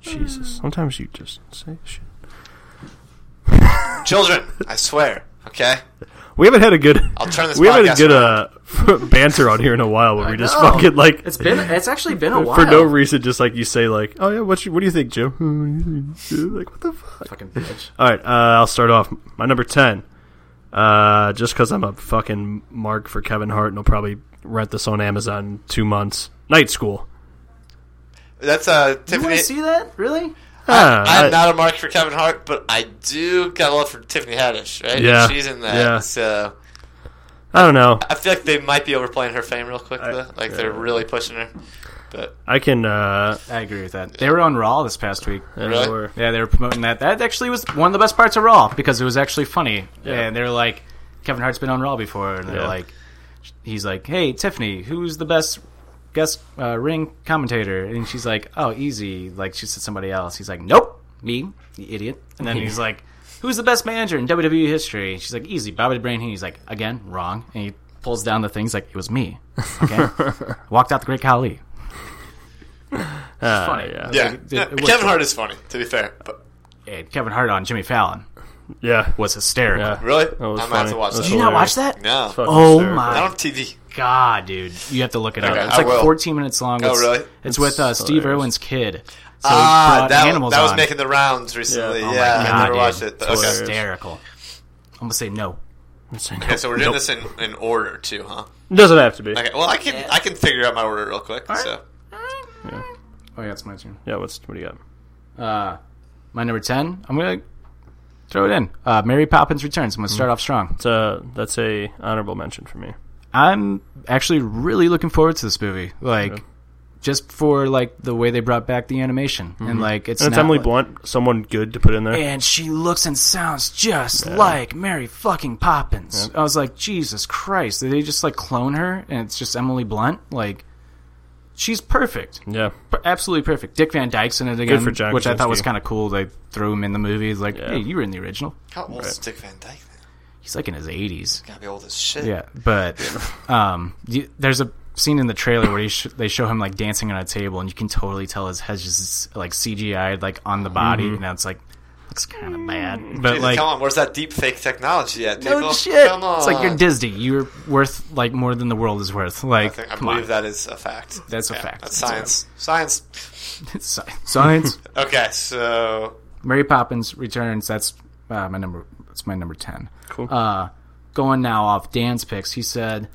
Speaker 5: Jesus. Sometimes you just say shit.
Speaker 6: Children, I swear. Okay,
Speaker 5: We haven't had a good.
Speaker 6: I'll turn this.
Speaker 5: We haven't had a
Speaker 6: podcast
Speaker 5: good uh, banter on here in a while where we just
Speaker 4: know.
Speaker 5: fucking like
Speaker 4: It's been it's actually been a while.
Speaker 5: for no reason, just like you say like, oh yeah, what you, what do you think, Joe? like what the fuck?
Speaker 4: fucking bitch.
Speaker 5: All right, uh, I'll start off my number ten. Uh, just because I'm a fucking mark for Kevin Hart, and I'll probably rent this on Amazon in two months. Night School.
Speaker 6: That's
Speaker 4: You
Speaker 6: uh,
Speaker 4: want
Speaker 6: Tiffany.
Speaker 4: to see that? Really?
Speaker 5: Ah,
Speaker 6: I'm
Speaker 5: I-
Speaker 6: not a mark for Kevin Hart, but I do got a love for Tiffany Haddish, right?
Speaker 5: Yeah.
Speaker 6: she's in that.
Speaker 5: Yeah.
Speaker 6: So
Speaker 5: I don't know.
Speaker 6: I feel like they might be overplaying her fame real quick.
Speaker 5: I-
Speaker 6: though. Like they're really pushing her. But
Speaker 5: I can. Uh,
Speaker 4: I agree with that. They were on Raw this past week.
Speaker 6: Really?
Speaker 5: or-
Speaker 4: Yeah, they were promoting that. That actually was one of the best parts of Raw because it was actually funny. And they were like, Kevin Hart's been on Raw before, and they're
Speaker 5: Yeah.
Speaker 4: like, he's like, hey Tiffany, who's the best guest uh, ring commentator? And she's like, oh, easy. Like she said somebody else. He's like, nope, me, you idiot. And then he's like, who's the best manager in WWE history? And she's like, easy, Bobby the Brain. Heenan." He's like, again, wrong. And he pulls down the thing. He's like, it was me. Okay, walked out the Great Khali.
Speaker 5: ah,
Speaker 4: funny.
Speaker 5: Yeah.
Speaker 6: yeah,
Speaker 4: it- it
Speaker 6: yeah,
Speaker 4: worked
Speaker 6: Kevin
Speaker 4: for-
Speaker 6: Hart is funny. To be fair, but
Speaker 4: And Kevin Hart on Jimmy Fallon
Speaker 5: Yeah.
Speaker 4: was hysterical.
Speaker 5: Yeah.
Speaker 6: really, I'm
Speaker 5: That was
Speaker 6: gonna have to
Speaker 5: funny.
Speaker 6: watch
Speaker 5: That was
Speaker 4: Did you
Speaker 6: that.
Speaker 4: not watch that?
Speaker 6: No,
Speaker 5: Fucking
Speaker 4: Oh
Speaker 5: hysterical.
Speaker 4: my
Speaker 6: I don't have TV.
Speaker 4: god, dude! You have to look it up.
Speaker 6: Okay,
Speaker 4: It's
Speaker 6: I
Speaker 4: like
Speaker 6: will.
Speaker 4: 14 minutes long.
Speaker 6: Oh,
Speaker 4: It's,
Speaker 6: really?
Speaker 4: It's with uh, Steve
Speaker 5: hilarious.
Speaker 4: Irwin's kid. So he
Speaker 6: Ah,
Speaker 4: brought
Speaker 6: that,
Speaker 4: animals
Speaker 6: that was
Speaker 4: on.
Speaker 6: making the rounds recently.
Speaker 5: Yeah.
Speaker 6: Yeah,
Speaker 5: Oh my
Speaker 4: God,
Speaker 6: I never
Speaker 4: dude.
Speaker 6: watched it.
Speaker 4: It's
Speaker 6: Okay.
Speaker 4: hysterical. I'm gonna say no.
Speaker 6: Okay, so we're doing this in, in order too, huh?
Speaker 5: Doesn't have to be.
Speaker 6: Okay, well I can I can figure out my order real quick. So
Speaker 4: Oh yeah, it's my turn.
Speaker 5: Yeah. What's what do you got?
Speaker 4: Uh, my number 10. I'm gonna throw it in. Uh, Mary Poppins Returns. I'm gonna start off strong.
Speaker 5: It's a, that's a honorable mention for me.
Speaker 4: I'm actually really looking forward to this movie. Like, just for like the way they brought back the animation and like it's,
Speaker 5: And it's
Speaker 4: not
Speaker 5: Emily
Speaker 4: like-
Speaker 5: Blunt, someone good to put in there.
Speaker 4: and she looks and sounds just like Mary fucking Poppins. I was like, Jesus Christ! Did they just like clone her and it's just Emily Blunt? Like, she's perfect,
Speaker 5: Yeah.
Speaker 4: Per- absolutely perfect. Dick Van Dyke's in it again,
Speaker 5: for John
Speaker 4: which I thought was
Speaker 5: Krasinski.
Speaker 4: kind of cool. They threw him in the movie. It's like, hey, you were in the original.
Speaker 6: How old is Dick Van Dyke? Then?
Speaker 4: He's like in his eighties.
Speaker 6: Gotta be old as shit.
Speaker 4: Yeah, but um, you, there's a scene in the trailer where he sh- they show him like dancing on a table, and you can totally tell his head's just like CGI'd like on the body, and that's like looks kind of bad. But
Speaker 6: Jesus,
Speaker 4: like,
Speaker 6: come on, where's that deep fake technology at? People?
Speaker 4: no Oh, shit,
Speaker 6: Come on.
Speaker 4: it's like you're Disney. You're worth like more than the world is worth.
Speaker 6: I
Speaker 4: Like,
Speaker 6: think- I
Speaker 4: come
Speaker 6: believe
Speaker 4: on,
Speaker 6: that is a fact.
Speaker 4: That's a fact.
Speaker 6: That's science. Science.
Speaker 4: Sci- science.
Speaker 6: Okay, so
Speaker 4: Mary Poppins Returns. That's uh, my number. That's my number ten. Cool. Uh, going now off Dan's picks. He said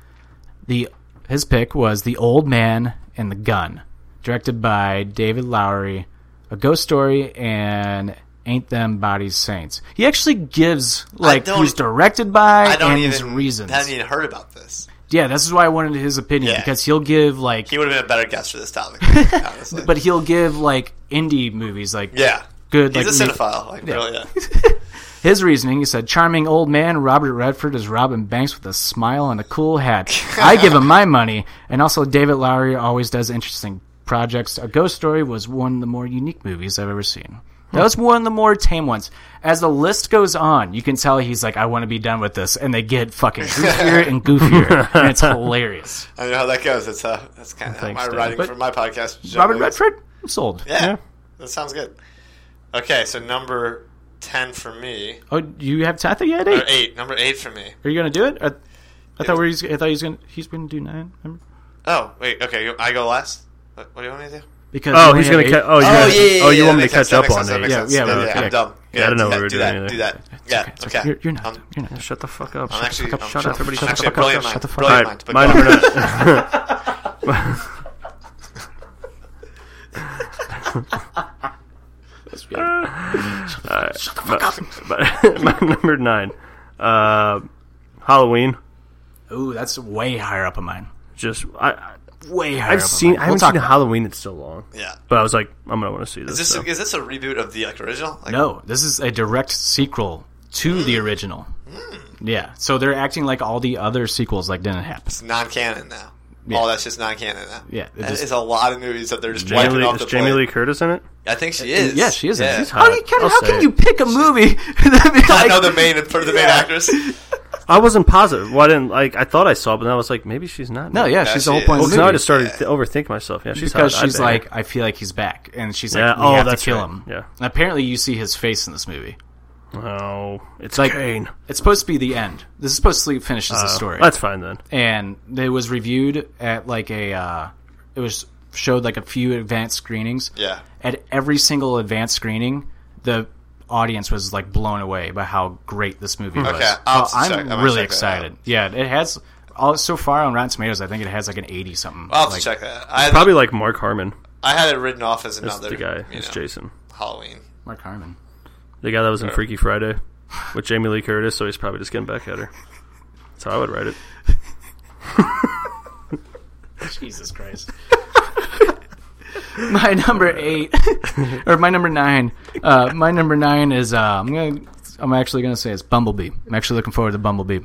Speaker 4: the his pick was the Old Man and the Gun, directed by David Lowery, a ghost story and. Ain't them bodies saints? He actually gives like
Speaker 6: don't-
Speaker 4: who's directed by
Speaker 6: I don't
Speaker 4: and
Speaker 6: even
Speaker 4: his reasons.
Speaker 6: I haven't even heard about this.
Speaker 4: yeah, this is why I wanted his opinion
Speaker 6: Yeah.
Speaker 4: because he'll give like,
Speaker 6: He would have been a better guest for this topic, honestly.
Speaker 4: but he'll give like indie movies like
Speaker 6: yeah,
Speaker 4: good
Speaker 6: he's
Speaker 4: like
Speaker 6: a
Speaker 4: ma-
Speaker 6: cinephile. Like really, yeah.
Speaker 4: His reasoning, he said, charming old man Robert Redford is Robin Banks with a smile and a cool hat. I give him my money. And also, David Lowery always does interesting projects. A Ghost Story was one of the more unique movies I've ever seen. That was one of the more tame ones. As the list goes on, you can tell he's like, I want to be done with this. And they get fucking goofier and goofier. and it's hilarious.
Speaker 6: I know how that goes. It's uh, that's kind of my writing
Speaker 4: But-
Speaker 6: for my podcast.
Speaker 4: Robert
Speaker 6: generally.
Speaker 4: Redford? I'm sold.
Speaker 6: Yeah, that sounds good. Okay, so number ten for me
Speaker 4: Oh, you have Tatha yet?
Speaker 6: or
Speaker 4: Eight?
Speaker 6: eight. Number eight for me.
Speaker 4: Are you going to do it? I, I thought we were, I thought he was going he's going to do nine. remember?
Speaker 6: Oh wait, okay, you- I go last. What, what do you want me to do?
Speaker 4: Because
Speaker 5: Oh,
Speaker 4: we
Speaker 5: he's
Speaker 4: only
Speaker 5: gonna.
Speaker 4: have eight-
Speaker 5: Ca- oh, you
Speaker 6: Oh,
Speaker 5: gonna-
Speaker 6: yeah, yeah,
Speaker 5: oh, you
Speaker 6: yeah,
Speaker 5: want
Speaker 6: that
Speaker 5: me
Speaker 6: makes
Speaker 5: to catch
Speaker 6: sense, that
Speaker 5: up
Speaker 6: makes
Speaker 5: on
Speaker 6: sense, that
Speaker 5: it?
Speaker 6: makes
Speaker 4: Yeah,
Speaker 6: sense.
Speaker 4: yeah, we're
Speaker 6: I'm
Speaker 4: okay.
Speaker 6: dumb. Yeah,
Speaker 5: I don't know
Speaker 6: do
Speaker 5: what
Speaker 6: that,
Speaker 5: we
Speaker 6: do
Speaker 5: were
Speaker 6: that,
Speaker 5: doing either.
Speaker 6: do that. Yeah, okay. Um,
Speaker 4: You're, you're not.
Speaker 6: I'm-
Speaker 4: you're not.
Speaker 5: Shut the fuck up!
Speaker 6: I'm
Speaker 5: Shut
Speaker 6: actually,
Speaker 5: the fuck
Speaker 6: I'm
Speaker 5: up! Shut up!
Speaker 6: sure-
Speaker 5: Everybody! Shut
Speaker 6: I'm
Speaker 5: the
Speaker 6: actually a
Speaker 5: fuck up!
Speaker 6: brilliant
Speaker 5: Shut
Speaker 6: mind,
Speaker 5: the fuck up!
Speaker 6: brilliant mind,
Speaker 5: Alright,
Speaker 6: but
Speaker 5: My
Speaker 6: go
Speaker 5: number
Speaker 6: on.
Speaker 5: nine. Alright, my- my number nine. Uh, Halloween.
Speaker 4: Ooh, that's way higher up on mine.
Speaker 5: Just I- I.
Speaker 4: Way higher.
Speaker 5: I've
Speaker 4: up on
Speaker 5: seen.
Speaker 4: mine.
Speaker 5: I haven't
Speaker 4: talk
Speaker 5: seen
Speaker 4: about
Speaker 5: Halloween in so long.
Speaker 6: Yeah.
Speaker 5: But I was like, I'm gonna want to see this.
Speaker 6: Is this
Speaker 5: so.
Speaker 6: a, is this a reboot of the like original? Like,
Speaker 4: it. No, this is a direct sequel to
Speaker 5: Mm.
Speaker 4: the original. Yeah, so they're acting like all the other sequels like didn't happen.
Speaker 6: it's non-canon now. All that's just non-canon now.
Speaker 4: Yeah, it
Speaker 6: it
Speaker 4: just-
Speaker 6: is a lot of movies that they're just
Speaker 5: Jamie
Speaker 6: wiping
Speaker 5: Lee,
Speaker 6: off
Speaker 5: is
Speaker 6: the
Speaker 5: Jamie
Speaker 6: plate.
Speaker 5: Lee Curtis in it?
Speaker 6: I think she is.
Speaker 4: Yeah, she is.
Speaker 6: Yeah.
Speaker 4: in it. How do you can,
Speaker 5: I'll
Speaker 4: how
Speaker 5: say
Speaker 4: can
Speaker 5: it.
Speaker 4: you pick a movie? that be
Speaker 6: I
Speaker 4: like-
Speaker 6: know the main for the main actress.
Speaker 5: I wasn't positive. Well, I didn't like. I thought I saw, it, but then I was like, maybe she's not. in
Speaker 4: No,
Speaker 5: it.
Speaker 4: yeah,
Speaker 6: Yeah,
Speaker 4: she's
Speaker 6: she
Speaker 4: the whole
Speaker 6: is.
Speaker 4: point. of
Speaker 5: Well,
Speaker 4: the
Speaker 5: 'cause now I
Speaker 4: movie.
Speaker 5: just started to overthink myself. Yeah, she's
Speaker 4: because
Speaker 5: hot. I'd
Speaker 4: she's
Speaker 5: bang her.
Speaker 4: like, I feel like he's back, and she's
Speaker 5: Yeah,
Speaker 4: like, we
Speaker 5: oh,
Speaker 4: have to
Speaker 5: that's
Speaker 4: kill
Speaker 5: right.
Speaker 4: him.
Speaker 5: Yeah.
Speaker 4: And apparently, you see his face in this movie.
Speaker 5: oh, it's
Speaker 4: Like,
Speaker 5: like Kane.
Speaker 4: it's supposed to be the end. This is supposed to finish the story.
Speaker 5: That's fine then.
Speaker 4: and it was reviewed at like a uh, it was showed like a few advanced screenings
Speaker 6: Yeah.
Speaker 4: at every single advanced screening the audience was like blown away by how great this movie was
Speaker 6: Okay, I'll
Speaker 4: So i'm
Speaker 6: check- I'm gonna
Speaker 4: really
Speaker 6: check that out.
Speaker 4: excited yeah it has all so far on rotten tomatoes i think it has like an 80 something
Speaker 6: I'll have
Speaker 4: like,
Speaker 6: to check that. I had,
Speaker 5: Probably like Mark Harmon.
Speaker 6: I had it written off as
Speaker 5: That's
Speaker 6: another
Speaker 5: the guy.
Speaker 6: You
Speaker 5: It's
Speaker 6: know,
Speaker 5: Jason,
Speaker 6: Halloween.
Speaker 4: mark harmon
Speaker 5: the guy that was in Freaky Friday with Jamie Lee Curtis. So he's probably just getting back at her. That's how I would write it.
Speaker 4: jesus christ my number eight or my number nine uh, my number nine is uh, i'm gonna i'm actually gonna say it's bumblebee i'm actually looking forward to bumblebee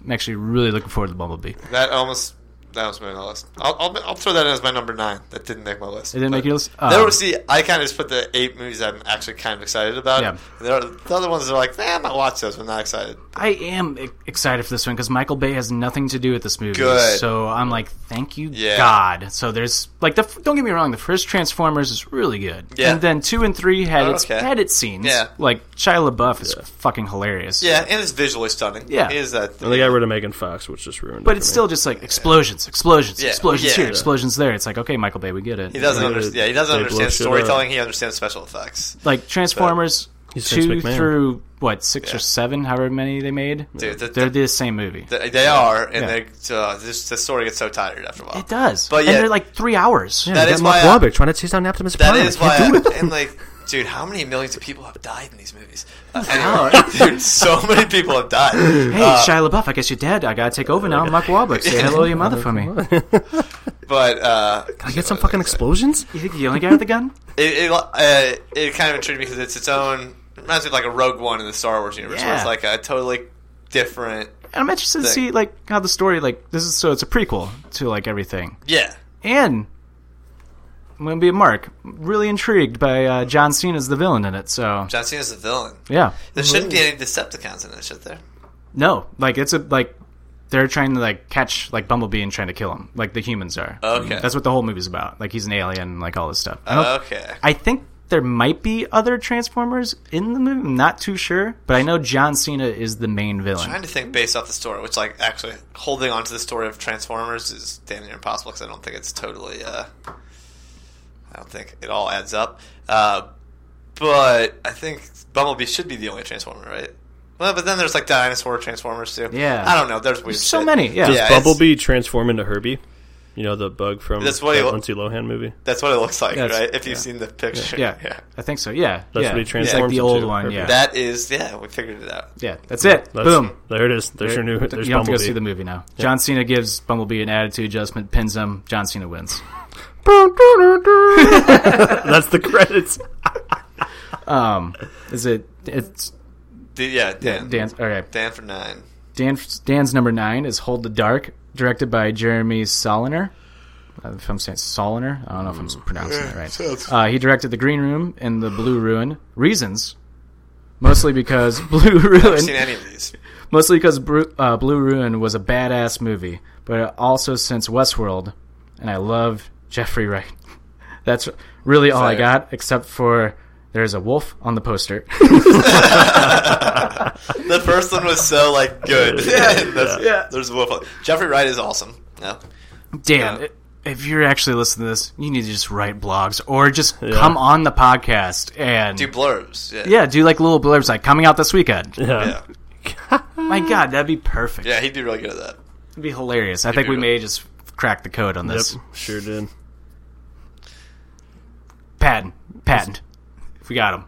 Speaker 4: i'm actually really looking forward to bumblebee it
Speaker 6: That almost that was my list. I'll, I'll I'll throw that in as my number nine. That didn't make my list.
Speaker 4: didn't make
Speaker 6: But-
Speaker 4: you listen uh,
Speaker 6: There were, see, I kind of just put the eight movies I'm actually kind of excited about.
Speaker 4: Yeah.
Speaker 6: There are, the other ones are like, man, I might watch those. but I'm not excited.
Speaker 4: i am e- excited for this one because michael bay has nothing to do with this movie
Speaker 6: Good.
Speaker 4: so i'm like thank you
Speaker 6: Yeah.
Speaker 4: god so there's like the f- don't get me wrong the first transformers is really good
Speaker 6: Yeah.
Speaker 4: and then two and three had
Speaker 6: Oh,
Speaker 4: its
Speaker 6: okay.
Speaker 4: had its scenes
Speaker 6: Yeah.
Speaker 4: like shia labeouf is fucking hilarious
Speaker 6: Yeah, and it's visually stunning.
Speaker 4: Yeah.
Speaker 6: It is that.
Speaker 5: And the guy rid of Megan Fox, which just ruined. it
Speaker 4: But
Speaker 5: for
Speaker 4: it's
Speaker 5: me.
Speaker 4: still just like explosions, explosions,
Speaker 6: Yeah,
Speaker 4: explosions
Speaker 6: yeah.
Speaker 4: here, explosions there. It's like okay, Michael Bay, we get it.
Speaker 6: He doesn't
Speaker 5: Yeah,
Speaker 6: understand.
Speaker 5: they-
Speaker 6: Yeah, he doesn't
Speaker 5: they
Speaker 6: understand
Speaker 5: blow shit
Speaker 6: storytelling. He understands special effects.
Speaker 4: Like Transformers
Speaker 5: He's Vince
Speaker 4: two
Speaker 5: McMahon.
Speaker 4: through what six
Speaker 6: Yeah.
Speaker 4: or seven, however many they made.
Speaker 6: Dude, the-
Speaker 4: they're the, same movie.
Speaker 6: They, they are, and
Speaker 4: Yeah.
Speaker 6: they uh, this, the story gets so tired after a while.
Speaker 4: it does,
Speaker 6: But
Speaker 4: and
Speaker 6: yeah,
Speaker 4: they're like three hours.
Speaker 6: that
Speaker 5: That
Speaker 6: is
Speaker 5: Mark
Speaker 6: why. I-
Speaker 5: Wahlberg trying to chase down Optimus
Speaker 6: That
Speaker 5: Prime.
Speaker 6: is
Speaker 5: Can't
Speaker 6: why,
Speaker 5: do it.
Speaker 6: I, and like Dude, how many millions of people have died in these movies? Uh, anyway, dude, so many people have died.
Speaker 4: Hey, Shia LaBeouf, I guess you're dead. I gotta take over now. Mark Wahlberg, say hello to your mother for me.
Speaker 6: But uh,
Speaker 5: I get some fucking explosions.
Speaker 4: You think you're the only guy with a gun?
Speaker 6: it it, uh, it kind of intrigued me because it's its own. It reminds me of like a Rogue One in the Star Wars universe. Where
Speaker 4: Yeah.
Speaker 6: it's like a totally different.
Speaker 4: And I'm interested to
Speaker 6: Sick.
Speaker 4: see like how the story like this is so it's a prequel to like everything.
Speaker 6: Yeah,
Speaker 4: And I'm gonna be a Mark. Really intrigued by uh, John Cena's the villain in it. So
Speaker 6: John Cena's the villain.
Speaker 4: yeah,
Speaker 6: There shouldn't be any Decepticons in this, should there?
Speaker 4: no, like it's a like they're trying to like catch like Bumblebee and trying to kill him, like the humans are.
Speaker 6: Okay.
Speaker 4: that's what the whole movie's about. Like he's an alien, and like all this stuff. I don't
Speaker 6: Okay.
Speaker 4: I think there might be other Transformers in the movie. I'm not too sure, but I know John Cena is the main villain.
Speaker 6: trying to think based off the story, which like actually holding on to the story of Transformers is damn near impossible because I don't think it's totally. Uh, I don't think it all adds up. Uh, but I think Bumblebee should be the only Transformer, right? Well, but then there's like dinosaur Transformers too.
Speaker 4: Yeah.
Speaker 6: I don't know. There's weird
Speaker 4: so
Speaker 6: shit.
Speaker 4: many, yeah. Does
Speaker 6: it's-
Speaker 7: Bumblebee transform into Herbie. You know the bug from
Speaker 6: That's what he
Speaker 7: that
Speaker 6: lo-
Speaker 7: Lindsay Lohan movie.
Speaker 6: That's what it looks like,
Speaker 4: That's-
Speaker 6: right? If you've seen the picture,
Speaker 4: yeah,
Speaker 6: yeah.
Speaker 4: I think so. Yeah, yeah.
Speaker 7: That's what he
Speaker 4: He's like
Speaker 7: transforms
Speaker 4: the old
Speaker 7: into.
Speaker 4: one. Yeah,
Speaker 6: That is, yeah, we figured it out.
Speaker 4: yeah, that's it.
Speaker 7: That's,
Speaker 4: Boom.
Speaker 7: There it is. There's your new. There's
Speaker 4: you don't have to go
Speaker 7: Bumblebee.
Speaker 4: see the movie now. John Cena gives Bumblebee an attitude adjustment, pins him. John Cena wins.
Speaker 7: That's the credits.
Speaker 4: Um, is it? It's
Speaker 6: D- yeah, Dan, Dan,
Speaker 4: Dan's. Okay,
Speaker 6: Dan for nine.
Speaker 4: Dan. Dan's number nine is Hold the Dark, directed by Jeremy Soliner. Uh, If I'm saying Soliner, I don't know if I'm pronouncing that right. Uh, he directed The Green Room and The Blue Ruin. Reasons, mostly because Blue
Speaker 6: I've
Speaker 4: Ruin,
Speaker 6: seen any of these.
Speaker 4: mostly because Bru- uh, Blue Ruin was a badass movie, but also since Westworld, and I love Jeffrey Wright. That's really all I
Speaker 6: Fair.
Speaker 4: got, except for there's a wolf on the poster.
Speaker 6: The first one was so like good. yeah, there's, there's a wolf. Jeffrey Wright is awesome. Yeah.
Speaker 4: Dan,
Speaker 6: Yeah.
Speaker 4: if you're actually listening to this, you need to just write blogs or just come on the podcast and
Speaker 6: Do blurbs. Yeah.
Speaker 4: yeah, do like little blurbs like coming out this weekend.
Speaker 6: Yeah.
Speaker 4: My God, that'd be perfect.
Speaker 6: Yeah, he'd be really good at that.
Speaker 4: It'd be hilarious. I think we
Speaker 6: be-
Speaker 4: may just crack the code on this.
Speaker 7: Yep, sure did.
Speaker 4: Patent, patent. If we got him,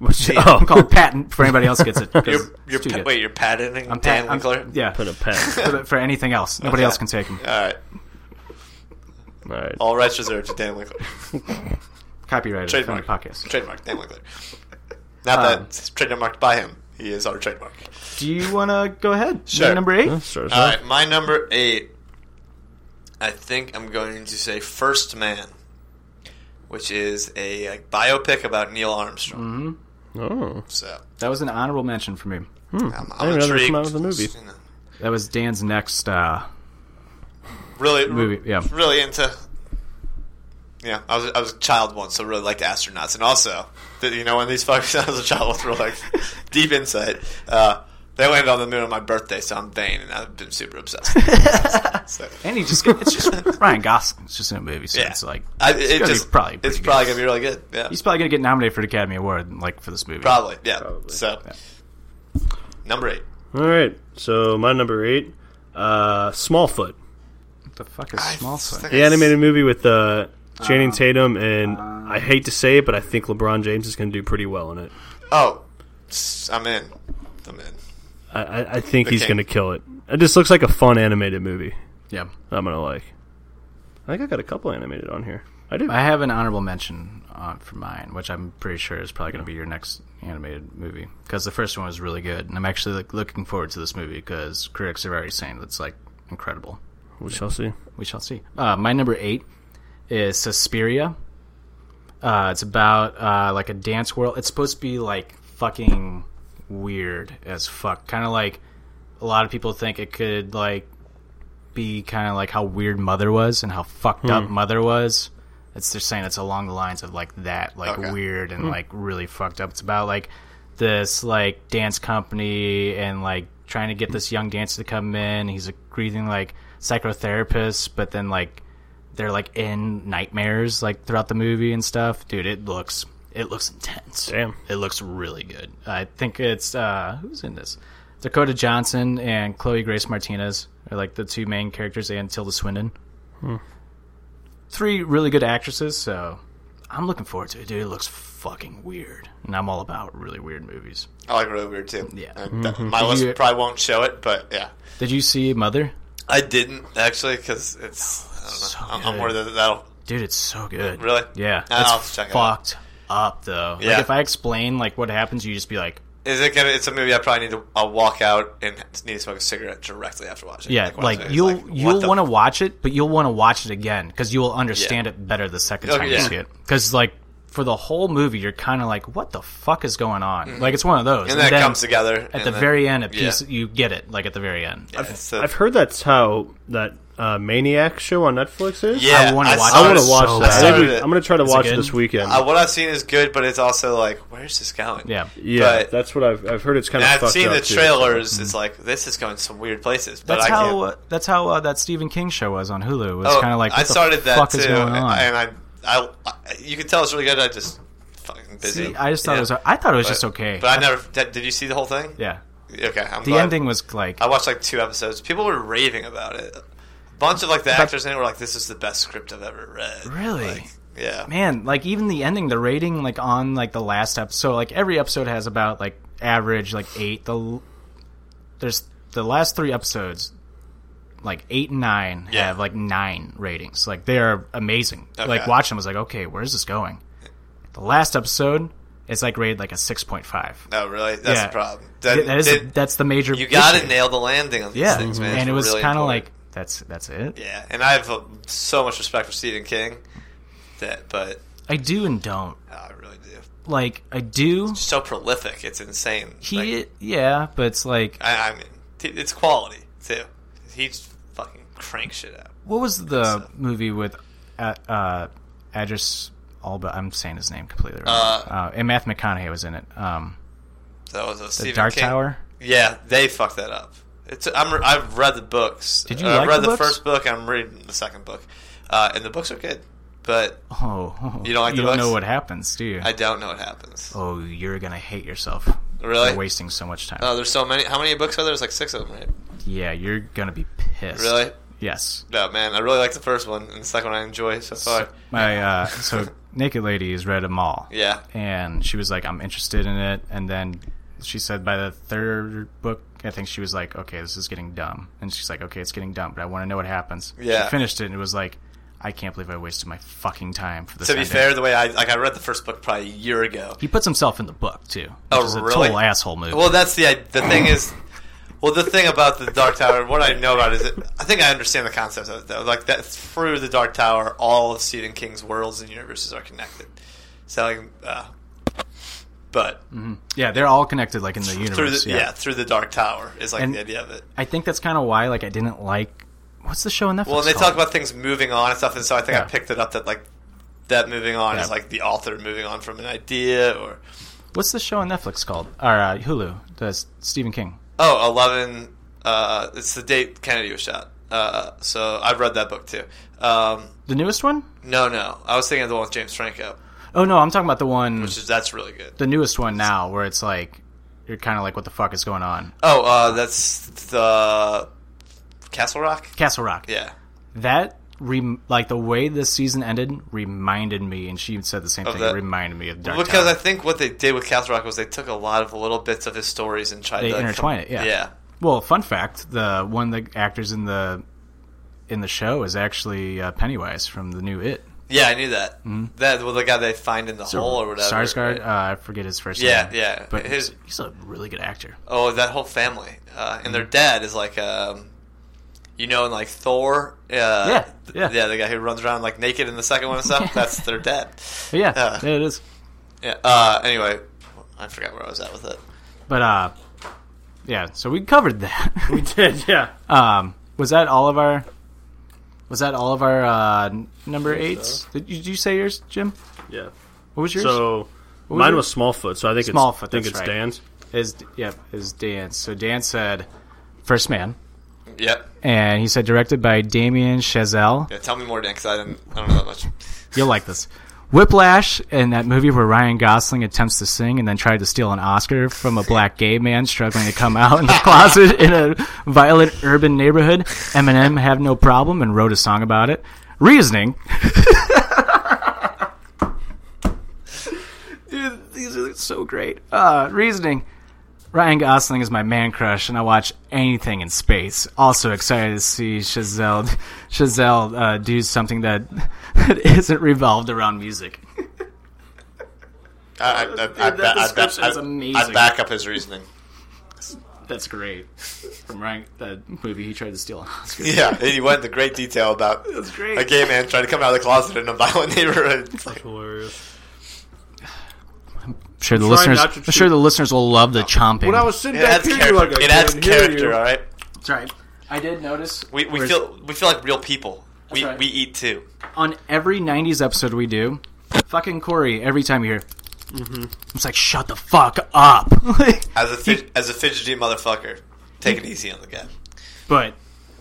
Speaker 7: Oh,
Speaker 4: I'm calling patent for anybody else gets it. 'cause
Speaker 6: You're, you're
Speaker 4: it's too
Speaker 6: pa-
Speaker 4: good.
Speaker 6: wait, you're patenting
Speaker 4: I'm
Speaker 6: Dan
Speaker 4: pat- I'm-
Speaker 6: Winkler.
Speaker 4: yeah,
Speaker 7: put a pen.
Speaker 4: for, for anything else, nobody else can take him.
Speaker 6: All right,
Speaker 7: All right.
Speaker 6: all rights reserved to Dan Winkler.
Speaker 4: Copyrighted from the
Speaker 6: Trademark.
Speaker 4: podcast. Um,
Speaker 6: Trademark Dan Winkler. Not that it's trademarked by him. He is our trademark.
Speaker 4: Do you want to go ahead?
Speaker 6: Sure.
Speaker 4: Number eight.
Speaker 7: Start us
Speaker 6: All
Speaker 7: off.
Speaker 6: right, my number eight. I think I'm going to say First Man, which is a like, biopic about Neil Armstrong.
Speaker 7: Oh,
Speaker 4: Mm.
Speaker 6: So
Speaker 4: That was an honorable mention for me.
Speaker 6: I'm,
Speaker 7: I
Speaker 6: I'm
Speaker 7: didn't know this
Speaker 6: intrigued.
Speaker 7: came out with a movie.
Speaker 6: You know,
Speaker 4: That was Dan's next uh,
Speaker 6: really,
Speaker 4: movie. Yeah.
Speaker 6: really into. Yeah, I was I was a child once, so really liked astronauts, and also, th- you know, when these fuckers I was a child once were like deep insight. Uh, they landed on the moon on my birthday, so I'm vain, and I've been super obsessed. so,
Speaker 4: And he just it's just Ryan Gosling's just in a movie, so
Speaker 6: yeah,
Speaker 4: it's like
Speaker 6: I,
Speaker 4: it's
Speaker 6: it
Speaker 4: gonna
Speaker 6: just
Speaker 4: be probably
Speaker 6: it's
Speaker 4: pretty good.
Speaker 6: probably gonna be really good. Yeah,
Speaker 4: he's probably gonna get nominated for an Academy Award like for this movie.
Speaker 6: probably yeah. So, number eight.
Speaker 7: all right. So my number eight, uh, Smallfoot,
Speaker 4: What the fuck is small
Speaker 6: think
Speaker 4: Smallfoot?
Speaker 7: the animated movie with uh, Channing Tatum, and I hate to say it, but I think LeBron James is going to do pretty well in it.
Speaker 6: Oh, s- I'm in. I'm in.
Speaker 7: I, I, I think he's
Speaker 6: Okay.
Speaker 7: going to kill it. It just looks like a fun animated movie.
Speaker 4: Yeah,
Speaker 7: I'm gonna like. I think I got a couple animated on here. I do.
Speaker 4: I have an honorable mention uh, for mine, which I'm pretty sure is probably gonna be your next animated movie because the first one was really good, and I'm actually like looking forward to this movie because critics are already saying that's like incredible.
Speaker 7: we shall see.
Speaker 4: we shall see. Uh, my number eight is Suspiria. Uh, it's about uh, like a dance world. It's supposed to be like fucking weird as fuck. Kind of like a lot of people think it could like be kind of like how weird Mother was and how fucked up Mother was. It's just saying it's along the lines of like that, like
Speaker 6: Okay.
Speaker 4: weird and like really fucked up. It's about like this like dance company and like trying to get this young dancer to come in. He's a breathing like psychotherapist, but then like they're like in nightmares like throughout the movie and stuff. Dude, it looks it looks intense.
Speaker 7: Damn.
Speaker 4: It looks really good. I think it's uh who's in this? Dakota Johnson and Chloe Grace Martinez are like the two main characters and Tilda Swinton. Three really good actresses, so I'm looking forward to it, dude. It looks fucking weird, and I'm all about really weird movies.
Speaker 6: I like Really Weird too.
Speaker 4: Yeah.
Speaker 6: And th- my list
Speaker 4: You-
Speaker 6: probably won't show it, but yeah,
Speaker 4: Did you see Mother?
Speaker 6: I didn't actually because it's
Speaker 4: so
Speaker 6: I don't know. I'm, I'm worried
Speaker 4: good.
Speaker 6: that that'll
Speaker 4: Dude, it's so good.
Speaker 6: Really?
Speaker 4: Yeah.
Speaker 6: I'll
Speaker 4: it's
Speaker 6: have to check it out.
Speaker 4: fucked up though.
Speaker 6: Yeah.
Speaker 4: Like if I explain like what happens, you just be like,
Speaker 6: Is it gonna? It's a movie I probably need to. I'll walk out and need to smoke a cigarette directly after watching.
Speaker 4: yeah,
Speaker 6: one
Speaker 4: like
Speaker 6: of those,
Speaker 4: you'll
Speaker 6: like, what
Speaker 4: you'll
Speaker 6: the
Speaker 4: want to watch it, but you'll want to watch it again because you will understand
Speaker 6: Yeah.
Speaker 4: it better the second
Speaker 6: Okay,
Speaker 4: time you
Speaker 6: yeah.
Speaker 4: see it. Because like for the whole movie, you're kind of like, what the fuck is going on? Like it's one of those.
Speaker 6: Mm-hmm. And that comes together
Speaker 4: at the very end. It piece you get it like at the very end.
Speaker 7: I've heard that's how that uh, Maniac show on Netflix is.
Speaker 6: yeah,
Speaker 4: I wanna watch
Speaker 7: I
Speaker 6: saw
Speaker 7: want
Speaker 4: it
Speaker 7: to watch
Speaker 4: so
Speaker 7: that. I
Speaker 4: bad.
Speaker 7: think we-
Speaker 6: Started it.
Speaker 7: I'm going to try to
Speaker 4: it
Speaker 7: watch it
Speaker 4: good?
Speaker 7: this weekend.
Speaker 6: Uh, what I've seen is good, but it's also like, where's this going?
Speaker 4: Yeah.
Speaker 7: yeah,
Speaker 6: but-
Speaker 7: that's what I've, I've heard. It's kind
Speaker 6: And
Speaker 7: of.
Speaker 6: I've
Speaker 7: fucked
Speaker 6: seen
Speaker 7: up,
Speaker 6: the
Speaker 7: too.
Speaker 6: trailers. It's like this is going some weird places,
Speaker 4: Mm-hmm.
Speaker 6: but
Speaker 4: That's
Speaker 6: I
Speaker 4: how,
Speaker 6: can't.
Speaker 4: uh, that's how uh, that Stephen King show was on Hulu. It's
Speaker 6: Oh,
Speaker 4: kind of like what
Speaker 6: I
Speaker 4: the
Speaker 6: started that
Speaker 4: fuck
Speaker 6: too,
Speaker 4: is going on.
Speaker 6: and I, I, I- you can tell it's really good. I just fucking busy.
Speaker 4: See, I just thought
Speaker 6: Yeah.
Speaker 4: it was I thought it was
Speaker 6: But-
Speaker 4: just okay.
Speaker 6: But I never. Did, did you see the whole thing?
Speaker 4: yeah,
Speaker 6: Okay, I'm
Speaker 4: the
Speaker 6: glad.
Speaker 4: ending was like
Speaker 6: I watched like two episodes. People were raving about it. A bunch of like the actors in it were like, "This is the best script I've ever read."
Speaker 4: Really?
Speaker 6: Like, yeah.
Speaker 4: man like even the ending the rating like on like the last episode like every episode has about like average like eight the l- there's the last three episodes like eight and nine
Speaker 6: Yeah.
Speaker 4: have like nine ratings like they are amazing like
Speaker 6: Okay.
Speaker 4: watching them I was like okay where's this going the last episode it's like rated like a 6.5
Speaker 6: No, Oh, really. That's
Speaker 4: Yeah.
Speaker 6: the problem.
Speaker 4: Th- that is
Speaker 6: did-
Speaker 4: that's the major
Speaker 6: you got to
Speaker 4: issue.
Speaker 6: nail the landing on these
Speaker 4: yeah
Speaker 6: things, man.
Speaker 4: and
Speaker 6: It's
Speaker 4: it was
Speaker 6: really
Speaker 4: kind of
Speaker 6: important.
Speaker 4: like that's that's it
Speaker 6: yeah. And I have uh, so much respect for Stephen King, that but uh,
Speaker 4: I do and don't
Speaker 6: I really do.
Speaker 4: like I do
Speaker 6: So prolific, it's insane.
Speaker 4: he
Speaker 6: Like,
Speaker 4: yeah but it's like
Speaker 6: I, I mean, t- it's quality too. He's fucking crank shit out.
Speaker 4: What was the movie with uh, uh, Adris Alba? I'm saying his name completely wrong. Uh, and Matthew McConaughey was in it. Um,
Speaker 6: That was a
Speaker 4: the
Speaker 6: Stephen
Speaker 4: Dark
Speaker 6: King.
Speaker 4: Tower.
Speaker 6: Yeah, they fucked that up. It's I'm I've read the books.
Speaker 4: Did you
Speaker 6: I
Speaker 4: like
Speaker 6: read
Speaker 4: the
Speaker 6: the,
Speaker 4: books?
Speaker 6: first book. I'm reading the second book, uh, and the books are good, but
Speaker 4: Oh,
Speaker 6: You don't like
Speaker 4: you
Speaker 6: the
Speaker 4: don't
Speaker 6: books?
Speaker 4: know what happens, do you?
Speaker 6: I don't know what happens. Oh,
Speaker 4: oh, you're gonna hate yourself.
Speaker 6: Really? Oh,
Speaker 4: You're wasting so much time.
Speaker 6: there's so many. How many books are there? There's like six of them, right?
Speaker 4: yeah, you're gonna be pissed.
Speaker 6: Really?
Speaker 4: Yes.
Speaker 6: No, man. I really like the first one, and the second one I enjoy so far.
Speaker 4: My uh, so naked lady has read them all.
Speaker 6: Yeah.
Speaker 4: and she was like, "I'm interested in it," and then she said by the third book, I think she was like, "Okay, this is getting dumb," and she's like, "Okay, it's getting dumb, but I want to know what happens."
Speaker 6: Yeah.
Speaker 4: she finished it and it was like, "I can't believe I wasted my fucking time for this."
Speaker 6: To be
Speaker 4: ending."
Speaker 6: fair, the way I like I read the first book probably a year ago.
Speaker 4: he puts himself in the book too. Which
Speaker 6: Oh,
Speaker 4: is
Speaker 6: really?
Speaker 4: A total asshole move.
Speaker 6: Well, that's the the thing is. Well, the thing about the Dark Tower, what I know about it is, it, I think I understand the concept of it though. Like that through the Dark Tower, all of Stephen King's worlds and universes are connected. So, like, uh, but
Speaker 4: yeah, they're all connected, like in the universe.
Speaker 6: through the, yeah.
Speaker 4: yeah.
Speaker 6: through the Dark Tower is like
Speaker 4: And-
Speaker 6: the idea of it.
Speaker 4: I think that's kind of why, like, I didn't like. What's the show on Netflix?
Speaker 6: Well, and they
Speaker 4: called?
Speaker 6: talk about things moving on and stuff, and so I think
Speaker 4: Yeah.
Speaker 6: I picked it up that like that moving on
Speaker 4: Yeah.
Speaker 6: is like the author moving on from an idea or
Speaker 4: what's the show on Netflix called or uh, Hulu? The S- Stephen King.
Speaker 6: Oh, 11. Uh, it's the date Kennedy was shot. Uh, so I've read that book too. Um,
Speaker 4: The newest one?
Speaker 6: no, no. I was thinking of the one with James Franco,
Speaker 4: Oh no, I'm talking about the one,
Speaker 6: which is that's really good.
Speaker 4: the newest one now, where it's like you're kind of like, what the fuck is going on?
Speaker 6: Oh, uh, that's the Castle Rock?
Speaker 4: Castle Rock.
Speaker 6: Yeah.
Speaker 4: That rem- like the way this season ended reminded me, and she said the same
Speaker 6: Of
Speaker 4: thing.
Speaker 6: that-
Speaker 4: It reminded me of Dark
Speaker 6: Because
Speaker 4: Tower.
Speaker 6: I think what they did with Castle Rock was they took a lot of little bits of his stories and tried
Speaker 4: They
Speaker 6: to like,
Speaker 4: intertwine
Speaker 6: come-
Speaker 4: it, yeah.
Speaker 6: Yeah.
Speaker 4: well, fun fact: the one of the actors in the in the show is actually uh, Pennywise from the new It.
Speaker 6: Yeah, I knew that. That well, the guy they find in the hole or whatever.
Speaker 4: Mm-hmm. Sarsgaard,
Speaker 6: right?
Speaker 4: uh, I forget his first
Speaker 6: Yeah,
Speaker 4: name.
Speaker 6: yeah.
Speaker 4: But
Speaker 6: His-
Speaker 4: he's, he's a really good actor.
Speaker 6: Oh, that whole family, uh, and their
Speaker 4: Mm-hmm.
Speaker 6: dad is like, um, you know, in like Thor. Uh, yeah,
Speaker 4: yeah.
Speaker 6: yeah. The guy who runs around like naked in the second one and stuff. That's their dad.
Speaker 4: But yeah,
Speaker 6: Uh.
Speaker 4: yeah, it is.
Speaker 6: Yeah. Uh, anyway, I forgot where I was at with it.
Speaker 4: But uh, yeah. So we covered that.
Speaker 7: We did, yeah.
Speaker 4: Um, was that all of our? Was that all of our uh, n- number eights? Did you, did you say yours, Jim?
Speaker 7: yeah.
Speaker 4: What was yours?
Speaker 7: So
Speaker 4: was
Speaker 7: mine
Speaker 4: it?
Speaker 7: was Smallfoot, so I think
Speaker 4: Smallfoot,
Speaker 7: it's, I think
Speaker 4: that's
Speaker 7: it's
Speaker 4: right.
Speaker 7: Dan's.
Speaker 4: is yeah is Dan. So Dan said, First Man,"
Speaker 6: Yep.
Speaker 4: and he said directed by Damien Chazelle.
Speaker 6: Yeah, tell me more, Dan, because I didn't. I don't know that much.
Speaker 4: You'll like this. Whiplash and that movie where Ryan Gosling attempts to sing and then tried to steal an Oscar from a black gay man struggling to come out in the closet in a violent urban neighborhood. Eminem had no problem and wrote a song about it. Reasoning It's so great. Uh, reasoning. Ryan Gosling is my man crush, and I watch anything in space. Also excited to see Chazelle, Chazelle uh, do something that, that isn't revolved around music.
Speaker 6: I, I, I, I,
Speaker 4: Uh, that
Speaker 6: ba- I, ba-
Speaker 4: description is
Speaker 6: I-
Speaker 4: amazing.
Speaker 6: I back up his reasoning.
Speaker 4: That's great. From Ryan, that movie he tried to steal an Oscar.
Speaker 6: Yeah, and he went into great detail about
Speaker 4: great.
Speaker 6: a gay man trying to come out of the closet in a violent neighborhood. It's like,
Speaker 7: Hilarious.
Speaker 4: I'm sure the
Speaker 7: Trying
Speaker 4: listeners,
Speaker 7: not to
Speaker 4: I'm sure the listeners will love the chomping.
Speaker 7: When I was sitting
Speaker 6: it
Speaker 7: back
Speaker 6: adds
Speaker 7: here, you're like,
Speaker 6: character.
Speaker 7: I
Speaker 6: It adds
Speaker 7: couldn't hear
Speaker 6: character.
Speaker 7: you.
Speaker 6: All right.
Speaker 4: That's right. I did notice
Speaker 6: We, we
Speaker 4: whereas
Speaker 6: feel we feel like real people. We,
Speaker 4: right.
Speaker 6: we eat too.
Speaker 4: on every '90s episode we do, fucking Corey. Every time you hear,
Speaker 6: Mm-hmm.
Speaker 4: it's like shut the fuck up. Like,
Speaker 6: As a fid- as a fidgety motherfucker, take it easy on the guy.
Speaker 4: but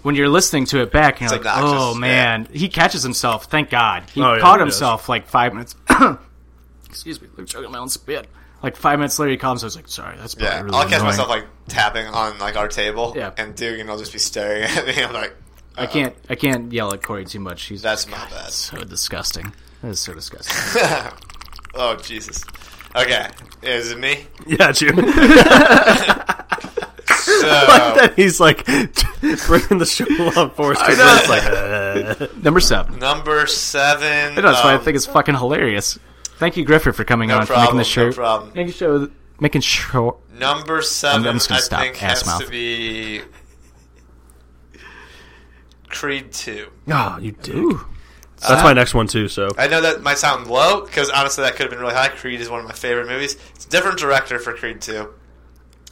Speaker 4: when you're listening to it back, you're
Speaker 6: It's
Speaker 4: like,
Speaker 6: obnoxious,
Speaker 4: oh
Speaker 6: yeah.
Speaker 4: man, he catches himself. Thank God, he
Speaker 7: Oh, yeah,
Speaker 4: caught
Speaker 7: he
Speaker 4: himself like five minutes. Excuse me, I'm choking my own spit. Like five minutes later, he calms. I was like, sorry, that's probably
Speaker 6: Yeah,
Speaker 4: really
Speaker 6: I'll catch
Speaker 4: annoying.
Speaker 6: myself like tapping on like our table,
Speaker 4: Yeah.
Speaker 6: and Dugan will just be staring at me. I'm like, uh,
Speaker 4: I can't. I can't yell at Corey too much. He's
Speaker 6: that's my bad.
Speaker 4: so disgusting. That is so disgusting.
Speaker 6: Oh Jesus. Okay, is it me?
Speaker 7: Yeah, Jim.
Speaker 6: So
Speaker 7: then he's like bringing the show up for us. I It's like, uh,
Speaker 4: Number seven.
Speaker 6: number seven.
Speaker 4: That's why I
Speaker 6: um,
Speaker 4: think it's fucking hilarious. Thank you, Griffith, for coming
Speaker 6: No
Speaker 4: on, for making
Speaker 6: problem,
Speaker 4: the show,
Speaker 6: no problem.
Speaker 4: making show, making sure.
Speaker 6: Number 7
Speaker 4: I'm just gonna
Speaker 6: I
Speaker 4: stop.
Speaker 6: think,
Speaker 4: Ass
Speaker 6: has
Speaker 4: mouth.
Speaker 6: to be Creed 2.
Speaker 7: oh, you dick. That's my next one too. So
Speaker 6: Uh, I know that might sound low, because honestly, that could have been really high. Creed is one of my favorite movies. It's a different director for Creed 2.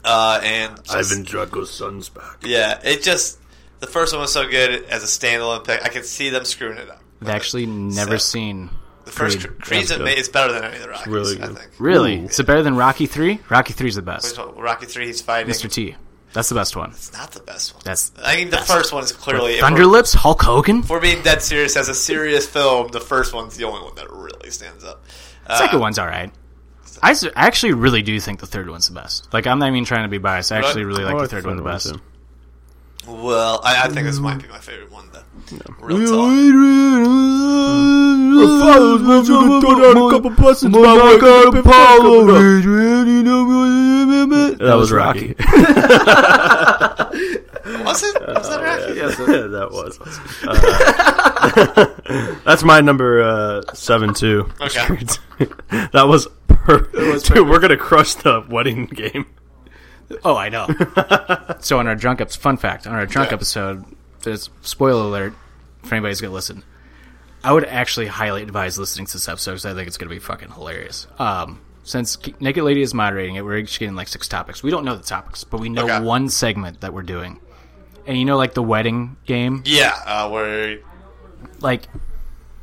Speaker 6: Uh, and just-
Speaker 7: Draco's son's back.
Speaker 6: yeah, it just. The first one was so good as a standalone pick. I could see them screwing it up.
Speaker 4: I've actually never
Speaker 6: So-
Speaker 4: seen.
Speaker 6: The first
Speaker 4: Creed.
Speaker 6: Creed, Creed's
Speaker 7: That's
Speaker 6: ama-
Speaker 7: good.
Speaker 6: it's better than any of the Rockies,
Speaker 7: really
Speaker 6: I
Speaker 7: good.
Speaker 6: think.
Speaker 4: Really,
Speaker 7: Ooh.
Speaker 4: is it better than Rocky Three? Rocky Three is the
Speaker 6: Which
Speaker 4: best.
Speaker 6: one? Rocky 3, he's fighting.
Speaker 4: Mr. T, that's the best one.
Speaker 6: It's not the best one.
Speaker 4: That's
Speaker 6: I mean, the first one is clearly. if we're-
Speaker 4: Thunderlips, Hulk Hogan.
Speaker 6: If we're being dead serious, as a serious film, the first one's the only one that really stands up. Uh,
Speaker 4: Second one's all right. I s- I actually really do think the third one's the best. Like I'm not even trying to be biased. I actually really like the third one the best.
Speaker 6: Well, I, I think this might be my favorite one, though. Real talk.
Speaker 7: That was Rocky.
Speaker 6: Was it? Was that Rocky?
Speaker 7: that was. Uh, that's my number uh, seven too.
Speaker 6: Okay.
Speaker 7: that was. Per- Dude, we're gonna crush the wedding game.
Speaker 4: Oh, I know. so on our drunk ups, fun fact on our drunk
Speaker 6: Yeah.
Speaker 4: episode, there's spoiler alert for anybody who's gonna listen. I would actually highly advise listening to this episode because I think it's gonna be fucking hilarious. Um, since K- Naked Lady is moderating it, we're each getting like six topics. We don't know the topics, but we know
Speaker 6: Okay.
Speaker 4: one segment that we're doing. And you know, like the wedding game,
Speaker 6: Yeah, uh, we're
Speaker 4: like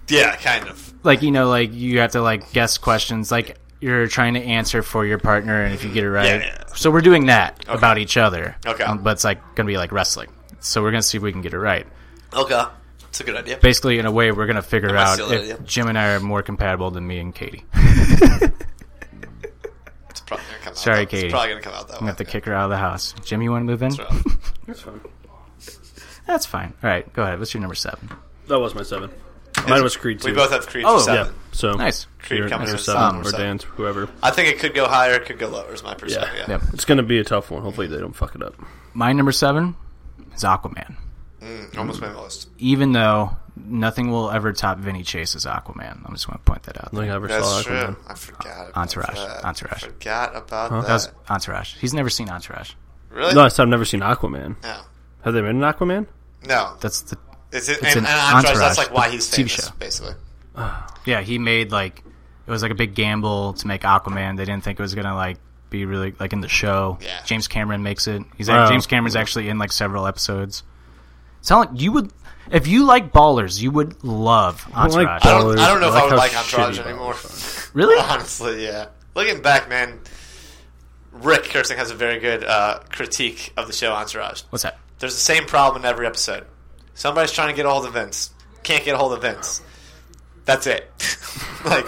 Speaker 6: yeah, kind of.
Speaker 4: like you know, like you have to like guess questions, like you're trying to answer for your partner, and if you get it right,
Speaker 6: yeah.
Speaker 4: so we're doing that about each other. Um,
Speaker 6: Okay.
Speaker 4: but it's like gonna be like wrestling. So we're gonna see if we can get it right.
Speaker 6: Okay, it's a good idea.
Speaker 4: Basically, in a way, we're gonna figure
Speaker 6: I
Speaker 4: out
Speaker 6: still
Speaker 4: if
Speaker 6: there, yeah.
Speaker 4: Jim and I are more compatible than me and Katie.
Speaker 6: It's probably gonna come out.
Speaker 4: Sorry,
Speaker 6: that-
Speaker 4: Katie.
Speaker 6: It's probably gonna come out that
Speaker 4: I
Speaker 6: way.
Speaker 4: have to kick her out of the house. Jim, you want to move in?
Speaker 6: That's rough.
Speaker 4: That's fine. All right, go ahead. What's your number seven?
Speaker 7: That was my seven. Mine was Creed two.
Speaker 6: we both have Creed
Speaker 4: Oh,
Speaker 6: for seven.
Speaker 7: yeah. So
Speaker 4: Nice.
Speaker 6: Creed
Speaker 7: Your
Speaker 6: comes
Speaker 7: number
Speaker 6: in
Speaker 7: seven
Speaker 6: seven,
Speaker 7: or
Speaker 6: so-
Speaker 7: Dan's, whoever.
Speaker 6: I think it could go higher, it could go lower. Is my perspective. Yeah.
Speaker 7: Yeah. It's gonna be a tough one. Hopefully they don't fuck it up.
Speaker 4: My number seven is Aquaman.
Speaker 6: Almost made my list.
Speaker 4: Even though nothing will ever top Vinny Chase's Aquaman, I'm just gonna point that out.
Speaker 7: I think I ever saw
Speaker 6: That's true.
Speaker 7: Aquaman.
Speaker 6: I forgot. About
Speaker 4: Entourage.
Speaker 6: That.
Speaker 4: Entourage.
Speaker 6: Forgot about that.
Speaker 4: That was Entourage. He's never seen Entourage.
Speaker 6: really?
Speaker 7: No, I said I've never seen Aquaman.
Speaker 6: no.
Speaker 7: Have they been an Aquaman?
Speaker 6: No.
Speaker 4: That's the
Speaker 6: It's, it,
Speaker 4: It's
Speaker 6: and, and
Speaker 4: an
Speaker 6: Entourage,
Speaker 4: entourage,
Speaker 6: That's like why
Speaker 4: the
Speaker 6: he's
Speaker 4: TV
Speaker 6: famous,
Speaker 4: show.
Speaker 6: basically.
Speaker 4: yeah. He made like it was like a big gamble to make Aquaman. They didn't think it was gonna like be really like in the show.
Speaker 6: Yeah.
Speaker 4: James Cameron makes it. He's
Speaker 7: Wow.
Speaker 4: James Cameron's actually in like several episodes. Sound like you would if you like ballers, you would love
Speaker 7: don't like
Speaker 4: Entourage.
Speaker 6: I don't, I don't
Speaker 7: I
Speaker 6: know if
Speaker 7: like
Speaker 6: I would
Speaker 7: how
Speaker 6: like Entourage
Speaker 7: shitty
Speaker 6: anymore.
Speaker 4: really?
Speaker 6: Uh-huh. Honestly, yeah. Looking back, man, Rick Kirsten has a very good uh, critique of the show Entourage.
Speaker 4: What's that?
Speaker 6: There's the same problem in every episode. Somebody's trying to get a hold of Vince. Can't get a hold of Vince. That's it. like,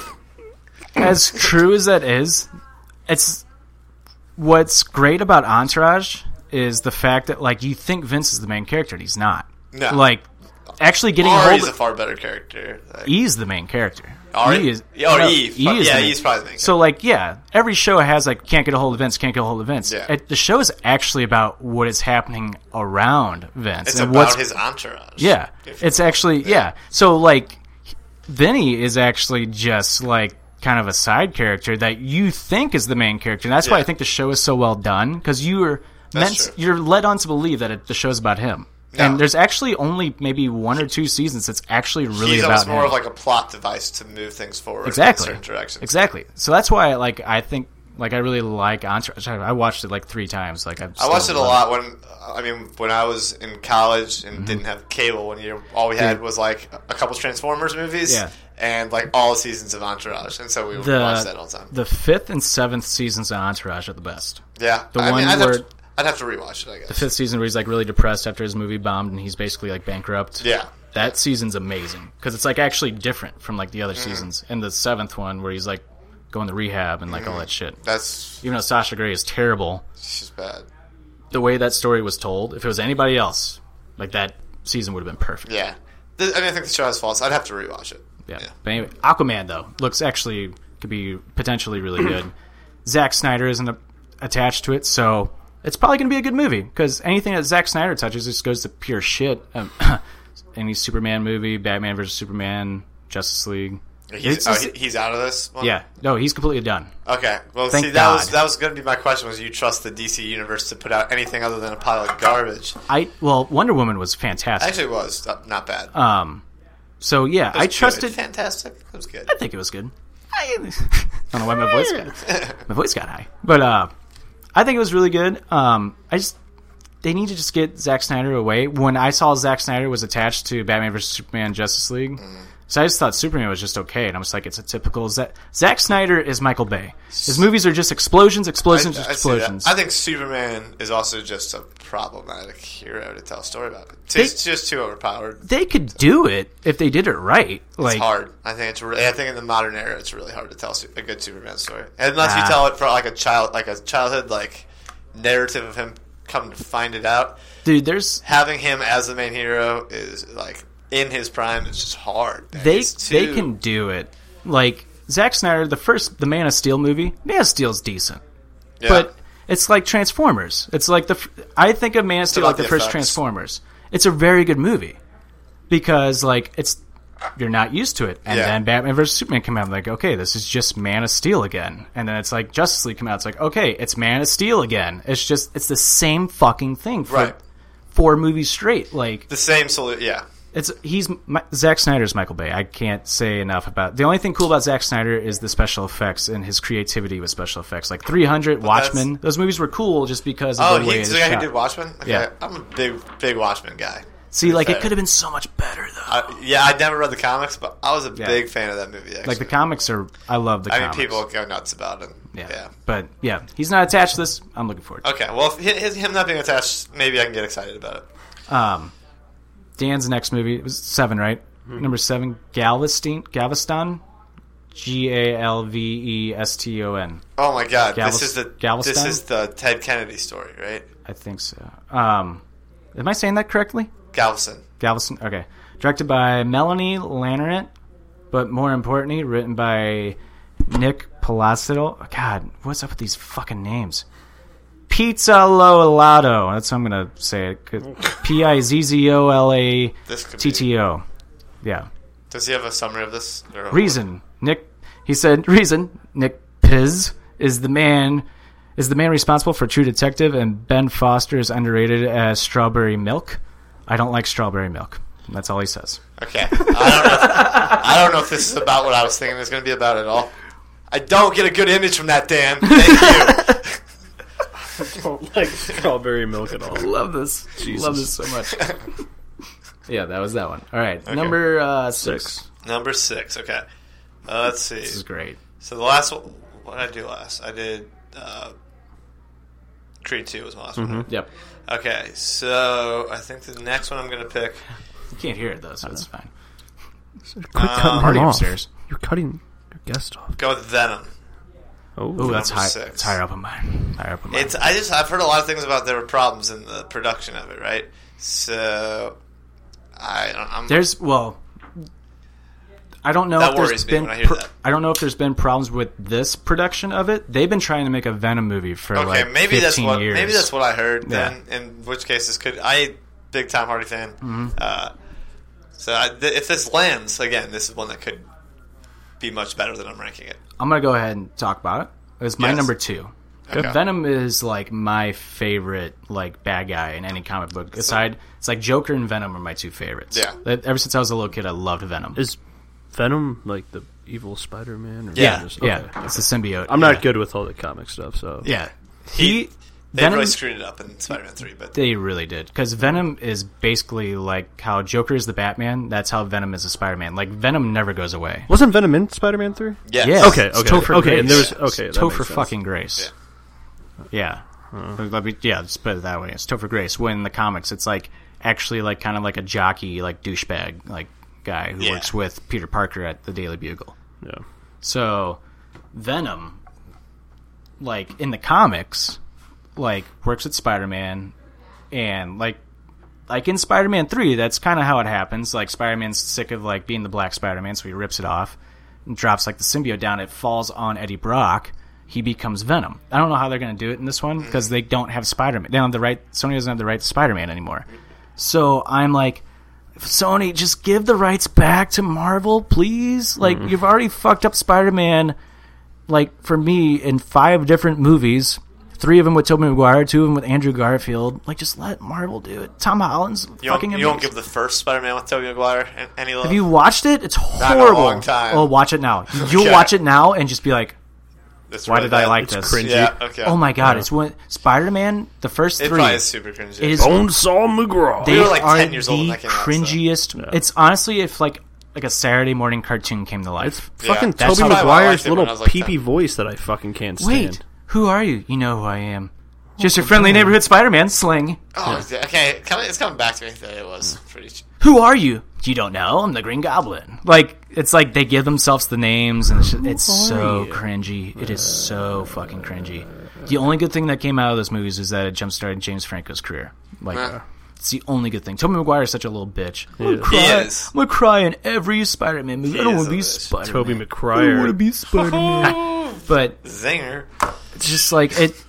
Speaker 4: as true as that is, it's what's great about Entourage is the fact that like you think Vince is the main character and he's not.
Speaker 6: No.
Speaker 4: Like actually getting a
Speaker 6: Ari's
Speaker 4: hold
Speaker 6: a
Speaker 4: of
Speaker 6: far better character. Like,
Speaker 4: E's the main character.
Speaker 6: Ari?
Speaker 4: E is,
Speaker 6: Yeah, or
Speaker 4: no,
Speaker 6: E. Fuck,
Speaker 4: is
Speaker 6: yeah,
Speaker 4: the main-
Speaker 6: E's probably the main
Speaker 4: So like yeah, every show has like can't get a hold of Vince, can't get a hold of Vince.
Speaker 6: Yeah.
Speaker 4: It- the show is actually about what is happening around Vince
Speaker 6: it's
Speaker 4: and
Speaker 6: about
Speaker 4: what's
Speaker 6: his entourage.
Speaker 4: yeah.
Speaker 6: If-
Speaker 4: It's actually yeah. So like Vinny is actually just like kind of a side character that you think is the main character. And that's why
Speaker 6: Yeah.
Speaker 4: I think the show is so well done because you are meant
Speaker 6: true.
Speaker 4: you're led on to believe that it, the show's about him.
Speaker 6: No.
Speaker 4: And there's actually only maybe one or two seasons that's actually really
Speaker 6: he's
Speaker 4: about
Speaker 6: almost more
Speaker 4: him.
Speaker 6: of like a plot device to move things forward
Speaker 4: exactly
Speaker 6: in a certain direction.
Speaker 4: Exactly. So that's why like I think like I really like Entourage. I I watched it like three times. Like
Speaker 6: I watched it a lot when I mean when I was in college
Speaker 4: Mm-hmm.
Speaker 6: and didn't have cable. One year, all we had was like a couple Transformers movies
Speaker 4: Yeah.
Speaker 6: and like all seasons of Entourage, and so we would
Speaker 4: The,
Speaker 6: watch that all the time.
Speaker 4: the fifth and seventh seasons of Entourage are the best.
Speaker 6: yeah,
Speaker 4: the
Speaker 6: I
Speaker 4: one
Speaker 6: mean, I'd,
Speaker 4: where-
Speaker 6: have to, I'd have to rewatch it. I guess.
Speaker 4: fifth season where he's like really depressed after his movie bombed and he's basically like bankrupt.
Speaker 6: Yeah.
Speaker 4: That season's amazing because it's like actually different from like the other
Speaker 6: Mm-hmm.
Speaker 4: seasons. And the seventh one where he's like going to rehab and
Speaker 6: Mm-hmm.
Speaker 4: like all that shit.
Speaker 6: That's
Speaker 4: Even though Sasha Grey is terrible,
Speaker 6: she's bad.
Speaker 4: the way that story was told, if it was anybody else, like that season would have been perfect.
Speaker 6: Yeah, Th- I mean, I think the show has faults. I'd have to rewatch it.
Speaker 4: Yeah. But anyway, Aquaman though looks actually could be potentially really good. Zack Snyder isn't a, attached to it, so it's probably going to be a good movie because anything that Zack Snyder touches just goes to pure shit. Um, any Superman movie, Batman versus Superman, Justice League.
Speaker 6: He's,
Speaker 4: It's
Speaker 6: oh,
Speaker 4: just-
Speaker 6: he, he's out of this. One?
Speaker 4: yeah, no, he's completely done.
Speaker 6: Okay. Well,
Speaker 4: Thank
Speaker 6: see, that
Speaker 4: God.
Speaker 6: was that was going to be my question: was you trust the DC universe to put out anything other than a pile of garbage?
Speaker 4: I well, Wonder Woman was fantastic.
Speaker 6: Actually, it was uh, not bad.
Speaker 4: um, so yeah, I trusted.
Speaker 6: Fantastic. It was good.
Speaker 4: I think it was good. I, I don't know why my voice got my voice got high, but uh, I think it was really good. Um, I just they need to just get Zack Snyder away. When I saw Zack Snyder was attached to Batman vs Superman Justice League,
Speaker 6: Mm.
Speaker 4: so I just thought Superman was just okay, and I was like, it's a typical Zack. Zack Snyder is Michael Bay. His movies are just explosions, explosions,
Speaker 6: I, I see that.
Speaker 4: explosions.
Speaker 6: I think Superman is also just a problematic hero to tell a story about. It's just too overpowered. It's
Speaker 4: they could do it if they did it right. Like
Speaker 6: hard. I think it's really. I think in the modern era, it's really hard to tell su- a good Superman story unless you
Speaker 4: Ah.
Speaker 6: tell it for like a child, like a childhood, like narrative of him come to find it out.
Speaker 4: dude, there's
Speaker 6: Having him as the main hero is like in his prime. It's just hard. man.
Speaker 4: they
Speaker 6: It's
Speaker 4: they
Speaker 6: too-
Speaker 4: can do it. Like Zack Snyder, the first the Man of Steel movie, Man of Steel's decent.
Speaker 6: yeah.
Speaker 4: but it's like Transformers. It's like the f- I think of Man of Steel
Speaker 6: about
Speaker 4: like the,
Speaker 6: the
Speaker 4: first
Speaker 6: effects.
Speaker 4: Transformers. It's a very good movie because like it's you're not used to it, and
Speaker 6: Yeah.
Speaker 4: then Batman vs Superman came out. I'm like, okay, this is just Man of Steel again, and then it's like Justice League come out. It's like, okay, it's Man of Steel again. It's just it's the same fucking thing for
Speaker 6: Right.
Speaker 4: four movies straight. Like
Speaker 6: the same salute. Yeah.
Speaker 4: it's he's my, Zack Snyder's Michael Bay. I can't say enough about. The only thing cool about Zack Snyder is the special effects and his creativity with special effects, like 300,
Speaker 6: that's-
Speaker 4: Watchmen. Those movies were cool just because of
Speaker 6: Oh,
Speaker 4: the way it's
Speaker 6: he's the guy who
Speaker 4: shot.
Speaker 6: did Watchmen. Okay.
Speaker 4: Yeah.
Speaker 6: I'm a big, big Watchmen guy.
Speaker 4: See, like
Speaker 6: fair.
Speaker 4: it could have been so much better though.
Speaker 6: I, yeah, I never read the comics, but I was a
Speaker 4: Yeah.
Speaker 6: big fan of that movie. Actually.
Speaker 4: like the comics are. I love the
Speaker 6: I
Speaker 4: comics.
Speaker 6: mean, people go nuts about him. Yeah.
Speaker 4: but yeah, he's not attached to this. I'm looking forward. to it.
Speaker 6: Okay. Well, if hi- his, him not being attached, maybe I can get excited about it.
Speaker 4: Dan's next movie it was seven, right?
Speaker 6: Mm-hmm.
Speaker 4: Number seven, Galveston, Galveston, G A L V E S T O N.
Speaker 6: Oh my God!
Speaker 4: Galvest-
Speaker 6: this is the this
Speaker 4: Galveston?
Speaker 6: is the Ted Kennedy story, right?
Speaker 4: I think so. Um, am I saying that correctly?
Speaker 6: Galveston.
Speaker 4: Galveston. Okay. Directed by Melanie Lanneret, but more importantly, written by Nick Palacio. God, what's up with these fucking names? Pizza Lolato. That's how I'm going to say it. P I Z Z O L A
Speaker 6: This could
Speaker 4: T
Speaker 6: be.
Speaker 4: T O. Yeah.
Speaker 6: Does he have a summary of this? Or-
Speaker 4: Reason. Nick. He said, Reason. Nick Piz is the man. Is the man responsible for True Detective and Ben Foster is underrated as Strawberry Milk? I don't like strawberry milk. That's all he says.
Speaker 6: Okay. I don't, know if, I don't know if this is about what I was thinking it was going to be about at all. I don't get a good image from that, Dan. Thank you.
Speaker 7: don't like strawberry milk at all.
Speaker 4: Love this. Love this so much. yeah, that was that one. All right, number uh, six.
Speaker 7: Six.
Speaker 6: Number six. Okay. Uh, let's see.
Speaker 4: This is great.
Speaker 6: So the last one, what did I do last? I did uh, Creed Two was my last one.
Speaker 4: Yep.
Speaker 6: Okay, so I think the next one I'm gonna pick.
Speaker 4: You can't hear it though, so it's fine.
Speaker 7: Quit
Speaker 6: Um,
Speaker 7: cutting
Speaker 4: Party
Speaker 7: him off.
Speaker 4: upstairs.
Speaker 7: You're cutting your guest off.
Speaker 6: Go with Venom.
Speaker 4: Ooh,
Speaker 7: Oh,
Speaker 4: that's high.
Speaker 6: six.
Speaker 4: It's higher up on mine. Higher up on mine.
Speaker 6: It's I just I've heard a lot of things about there were problems in the production of it, right? So I, I'm,
Speaker 4: There's well, I don't know
Speaker 6: That
Speaker 4: if there's
Speaker 6: worries me
Speaker 4: been.
Speaker 6: when I hear
Speaker 4: pr-
Speaker 6: that.
Speaker 4: I don't know if there's been problems with this production of it. They've been trying to make a Venom movie for
Speaker 6: okay,
Speaker 4: like
Speaker 6: maybe
Speaker 4: 15
Speaker 6: that's what
Speaker 4: years.
Speaker 6: maybe that's what I heard.
Speaker 4: Yeah.
Speaker 6: Then, in which case this could I big Tom Hardy fan.
Speaker 4: Mm-hmm.
Speaker 6: Uh, so I, th- if this lands again, this is one that could be much better than I'm ranking it.
Speaker 4: I'm gonna go ahead and talk about it. It's my
Speaker 6: Yes.
Speaker 4: number two. Venom is like my favorite like bad guy in any comic book. Aside, it's like Joker and Venom are my two favorites.
Speaker 6: Yeah.
Speaker 4: That- ever since I was a little kid, I loved Venom.
Speaker 7: Is Venom like the evil Spider Man? or
Speaker 6: Yeah.
Speaker 7: just-
Speaker 4: yeah,
Speaker 7: okay.
Speaker 4: it's the symbiote.
Speaker 7: I'm not good with all the comic stuff, so
Speaker 4: Yeah,
Speaker 6: He-
Speaker 4: he.
Speaker 6: They
Speaker 4: Venom,
Speaker 6: really screwed it up in Spider-Man Three, but
Speaker 4: They really did. Because Venom is basically like how Joker is the Batman, that's how Venom is the Spider Man. Like, Venom never goes away.
Speaker 7: wasn't Venom in Spider Man three?
Speaker 6: yes.
Speaker 4: Yes.
Speaker 7: Okay,
Speaker 4: It's
Speaker 7: okay,
Speaker 4: Topher
Speaker 7: okay,
Speaker 4: Grace.
Speaker 7: and there was- okay,
Speaker 4: It's
Speaker 7: that makes
Speaker 4: Topher
Speaker 7: sense.
Speaker 4: fucking Grace. Yeah. Let me, yeah, let's put it that way. It's Topher Grace. When in the comics, it's like actually like kind of like a jockey, like douchebag, like guy who
Speaker 6: Yeah.
Speaker 4: works with Peter Parker at the Daily Bugle.
Speaker 7: Yeah.
Speaker 4: So Venom, like in the comics, like works with Spider Man, and like like in Spider Man three, that's kind of how it happens. Like Spider Man's sick of like being the Black Spider Man, so he rips it off and drops like the symbiote down. It falls on Eddie Brock. He becomes Venom. I don't know how they're going to do it in this one because they don't have Spider Man. They don't have the right. Sony doesn't have the right Spider Man anymore. So I'm like, Sony, just give the rights back to Marvel, please. Like you've already fucked up Spider-Man, like for me in five different movies, three of them with Tobey Maguire, two of them with Andrew Garfield. Like just let Marvel do it. Tom Holland's
Speaker 6: You don't,
Speaker 4: fucking.
Speaker 6: you don't
Speaker 4: amazing.
Speaker 6: give the first Spider-Man with Tobey Maguire an- any love.
Speaker 4: Have you watched it? It's
Speaker 6: a
Speaker 4: horrible.
Speaker 6: long time.
Speaker 4: Oh, watch it now. You'll
Speaker 6: Okay.
Speaker 4: watch it now and just be like,
Speaker 6: It's
Speaker 4: why
Speaker 6: really
Speaker 4: did I
Speaker 6: bad.
Speaker 4: like
Speaker 6: It's
Speaker 4: this?
Speaker 6: cringy. Yeah, okay.
Speaker 4: Oh my god, it's when Spider-Man the first
Speaker 6: It
Speaker 4: three.
Speaker 6: probably is super cringy. Oh,
Speaker 4: it is
Speaker 7: Bonesaw McGraw.
Speaker 4: they
Speaker 6: were, like,
Speaker 4: are
Speaker 6: 10 years
Speaker 4: the
Speaker 6: old when that came out, so-
Speaker 4: cringiest. It's honestly if like like a Saturday morning cartoon came to life.
Speaker 7: It's fucking
Speaker 6: That's
Speaker 7: Toby
Speaker 6: how I liked
Speaker 7: Maguire's
Speaker 6: it when
Speaker 7: little
Speaker 6: I was like
Speaker 7: peepy
Speaker 6: 10.
Speaker 7: voice that I fucking can't stand.
Speaker 4: Wait, who are you? You know who I am. Just your friendly neighborhood Spider-Man sling.
Speaker 6: Oh, yeah, okay. Kinda- It's coming back to me that it was pretty. ch-
Speaker 4: Who are you? You don't know. I'm the Green Goblin. Like it's like they give themselves the names, and it's, just, it's so cringy. It is so fucking cringy. The only good thing that came out of those movies is that it jump-started James Franco's career. Like.
Speaker 6: Nah.
Speaker 4: It's the only good thing. Tobey Maguire is such a little bitch. I'm, gonna
Speaker 7: is.
Speaker 4: cry,
Speaker 6: He is.
Speaker 4: I'm gonna cry in every Spider-Man movie. I don't
Speaker 6: is
Speaker 4: want
Speaker 6: a
Speaker 4: to be
Speaker 6: bitch.
Speaker 4: Spider-Man.
Speaker 7: Toby
Speaker 4: I don't want to
Speaker 7: McGuire.
Speaker 4: be Spider-Man. but
Speaker 6: Zinger.
Speaker 4: just like it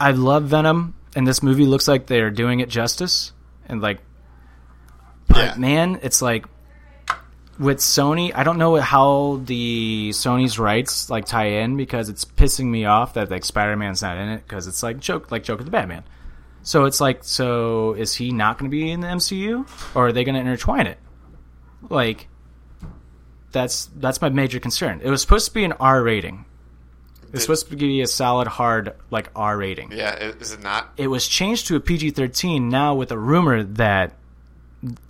Speaker 4: i love venom and this movie looks like they're doing it justice and like but
Speaker 6: Yeah.
Speaker 4: man it's like with sony i don't know how the sony's rights like tie in because it's pissing me off that like spider-man's not in it because it's like joke like joker the batman so it's like so is he not going to be in the mcu or are they going to intertwine it like that's that's my major concern it was supposed to be an r rating it's supposed to be a solid, hard, like R rating.
Speaker 6: Yeah, i- is it not?
Speaker 4: It was changed to a PG 13 now with a rumor that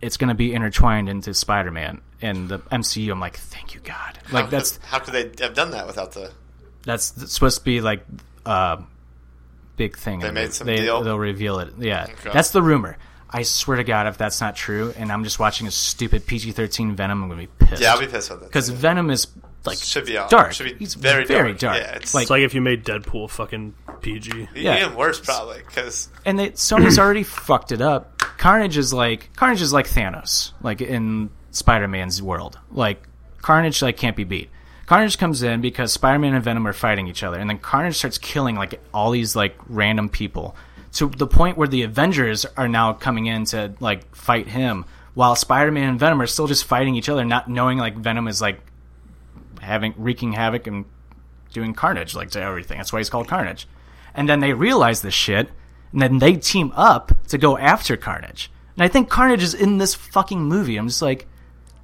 Speaker 4: it's going to be intertwined into Spider Man and the MCU. I'm like, thank you, God. Like, that's
Speaker 6: how could they have done that without the?
Speaker 4: that's supposed to be like a big thing. They
Speaker 6: made some deal?
Speaker 4: They'll reveal it. Yeah. That's the rumor. I swear to God, if that's not true and I'm just watching a stupid PG 13 Venom, I'm going to be pissed.
Speaker 6: Yeah, I'll be pissed with it.
Speaker 4: Because Venom is like
Speaker 6: should be on.
Speaker 4: dark.
Speaker 6: Should be
Speaker 4: He's
Speaker 6: very
Speaker 4: very
Speaker 6: dark.
Speaker 4: dark.
Speaker 6: Yeah, it's
Speaker 4: Like-
Speaker 6: like
Speaker 7: It's like if you made Deadpool fucking PG.
Speaker 4: yeah.
Speaker 6: even worse probably because
Speaker 4: and they, Sony's already fucked it up. Carnage is like Carnage is like Thanos, like in Spider-Man's world. Like Carnage like can't be beat. Carnage comes in because Spider-Man and Venom are fighting each other, and then Carnage starts killing like all these like random people to the point where the Avengers are now coming in to like fight him, while Spider-Man and Venom are still just fighting each other, not knowing like Venom is like having wreaking havoc and doing carnage like to everything. That's why he's called Carnage. And then they realize this shit, and then they team up to go after Carnage. And I think Carnage is in this fucking movie. I'm just like,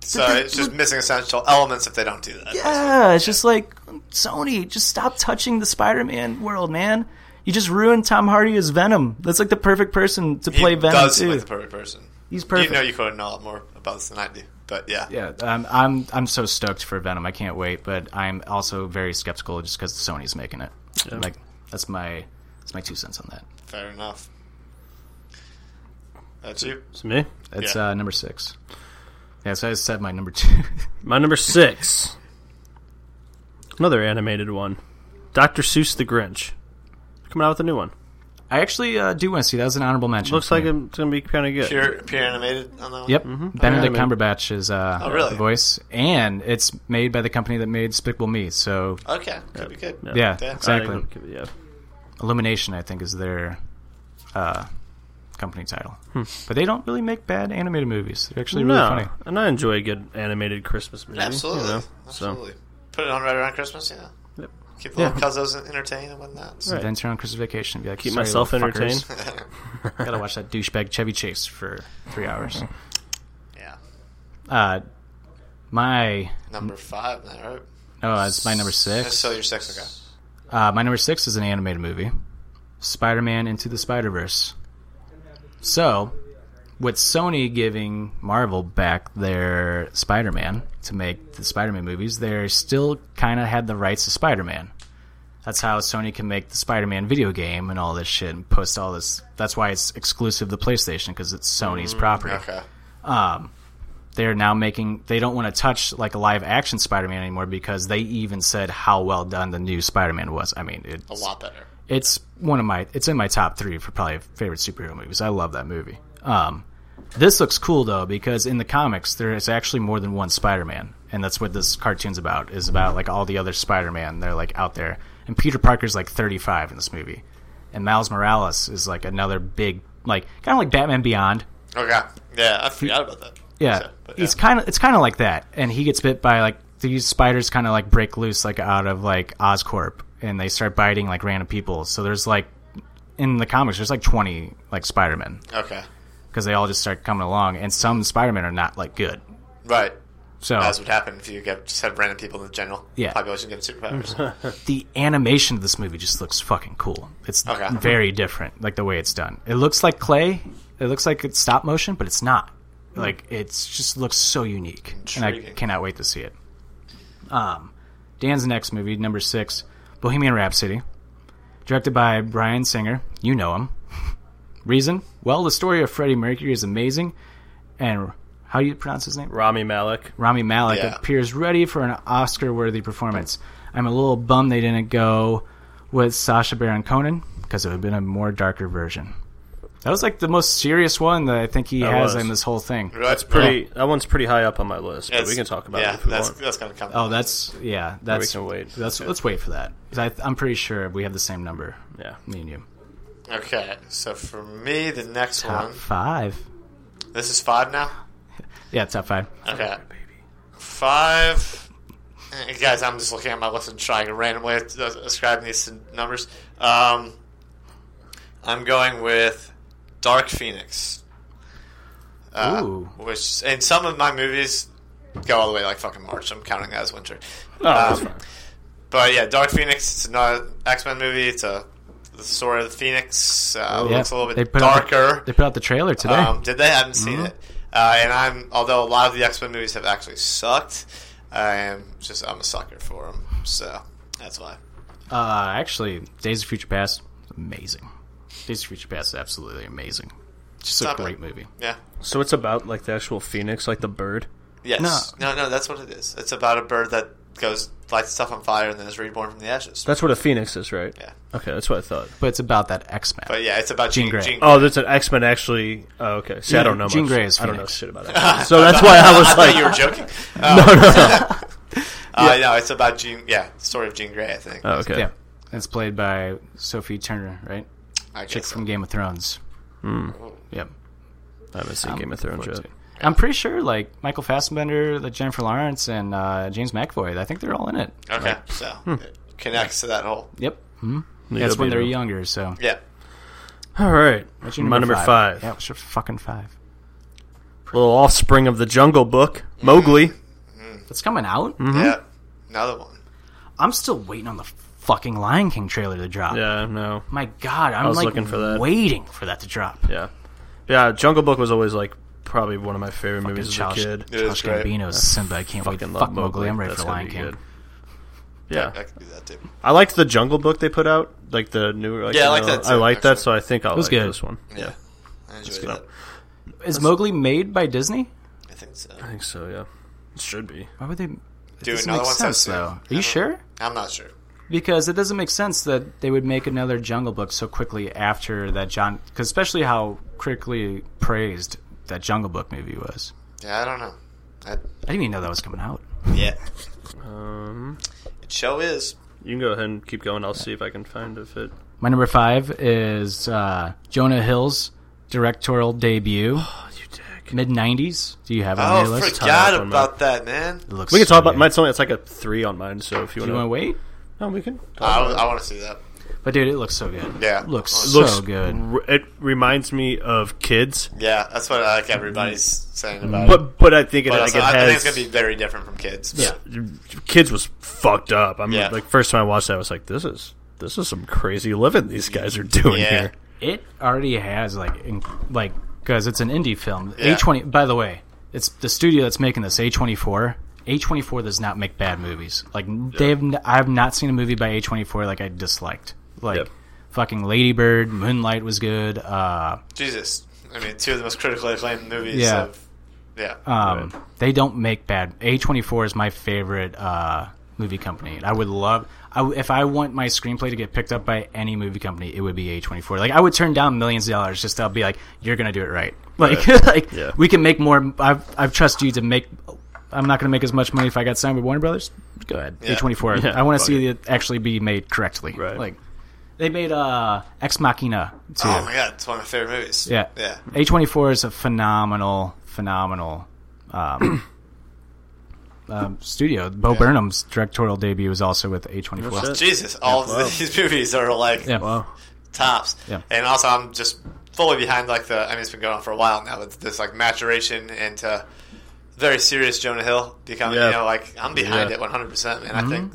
Speaker 6: so it's just missing essential elements if they don't do that.
Speaker 4: ah, it's just like Sony, just stop touching the Spider-Man world, man. You just ruined Tom Hardy as Venom. That's like the perfect person to
Speaker 6: He
Speaker 4: play Venom
Speaker 6: does
Speaker 4: too.
Speaker 6: seem like the perfect person.
Speaker 4: He's perfect.
Speaker 6: You know, you couldn't know a lot more about this than I do, but yeah,
Speaker 4: yeah, um, I'm I'm so stoked for Venom. I can't wait, but I'm also very skeptical just because Sony's making it. Like that's my that's my two cents on that.
Speaker 6: fair enough. That's you.
Speaker 7: It's me.
Speaker 4: It's
Speaker 6: Yeah.
Speaker 4: uh, number six. Yeah, so I said my number two.
Speaker 7: My number six. Another animated one. Dr. Seuss the Grinch. Coming out with a new one.
Speaker 4: I actually uh, do want to see. That was an honorable mention.
Speaker 7: Looks
Speaker 4: for
Speaker 7: like
Speaker 4: me.
Speaker 7: it's gonna be kind of good.
Speaker 6: Pure, pure animated on that one?
Speaker 4: Yep, Benedict
Speaker 7: Oh, I mean-
Speaker 4: Cumberbatch is uh,
Speaker 6: Oh, really?
Speaker 4: the voice, and it's made by the company that made Despicable Me. So
Speaker 6: Okay, could be good.
Speaker 4: yeah,
Speaker 6: Yeah.
Speaker 7: I think
Speaker 4: exactly.
Speaker 7: it'll give- Yeah.
Speaker 4: Illumination, I think, is their uh, company title. But they don't really make bad animated movies. They're actually really
Speaker 7: Hmm. no,
Speaker 4: funny.
Speaker 7: and I enjoy a good animated Christmas movie. you
Speaker 6: Absolutely.
Speaker 7: know, so
Speaker 6: Absolutely. Put it on right around Christmas, yeah.
Speaker 7: Yep.
Speaker 6: Keep the little cousins entertained and whatnot. So.
Speaker 4: Right. Then turn on Christmas Vacation. and Be like,
Speaker 7: keep
Speaker 4: "Sorry,
Speaker 7: myself
Speaker 4: little
Speaker 7: entertained.
Speaker 4: fuckers. Gotta watch that douchebag Chevy Chase for three hours.
Speaker 6: Yeah.
Speaker 4: Uh, my
Speaker 7: Mm.
Speaker 6: Number five, then, right?
Speaker 4: oh, that's my number six.
Speaker 6: So your sex okay.
Speaker 4: Uh, my number six is an animated movie, Spider-Man Into the Spider-Verse. So, with Sony giving Marvel back their Spider-Man to make the Spider-Man movies, they still kind of had the rights to Spider-Man. That's how Sony can make the Spider-Man video game and all this shit and post all this. That's why it's exclusive to PlayStation because it's Sony's property
Speaker 6: Okay.
Speaker 4: they're now making they don't want to touch like a live action spider-man anymore because they even said how well done the new spider-man was i mean
Speaker 6: A
Speaker 4: it's,
Speaker 6: lot better.
Speaker 4: it's one of my it's in my top three for probably favorite superhero movies i love that movie um, this looks cool though because in the comics there is actually more than one spider-man and that's what this cartoon's about is about like all the other spider-man they're like out there and peter parker's like 35 in this movie and miles morales is like another big like kind of like batman beyond
Speaker 6: Okay. Yeah, I forgot about that.
Speaker 4: yeah,
Speaker 6: So, but
Speaker 4: it's kind of it's kind of like that, and he gets bit by like these spiders, kind of like break loose like out of like Oscorp, and they start biting like random people. So there's like in the comics, there's like twenty like Spider Men
Speaker 6: Okay.
Speaker 4: because they all just start coming along, and some Spider Men are not like good.
Speaker 6: Right.
Speaker 4: So
Speaker 6: As would happen if you get, just had random people in the general
Speaker 4: Oh. Yeah.
Speaker 6: population getting superpowers.
Speaker 4: the animation of this movie just looks fucking cool. It's
Speaker 6: Okay.
Speaker 4: very different, like the way it's done. It looks like clay. It looks like it's stop motion, but it's not. Like it's just looks so unique, and I
Speaker 6: Intriguing.
Speaker 4: cannot wait to see it. Um, Dan's next movie, number six, Bohemian Rhapsody, directed by Brian Singer. You know him. Reason? Well, the story of Freddie Mercury is amazing, and how do you pronounce his name?
Speaker 7: Rami Malek.
Speaker 4: Rami Malek
Speaker 6: Yeah.
Speaker 4: appears ready for an Oscar-worthy performance. I'm a little bummed they didn't go with Sasha Baron Cohen because it would have been a more darker version. That was like the most serious one that I think he
Speaker 7: That
Speaker 4: has
Speaker 7: was.
Speaker 4: in this whole thing.
Speaker 6: That's
Speaker 7: Pretty. That one's pretty high up on my list, but
Speaker 6: It's-
Speaker 7: we can talk about
Speaker 6: yeah,
Speaker 7: it if we
Speaker 6: that's,
Speaker 7: want.
Speaker 6: that's going to come.
Speaker 4: Oh, that's yeah. That's
Speaker 7: can wait.
Speaker 4: That's let's wait for that. 'Cause I, I'm pretty sure we have the same number.
Speaker 7: Yeah.
Speaker 4: me and you.
Speaker 6: Okay, so for me, the next
Speaker 4: Top
Speaker 6: one.
Speaker 4: five.
Speaker 6: This is five now?
Speaker 4: Yeah, top five.
Speaker 6: Okay. Five. Eh, Guys, I'm just looking at my list and trying to randomly as- ascribe these to numbers. Um, I'm going with Dark Phoenix. Uh,
Speaker 4: Ooh.
Speaker 6: Which, and some of my movies go all the way like fucking March. I'm counting that as winter.
Speaker 7: Oh, that's
Speaker 6: Um,
Speaker 7: fine.
Speaker 6: But yeah, Dark Phoenix. It's not an X Men movie. It's a the story of the Phoenix. Uh,
Speaker 4: Oh, Yeah,
Speaker 6: Looks a little
Speaker 4: they
Speaker 6: bit
Speaker 4: put out the-
Speaker 6: darker.
Speaker 4: They put out the trailer today.
Speaker 6: Um, did they? I haven't seen it. Uh, and I'm, although a lot of the X Men movies have actually sucked, I am just I'm a sucker for them. So that's why.
Speaker 4: Uh, actually, Days of Future Past, amazing. Days of Future Past is absolutely amazing. Just a
Speaker 6: not bad.
Speaker 4: great movie.
Speaker 6: Yeah.
Speaker 7: So it's about like the actual phoenix, like the bird.
Speaker 6: Yes. No. no, that's what it is. It's about a bird that goes lights stuff on fire and then is reborn from the ashes.
Speaker 7: That's what a phoenix is, right?
Speaker 6: Yeah.
Speaker 7: Okay, that's what I thought.
Speaker 4: But it's about that X Men.
Speaker 6: But yeah, it's about
Speaker 4: Jean
Speaker 6: Jean,
Speaker 4: Grey.
Speaker 6: Jean
Speaker 7: Oh, that's an X Men actually. Oh, okay. See, I
Speaker 4: Yeah,
Speaker 7: don't know.
Speaker 4: Jean
Speaker 7: much.
Speaker 4: Grey is
Speaker 7: I don't know
Speaker 4: Phoenix.
Speaker 7: shit about it. so that's why I was
Speaker 6: I thought
Speaker 7: like,
Speaker 6: you were joking. no, no. uh, no, it's about Jean. Yeah, story of Jean Grey. I think.
Speaker 7: oh, okay.
Speaker 4: Yeah. It's played by Sophie Turner, right?
Speaker 6: I guess
Speaker 4: Chick
Speaker 6: so.
Speaker 4: from Game of Thrones.
Speaker 7: Hmm.
Speaker 4: Yep.
Speaker 7: I haven't seen Game of Thrones yet.
Speaker 4: I'm pretty sure, like, Michael Fassbender, like Jennifer Lawrence, and uh, James McAvoy, I think they're all in it.
Speaker 6: Okay, so it connects to that whole.
Speaker 4: Yep. Hmm? That's when they're younger, so.
Speaker 6: Yeah.
Speaker 7: All right.
Speaker 4: What's your
Speaker 7: My number five.
Speaker 4: Yeah, what's your fucking five?
Speaker 7: Little offspring of the Jungle Book, Mowgli.
Speaker 4: That's coming out?
Speaker 7: Mm-hmm.
Speaker 6: Yeah. Another one.
Speaker 4: I'm still waiting on the fucking Lion King trailer to drop.
Speaker 7: Yeah, no.
Speaker 4: My God, I'm
Speaker 7: was
Speaker 4: like
Speaker 7: looking for that.
Speaker 4: waiting for that to drop.
Speaker 7: Yeah, yeah. Jungle Book was always like probably one of my favorite movies as a
Speaker 4: Josh,
Speaker 7: kid.
Speaker 6: It is
Speaker 4: Josh
Speaker 6: great.
Speaker 4: Gambino's Simba. I can't wait.
Speaker 7: Fucking
Speaker 4: Fuck
Speaker 7: love
Speaker 4: Mowgli.
Speaker 7: Mowgli.
Speaker 4: I'm ready
Speaker 7: That's
Speaker 4: for
Speaker 7: gonna
Speaker 4: Lion
Speaker 7: be
Speaker 4: King.
Speaker 7: good. Yeah,
Speaker 6: I could do that too.
Speaker 7: I liked the Jungle Book they put out, like the newer. Like,
Speaker 6: Yeah, I
Speaker 7: you
Speaker 6: like
Speaker 7: know,
Speaker 6: that too,
Speaker 7: I like that,
Speaker 6: actually.
Speaker 7: so I think I'll
Speaker 4: was
Speaker 7: like
Speaker 4: good.
Speaker 7: this one.
Speaker 6: Yeah. I enjoyed
Speaker 7: go.
Speaker 6: that.
Speaker 4: Is Mowgli made by Disney?
Speaker 6: I think so.
Speaker 7: I think so. Yeah, it should be.
Speaker 4: Why would they?
Speaker 6: Do
Speaker 4: Doesn't
Speaker 6: another
Speaker 4: make
Speaker 6: one so
Speaker 4: sense
Speaker 6: soon.
Speaker 4: though. Are you sure?
Speaker 6: I'm not sure.
Speaker 4: because it doesn't make sense that they would make another Jungle Book so quickly after that John, because especially how critically praised that Jungle Book movie was.
Speaker 6: Yeah, I don't know. I,
Speaker 4: I didn't even know that was coming out.
Speaker 6: yeah,
Speaker 7: Um,
Speaker 6: it show is.
Speaker 7: you can go ahead and keep going. I'll see if I can find if it.
Speaker 4: My number five is uh, Jonah Hill's directorial debut,
Speaker 7: You dick.
Speaker 4: mid '90s. Do you have it on
Speaker 6: Oh,
Speaker 4: your list?
Speaker 6: forgot
Speaker 7: on
Speaker 6: about that, man.
Speaker 4: It looks
Speaker 7: We can talk about
Speaker 4: sick.
Speaker 7: mine's only it's like a three on mine. So if you
Speaker 4: Do you
Speaker 7: want
Speaker 4: want to wait?
Speaker 7: no, we can.
Speaker 6: I, I want to see that.
Speaker 4: But dude, it looks so good.
Speaker 6: Yeah.
Speaker 4: looks
Speaker 6: It
Speaker 4: so
Speaker 7: looks
Speaker 4: good.
Speaker 7: r- It reminds me of kids,
Speaker 6: Yeah, that's what like everybody's saying about it.
Speaker 7: but but I think it,
Speaker 6: But
Speaker 7: like,
Speaker 6: also,
Speaker 7: it
Speaker 6: I
Speaker 7: has.
Speaker 6: think it's gonna be very different from kids. Yeah,
Speaker 7: kids was fucked up. I'm
Speaker 6: Yeah.
Speaker 7: like first time I watched that, I was like, this is this is some crazy living these guys are doing
Speaker 6: Yeah.
Speaker 7: here.
Speaker 4: It already has like in, like because it's an indie film.
Speaker 6: Yeah.
Speaker 4: A twenty. By the way, it's the studio that's making this. A twenty four. A twenty four does not make bad movies. Like they've. n- I have not seen a movie by A twenty four like I disliked. Like
Speaker 7: Yep.
Speaker 4: fucking Ladybird, Moonlight was good. Uh,
Speaker 6: Jesus. I mean, two of the most critically acclaimed movies.
Speaker 4: Yeah.
Speaker 6: Of, yeah.
Speaker 4: um, they don't make bad. A twenty four is my favorite uh, movie company. And I would love. I w if I want my screenplay to get picked up by any movie company, it would be A twenty four. Like I would turn down millions of dollars just to be like, "You're gonna do it right." Like, like
Speaker 7: Yeah.
Speaker 4: we can make more. I've I've trust you to make. I'm not gonna make as much money if I got signed with Warner Brothers. Go ahead,
Speaker 6: Yeah.
Speaker 4: A twenty four.
Speaker 7: Yeah,
Speaker 4: I want to
Speaker 7: fuck
Speaker 4: see it actually be made correctly.
Speaker 7: Right.
Speaker 4: Like they made uh, Ex Machina too.
Speaker 6: Oh my god, it's one of my favorite movies.
Speaker 4: Yeah.
Speaker 6: Yeah.
Speaker 4: A twenty four is a phenomenal, phenomenal um, um, studio. Bo Burnham's directorial debut was also with A twenty four.
Speaker 7: shit.
Speaker 6: Jesus, all of these movies are like
Speaker 4: Yeah,
Speaker 6: tops.
Speaker 4: Yeah.
Speaker 6: And also, I'm just fully behind like the. I mean, it's been going on for a while now, but this like maturation into very serious Jonah Hill becoming.
Speaker 7: Yeah.
Speaker 6: You know, like I'm behind
Speaker 7: Yeah. Mm-hmm.
Speaker 6: it 100. percent Man, I think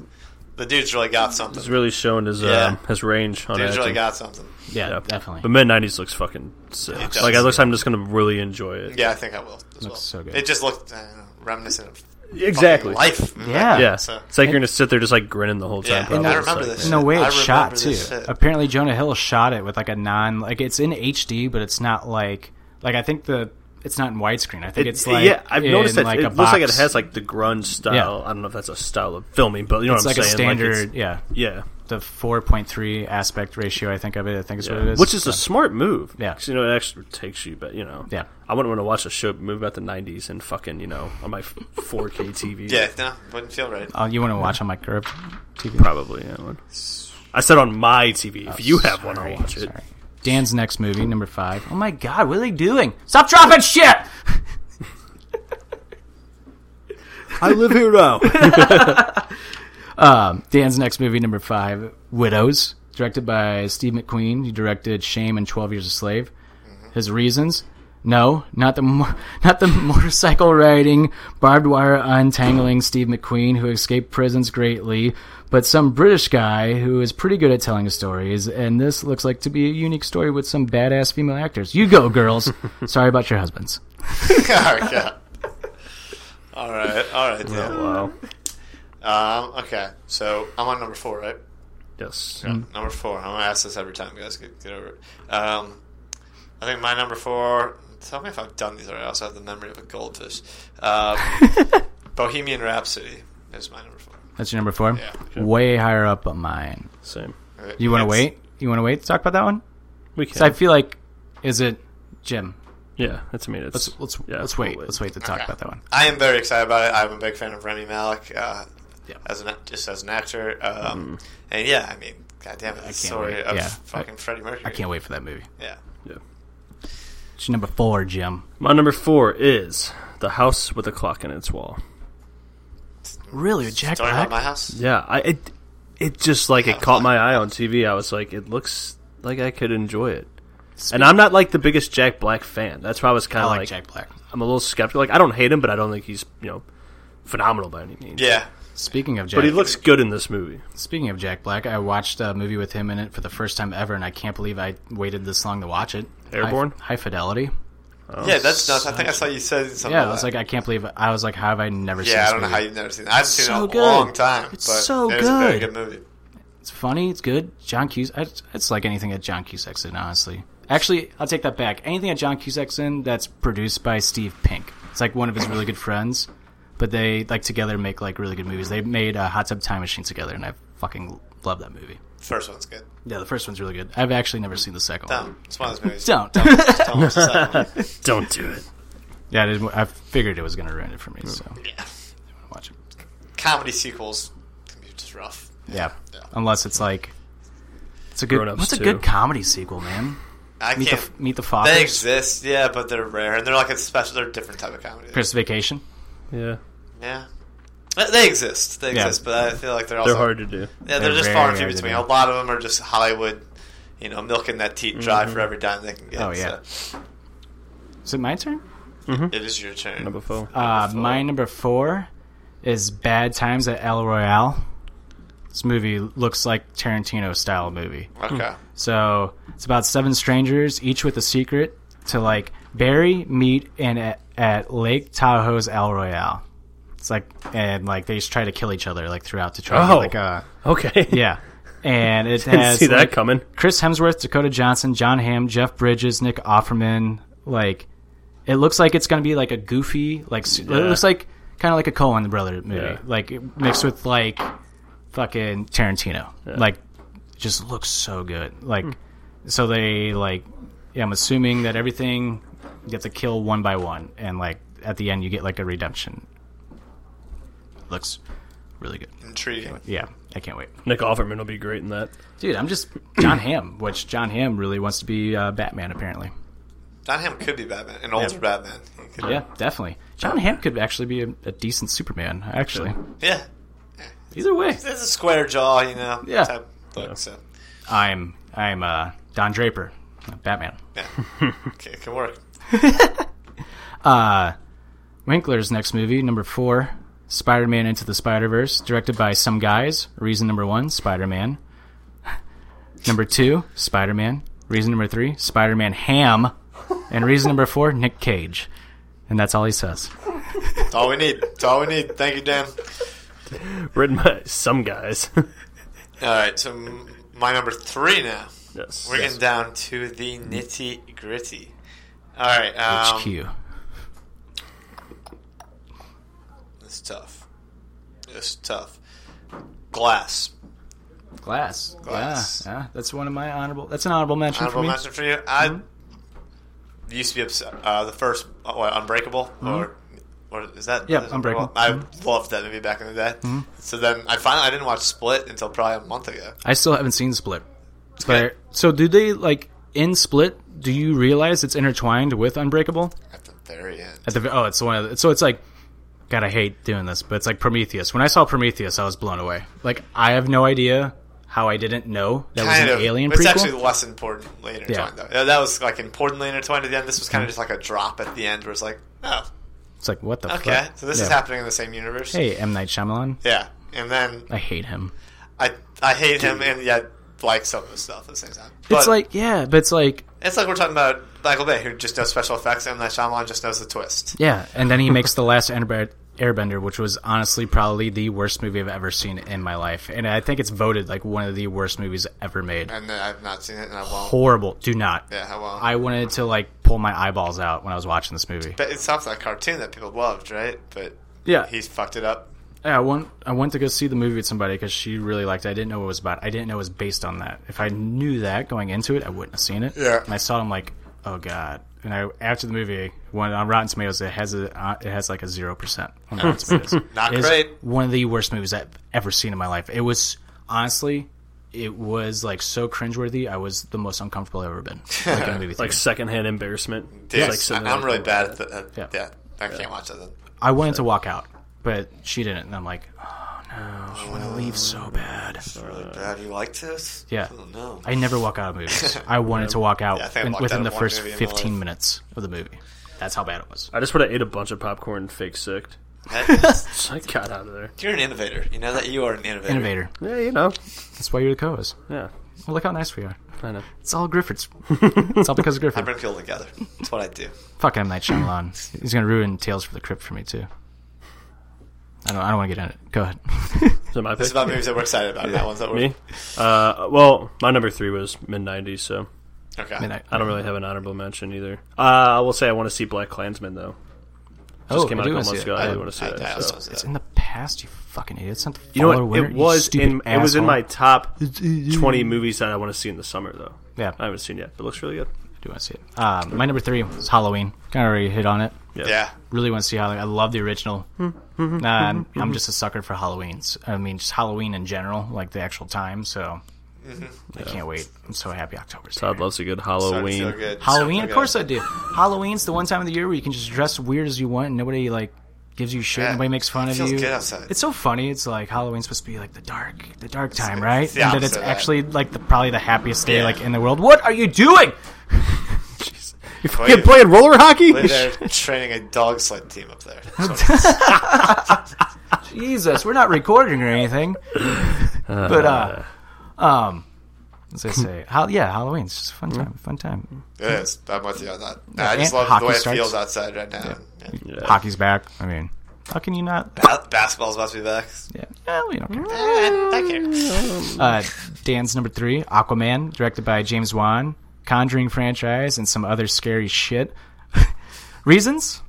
Speaker 6: the dude's really got something.
Speaker 7: He's really showing his
Speaker 6: Yeah.
Speaker 7: um, his range on
Speaker 6: Dude's
Speaker 7: acting.
Speaker 6: really got something.
Speaker 4: yeah,
Speaker 7: Yeah. The
Speaker 4: definitely.
Speaker 7: mid '90s looks fucking sick.
Speaker 6: It does.
Speaker 7: Like it looks, like I'm just gonna really enjoy it.
Speaker 6: Yeah, I think I will. As well.
Speaker 4: so good.
Speaker 6: It just looked I don't know, reminiscent of
Speaker 7: Exactly.
Speaker 6: fucking life. man.
Speaker 4: Yeah.
Speaker 7: Yeah,
Speaker 6: So-
Speaker 7: it's like you're gonna sit there just like grinning the whole
Speaker 6: Yeah,
Speaker 7: time.
Speaker 6: and
Speaker 7: probably.
Speaker 6: I
Speaker 7: It's
Speaker 6: remember
Speaker 7: like-
Speaker 6: this.
Speaker 4: No way,
Speaker 6: I
Speaker 4: it's shot
Speaker 6: remember
Speaker 4: too.
Speaker 6: this shit.
Speaker 4: Apparently, Jonah Hill shot it with like a non, like it's in HD, but it's not like like I think the it's not in widescreen. I think
Speaker 7: It-
Speaker 4: it's like
Speaker 7: yeah, I've
Speaker 4: in,
Speaker 7: noticed that
Speaker 4: like
Speaker 7: it
Speaker 4: a
Speaker 7: looks like it
Speaker 4: box.
Speaker 7: has like the grunge style.
Speaker 4: Yeah.
Speaker 7: I don't know if that's a style of filming, but you know
Speaker 4: it's
Speaker 7: what
Speaker 4: like
Speaker 7: I'm
Speaker 4: a
Speaker 7: saying. Like, it's-
Speaker 4: standard, yeah,
Speaker 7: yeah,
Speaker 4: the four point three aspect ratio. I think of it. I think is what it is.
Speaker 7: which is a smart move.
Speaker 4: Yeah.
Speaker 7: 'Cause, you know it actually takes you, but you know,
Speaker 4: Yeah.
Speaker 7: I wouldn't want to watch a show movie about the '90s and fucking you know on my 4K TV.
Speaker 6: Yeah, no, wouldn't feel right.
Speaker 4: uh, you want to watch on my curb TV.
Speaker 7: probably. Yeah, I would. I said on my TV. If you have one, I'll
Speaker 4: Oh, Sorry,
Speaker 7: watch it.
Speaker 4: sorry. Dan's next movie, number five. Oh my god, what are they doing? Stop dropping shit!
Speaker 7: I live here now.
Speaker 4: Dan's next movie, number five, Widows, directed by Steve McQueen. He directed Shame and Twelve Years a Slave. His reasons? No, not the mo- not the motorcycle riding, barbed wire untangling Steve McQueen who escaped prisons greatly, but some British guy who is pretty good at telling stories. And this looks like to be a unique story with some badass female actors. You go, girls. Sorry about your husbands.
Speaker 6: Oh, God. all right, all right. Dan.
Speaker 7: wow.
Speaker 6: Um, okay, so I'm on number four, right?
Speaker 7: Yes.
Speaker 6: Number four. I'm gonna ask this every time, guys. Get, get over it. Um, I think my number four. Tell me if I've done these already. I also have the memory of a goldfish. Um, Bohemian Rhapsody is my number four.
Speaker 4: That's your number four.
Speaker 6: Yeah.
Speaker 4: Way higher up on mine.
Speaker 7: Same.
Speaker 4: You want to
Speaker 6: It's-
Speaker 4: wait? You want to wait to talk about that one?
Speaker 7: We
Speaker 4: 'Cause I
Speaker 7: can.
Speaker 4: feel like, is it Jim?
Speaker 7: Yeah, that's I mean. It's,
Speaker 4: Let's let's
Speaker 7: yeah,
Speaker 4: let's wait.
Speaker 7: we'll
Speaker 4: Let's wait to talk about that one.
Speaker 6: I am very excited about it. I'm a big fan of Remy Malik, uh,
Speaker 4: Yeah. Mm-hmm.
Speaker 6: as an just as an actor. Um, And yeah, I mean, goddamn it, the story
Speaker 4: wait.
Speaker 6: of
Speaker 4: Yeah.
Speaker 6: fucking Freddie Mercury.
Speaker 4: I can't wait for that movie.
Speaker 6: Yeah.
Speaker 7: Yeah.
Speaker 4: It's your number four, Jim.
Speaker 7: My number four is the house with a clock in its wall.
Speaker 4: Really, Jack
Speaker 6: Story about
Speaker 4: Black?
Speaker 6: my house.
Speaker 7: Yeah, I it it just like it caught my eye on TV. I was like, it looks like I could enjoy it. And I'm not like the biggest Jack Black fan. That's why I was kind
Speaker 4: I
Speaker 7: of
Speaker 4: like
Speaker 7: like,
Speaker 4: Jack Black.
Speaker 7: I'm a little skeptical. Like I don't hate him, but I don't think he's you know phenomenal by any means.
Speaker 6: Yeah.
Speaker 4: Speaking of Jack,
Speaker 7: but he looks good in this movie.
Speaker 4: speaking of Jack Black, I watched a movie with him in it for the first time ever, and I can't believe I waited this long to watch it.
Speaker 7: Airborne?
Speaker 4: High, high Fidelity.
Speaker 6: yeah, that's nuts. I think I saw you said
Speaker 4: Oh,
Speaker 6: something.
Speaker 4: Yeah, I
Speaker 6: about
Speaker 4: was
Speaker 6: that.
Speaker 4: like, I can't believe. I was like, how have I never seen?
Speaker 6: Yeah,
Speaker 4: this
Speaker 6: I don't know
Speaker 4: movie?
Speaker 6: how you've never seen that. I've seen it
Speaker 4: so
Speaker 6: in a
Speaker 4: good.
Speaker 6: long time.
Speaker 4: It's
Speaker 6: but
Speaker 4: so
Speaker 6: it is a very
Speaker 4: good.
Speaker 6: good movie.
Speaker 4: It's funny. It's good. John Cusack. It's, it's like anything that John Cusack's in, honestly. Actually, I'll take that back. Anything that John Cusack's in that's produced by Steve Pink. It's like one of his really good friends, but they like together make like really good movies. They made uh, Hot Tub Time Machine together, and I fucking Love that movie.
Speaker 6: First one's good.
Speaker 4: Yeah, the first one's really good. I've actually never seen the second one.
Speaker 6: Dumb. It's one of those movies.
Speaker 4: Don't.
Speaker 6: Just don't watch the second one.
Speaker 5: Don't do it.
Speaker 4: Yeah, it is, I figured it was going to ruin it for me, so
Speaker 6: Yeah.
Speaker 4: watch it.
Speaker 6: Comedy sequels can be just rough.
Speaker 4: Yeah, unless it's like it's a good.
Speaker 5: Grown-ups
Speaker 4: What's a
Speaker 5: too.
Speaker 4: good comedy sequel, man?
Speaker 6: I
Speaker 4: Meet the
Speaker 6: can't.
Speaker 4: Meet the
Speaker 6: they
Speaker 4: Fockers,
Speaker 6: exist, yeah, but they're rare, and they're like a special. They're a different type of comedy.
Speaker 4: Christmas Vacation.
Speaker 5: Yeah,
Speaker 6: Yeah. They- They exist. They
Speaker 4: Yeah.
Speaker 6: exist, but I feel like they're also
Speaker 5: they're hard to do.
Speaker 6: Yeah, they're,
Speaker 4: They're
Speaker 6: just
Speaker 4: very
Speaker 6: far and few
Speaker 4: hard to
Speaker 6: between.
Speaker 4: do.
Speaker 6: A lot of them are just Hollywood, you know, milking that teat dry for every dime they can get.
Speaker 4: Mm-hmm. Oh, yeah.
Speaker 6: so
Speaker 4: Is it my turn?
Speaker 6: it is your turn.
Speaker 5: Number four.
Speaker 4: Uh, my number four is Bad Times at El Royale. This movie looks like Tarantino style movie.
Speaker 6: Okay.
Speaker 4: So it's about seven strangers, each with a secret to like bury, meet, and at, at Lake Tahoe's El Royale. It's like and like they just try to kill each other like throughout to try to
Speaker 5: Oh.
Speaker 4: like uh
Speaker 5: Okay.
Speaker 4: yeah. And it
Speaker 5: Didn't
Speaker 4: has
Speaker 5: see that
Speaker 4: like,
Speaker 5: coming.
Speaker 4: Chris Hemsworth, Dakota Johnson, John Hamm, Jeff Bridges, Nick Offerman. Like, it looks like it's going to be like a goofy, like s it looks like kind of like a Coen brother movie,
Speaker 5: Yeah.
Speaker 4: like mixed with like fucking Tarantino. Like, just looks so good. Like, so they like, yeah, I'm assuming that everything you have to kill one by one, and like at the end you get like a redemption. Looks really good.
Speaker 6: Intriguing.
Speaker 4: Yeah, I can't wait.
Speaker 5: Nick Offerman will be great in that.
Speaker 4: Dude, I'm just John Hamm, which John Hamm really wants to be uh, Batman, apparently.
Speaker 6: Don Ham could be Batman, an older Batman. He could-
Speaker 4: Yeah, definitely. John Hamm could actually be a, a decent Superman, actually.
Speaker 6: Yeah.
Speaker 4: Either way,
Speaker 6: There's a square jaw, you know.
Speaker 4: Yeah.
Speaker 6: Type look, so.
Speaker 4: I'm I'm uh, Don Draper, Batman.
Speaker 6: Yeah. okay, it can work.
Speaker 4: Winkler's next movie, number four, Spider-Man Into the Spider-Verse, directed by some guys. Reason number one, Spider-Man. number two, Spider-Man. Reason number three, Spider-Man Ham, and reason number four, Nick Cage. And that's all he says.
Speaker 6: It's all we need. It's all we need. Thank you, Dan.
Speaker 5: Written by some guys.
Speaker 6: All right, so m- my number three now.
Speaker 5: yes.
Speaker 6: We're getting down to the nitty gritty. All right. Um,
Speaker 4: HQ.
Speaker 6: It's um, tough. It's tough. Glass.
Speaker 4: Glass.
Speaker 6: Glass.
Speaker 4: Yeah, yeah. That's one of my honorable. That's an honorable mention for
Speaker 6: honorable
Speaker 4: me. Mm-hmm.
Speaker 6: mention for you. I used to be obsessed. Uh, the first, uh, what, Unbreakable, or or is that?
Speaker 4: Yeah,
Speaker 6: is it
Speaker 4: Unbreakable. Mm-hmm.
Speaker 6: I loved that movie back in the day. So then I finally I didn't watch Split until probably a month ago.
Speaker 4: I still haven't seen Split. But so do they like in Split? Do you realize it's intertwined with Unbreakable?
Speaker 6: At the very end,
Speaker 4: At the oh, it's one of the, so it's like. God, I hate doing this, but it's like Prometheus. When I saw Prometheus, I was blown away. Like I have no idea how I didn't know that was an alien
Speaker 6: It's
Speaker 4: prequel.
Speaker 6: actually less importantly intertwined
Speaker 4: Yeah. Mm-hmm.
Speaker 6: though. Yeah, that was like importantly intertwined at the end. This was kind of just like a drop at the end where it's like, oh,
Speaker 4: it's like what the
Speaker 6: okay,
Speaker 4: fuck?
Speaker 6: so this is
Speaker 4: Yeah.
Speaker 6: happening in the same universe.
Speaker 4: Hey, M Night Shyamalan,
Speaker 6: Yeah, and then
Speaker 4: I hate him.
Speaker 6: I I hate him and yet like some of his stuff at the same time. But,
Speaker 4: it's like yeah, but it's like
Speaker 6: It's like we're talking about Michael Bay, who just knows special effects, and that Shyamalan just knows the twist.
Speaker 4: Yeah, and then he makes the last Airbender, Airbender, which was honestly probably the worst movie I've ever seen in my life, and I think it's voted like one of the worst movies ever made.
Speaker 6: And then I've not seen it, and I won't.
Speaker 4: Horrible. Do not.
Speaker 6: yeah, I won't.
Speaker 4: I wanted to like pull my eyeballs out when I was watching this movie.
Speaker 6: but it's off that cartoon that people loved, right? But
Speaker 4: Yeah.
Speaker 6: he's fucked it up.
Speaker 4: Yeah, I went. I went to go see the movie with somebody because she really liked it. I didn't know what it was about. I didn't know it was based on that. If I knew that going into it, I wouldn't have seen it.
Speaker 6: Yeah.
Speaker 4: And I saw it. I'm like, oh god. And I after the movie, when on Rotten Tomatoes, it has a uh, it has like a zero percent on Rotten Tomatoes.
Speaker 6: Not
Speaker 4: It is
Speaker 6: great.
Speaker 4: One of the worst movies I've ever seen in my life. It was honestly, it was like so cringeworthy. I was the most uncomfortable I've ever been. Like in a movie
Speaker 5: Like
Speaker 4: theater.
Speaker 5: secondhand embarrassment.
Speaker 6: Dude,
Speaker 5: It's like
Speaker 6: I, am really bad at that. Uh, yeah.
Speaker 4: Yeah.
Speaker 6: I can't watch that. Then.
Speaker 4: I wanted to walk out, but she didn't, and I'm like, oh no, I want to leave so bad.
Speaker 6: Really bad. You liked this?
Speaker 4: Uh, Yeah.
Speaker 6: Oh, no.
Speaker 4: I never walk out of movies. I wanted to walk out
Speaker 6: Yeah, I think I
Speaker 4: in-
Speaker 6: walked out
Speaker 4: within
Speaker 6: of
Speaker 4: the
Speaker 6: one
Speaker 4: first
Speaker 6: movie in my
Speaker 4: 15
Speaker 6: life.
Speaker 4: minutes of the movie. That's how bad it was.
Speaker 5: I just would have ate a bunch of popcorn and fake sicked. So I got out of there.
Speaker 6: You're an innovator. You know that you are an innovator.
Speaker 4: Innovator.
Speaker 5: Yeah, you know.
Speaker 4: That's why you're the co-host.
Speaker 5: Yeah.
Speaker 4: Well, look how nice we are.
Speaker 5: I know.
Speaker 4: It's all Griffiths. it's all because of
Speaker 6: I
Speaker 4: Griffith.
Speaker 6: bring people together. That's what I do.
Speaker 4: Fuck M. Night Shyamalan. He's going to ruin Tales from the Crypt for me, too. I don't, I don't want to get in it. Go ahead.
Speaker 5: Is that my pick?
Speaker 6: It's about movies that we're excited about. Not ones that we're
Speaker 5: Me? Uh, well, my number three was mid 90s, so
Speaker 6: okay.
Speaker 4: Midnight.
Speaker 5: I don't really have an honorable mention either. Uh, I will say I want to see Black Klansman, though. Just
Speaker 4: Oh,
Speaker 5: came
Speaker 4: I
Speaker 5: out
Speaker 4: do
Speaker 5: a
Speaker 4: wanna
Speaker 5: couple
Speaker 4: see
Speaker 5: months
Speaker 4: it.
Speaker 5: ago. I,
Speaker 4: I-
Speaker 5: really want to see
Speaker 6: I,
Speaker 5: that.
Speaker 6: I
Speaker 5: so.
Speaker 6: also
Speaker 4: It's
Speaker 6: said
Speaker 4: in the past, you fucking idiots. Not the
Speaker 7: You know
Speaker 4: Fall or
Speaker 7: what?
Speaker 4: Winter,
Speaker 7: It
Speaker 4: you
Speaker 7: was
Speaker 4: stupid
Speaker 7: in it was in
Speaker 4: asshole.
Speaker 7: my top twenty movies that I want to see in the summer though.
Speaker 4: Yeah.
Speaker 7: I haven't seen it yet. But it looks really good.
Speaker 4: Do want to see it? Um, my number three is Halloween. Kind of already hit on it.
Speaker 6: Yeah.
Speaker 4: Really want to see Halloween. I love the original. Nah, I'm- I'm just a sucker for Halloween. I mean, just Halloween in general, like the actual time. So
Speaker 6: Mm-hmm.
Speaker 4: I can't wait. I'm so happy October's
Speaker 7: Todd
Speaker 4: here.
Speaker 7: loves a good
Speaker 6: Starting to
Speaker 7: Halloween.
Speaker 6: feel
Speaker 4: Halloween,
Speaker 6: good. Starting
Speaker 4: of
Speaker 6: to
Speaker 4: course
Speaker 6: feel
Speaker 4: I do. Halloween's the one time of the year where you can just dress weird as you want and nobody like gives you shit.
Speaker 6: Yeah.
Speaker 4: Nobody makes fun
Speaker 6: It
Speaker 4: of
Speaker 6: feels
Speaker 4: you.
Speaker 6: good outside.
Speaker 4: It's so funny. It's like Halloween's supposed to be like the dark, the dark time, right?
Speaker 6: the
Speaker 4: and then it's
Speaker 6: opposite of that.
Speaker 4: actually like the probably the happiest day
Speaker 6: Yeah.
Speaker 4: like in the world. What are you doing?
Speaker 6: good. Play-
Speaker 5: You're playing roller hockey?
Speaker 6: play there, training a dog sled team up there.
Speaker 4: Jesus, we're not recording or anything. but uh, um, as I say, how, yeah, Halloween's just a fun time, fun time.
Speaker 6: Yeah, it's, I'm with you on that. I just
Speaker 4: and
Speaker 6: love
Speaker 4: hockey
Speaker 6: the way it
Speaker 4: starts.
Speaker 6: feels outside right now. Yeah.
Speaker 4: Hockey's back. I mean, how can you not?
Speaker 6: Ba- basketball's about to be back.
Speaker 4: Yeah, well, we don't care.
Speaker 6: Eh, I care.
Speaker 4: Uh, Dan's number three, Aquaman, directed by James Wan, Conjuring franchise, and some other scary shit. Reasons?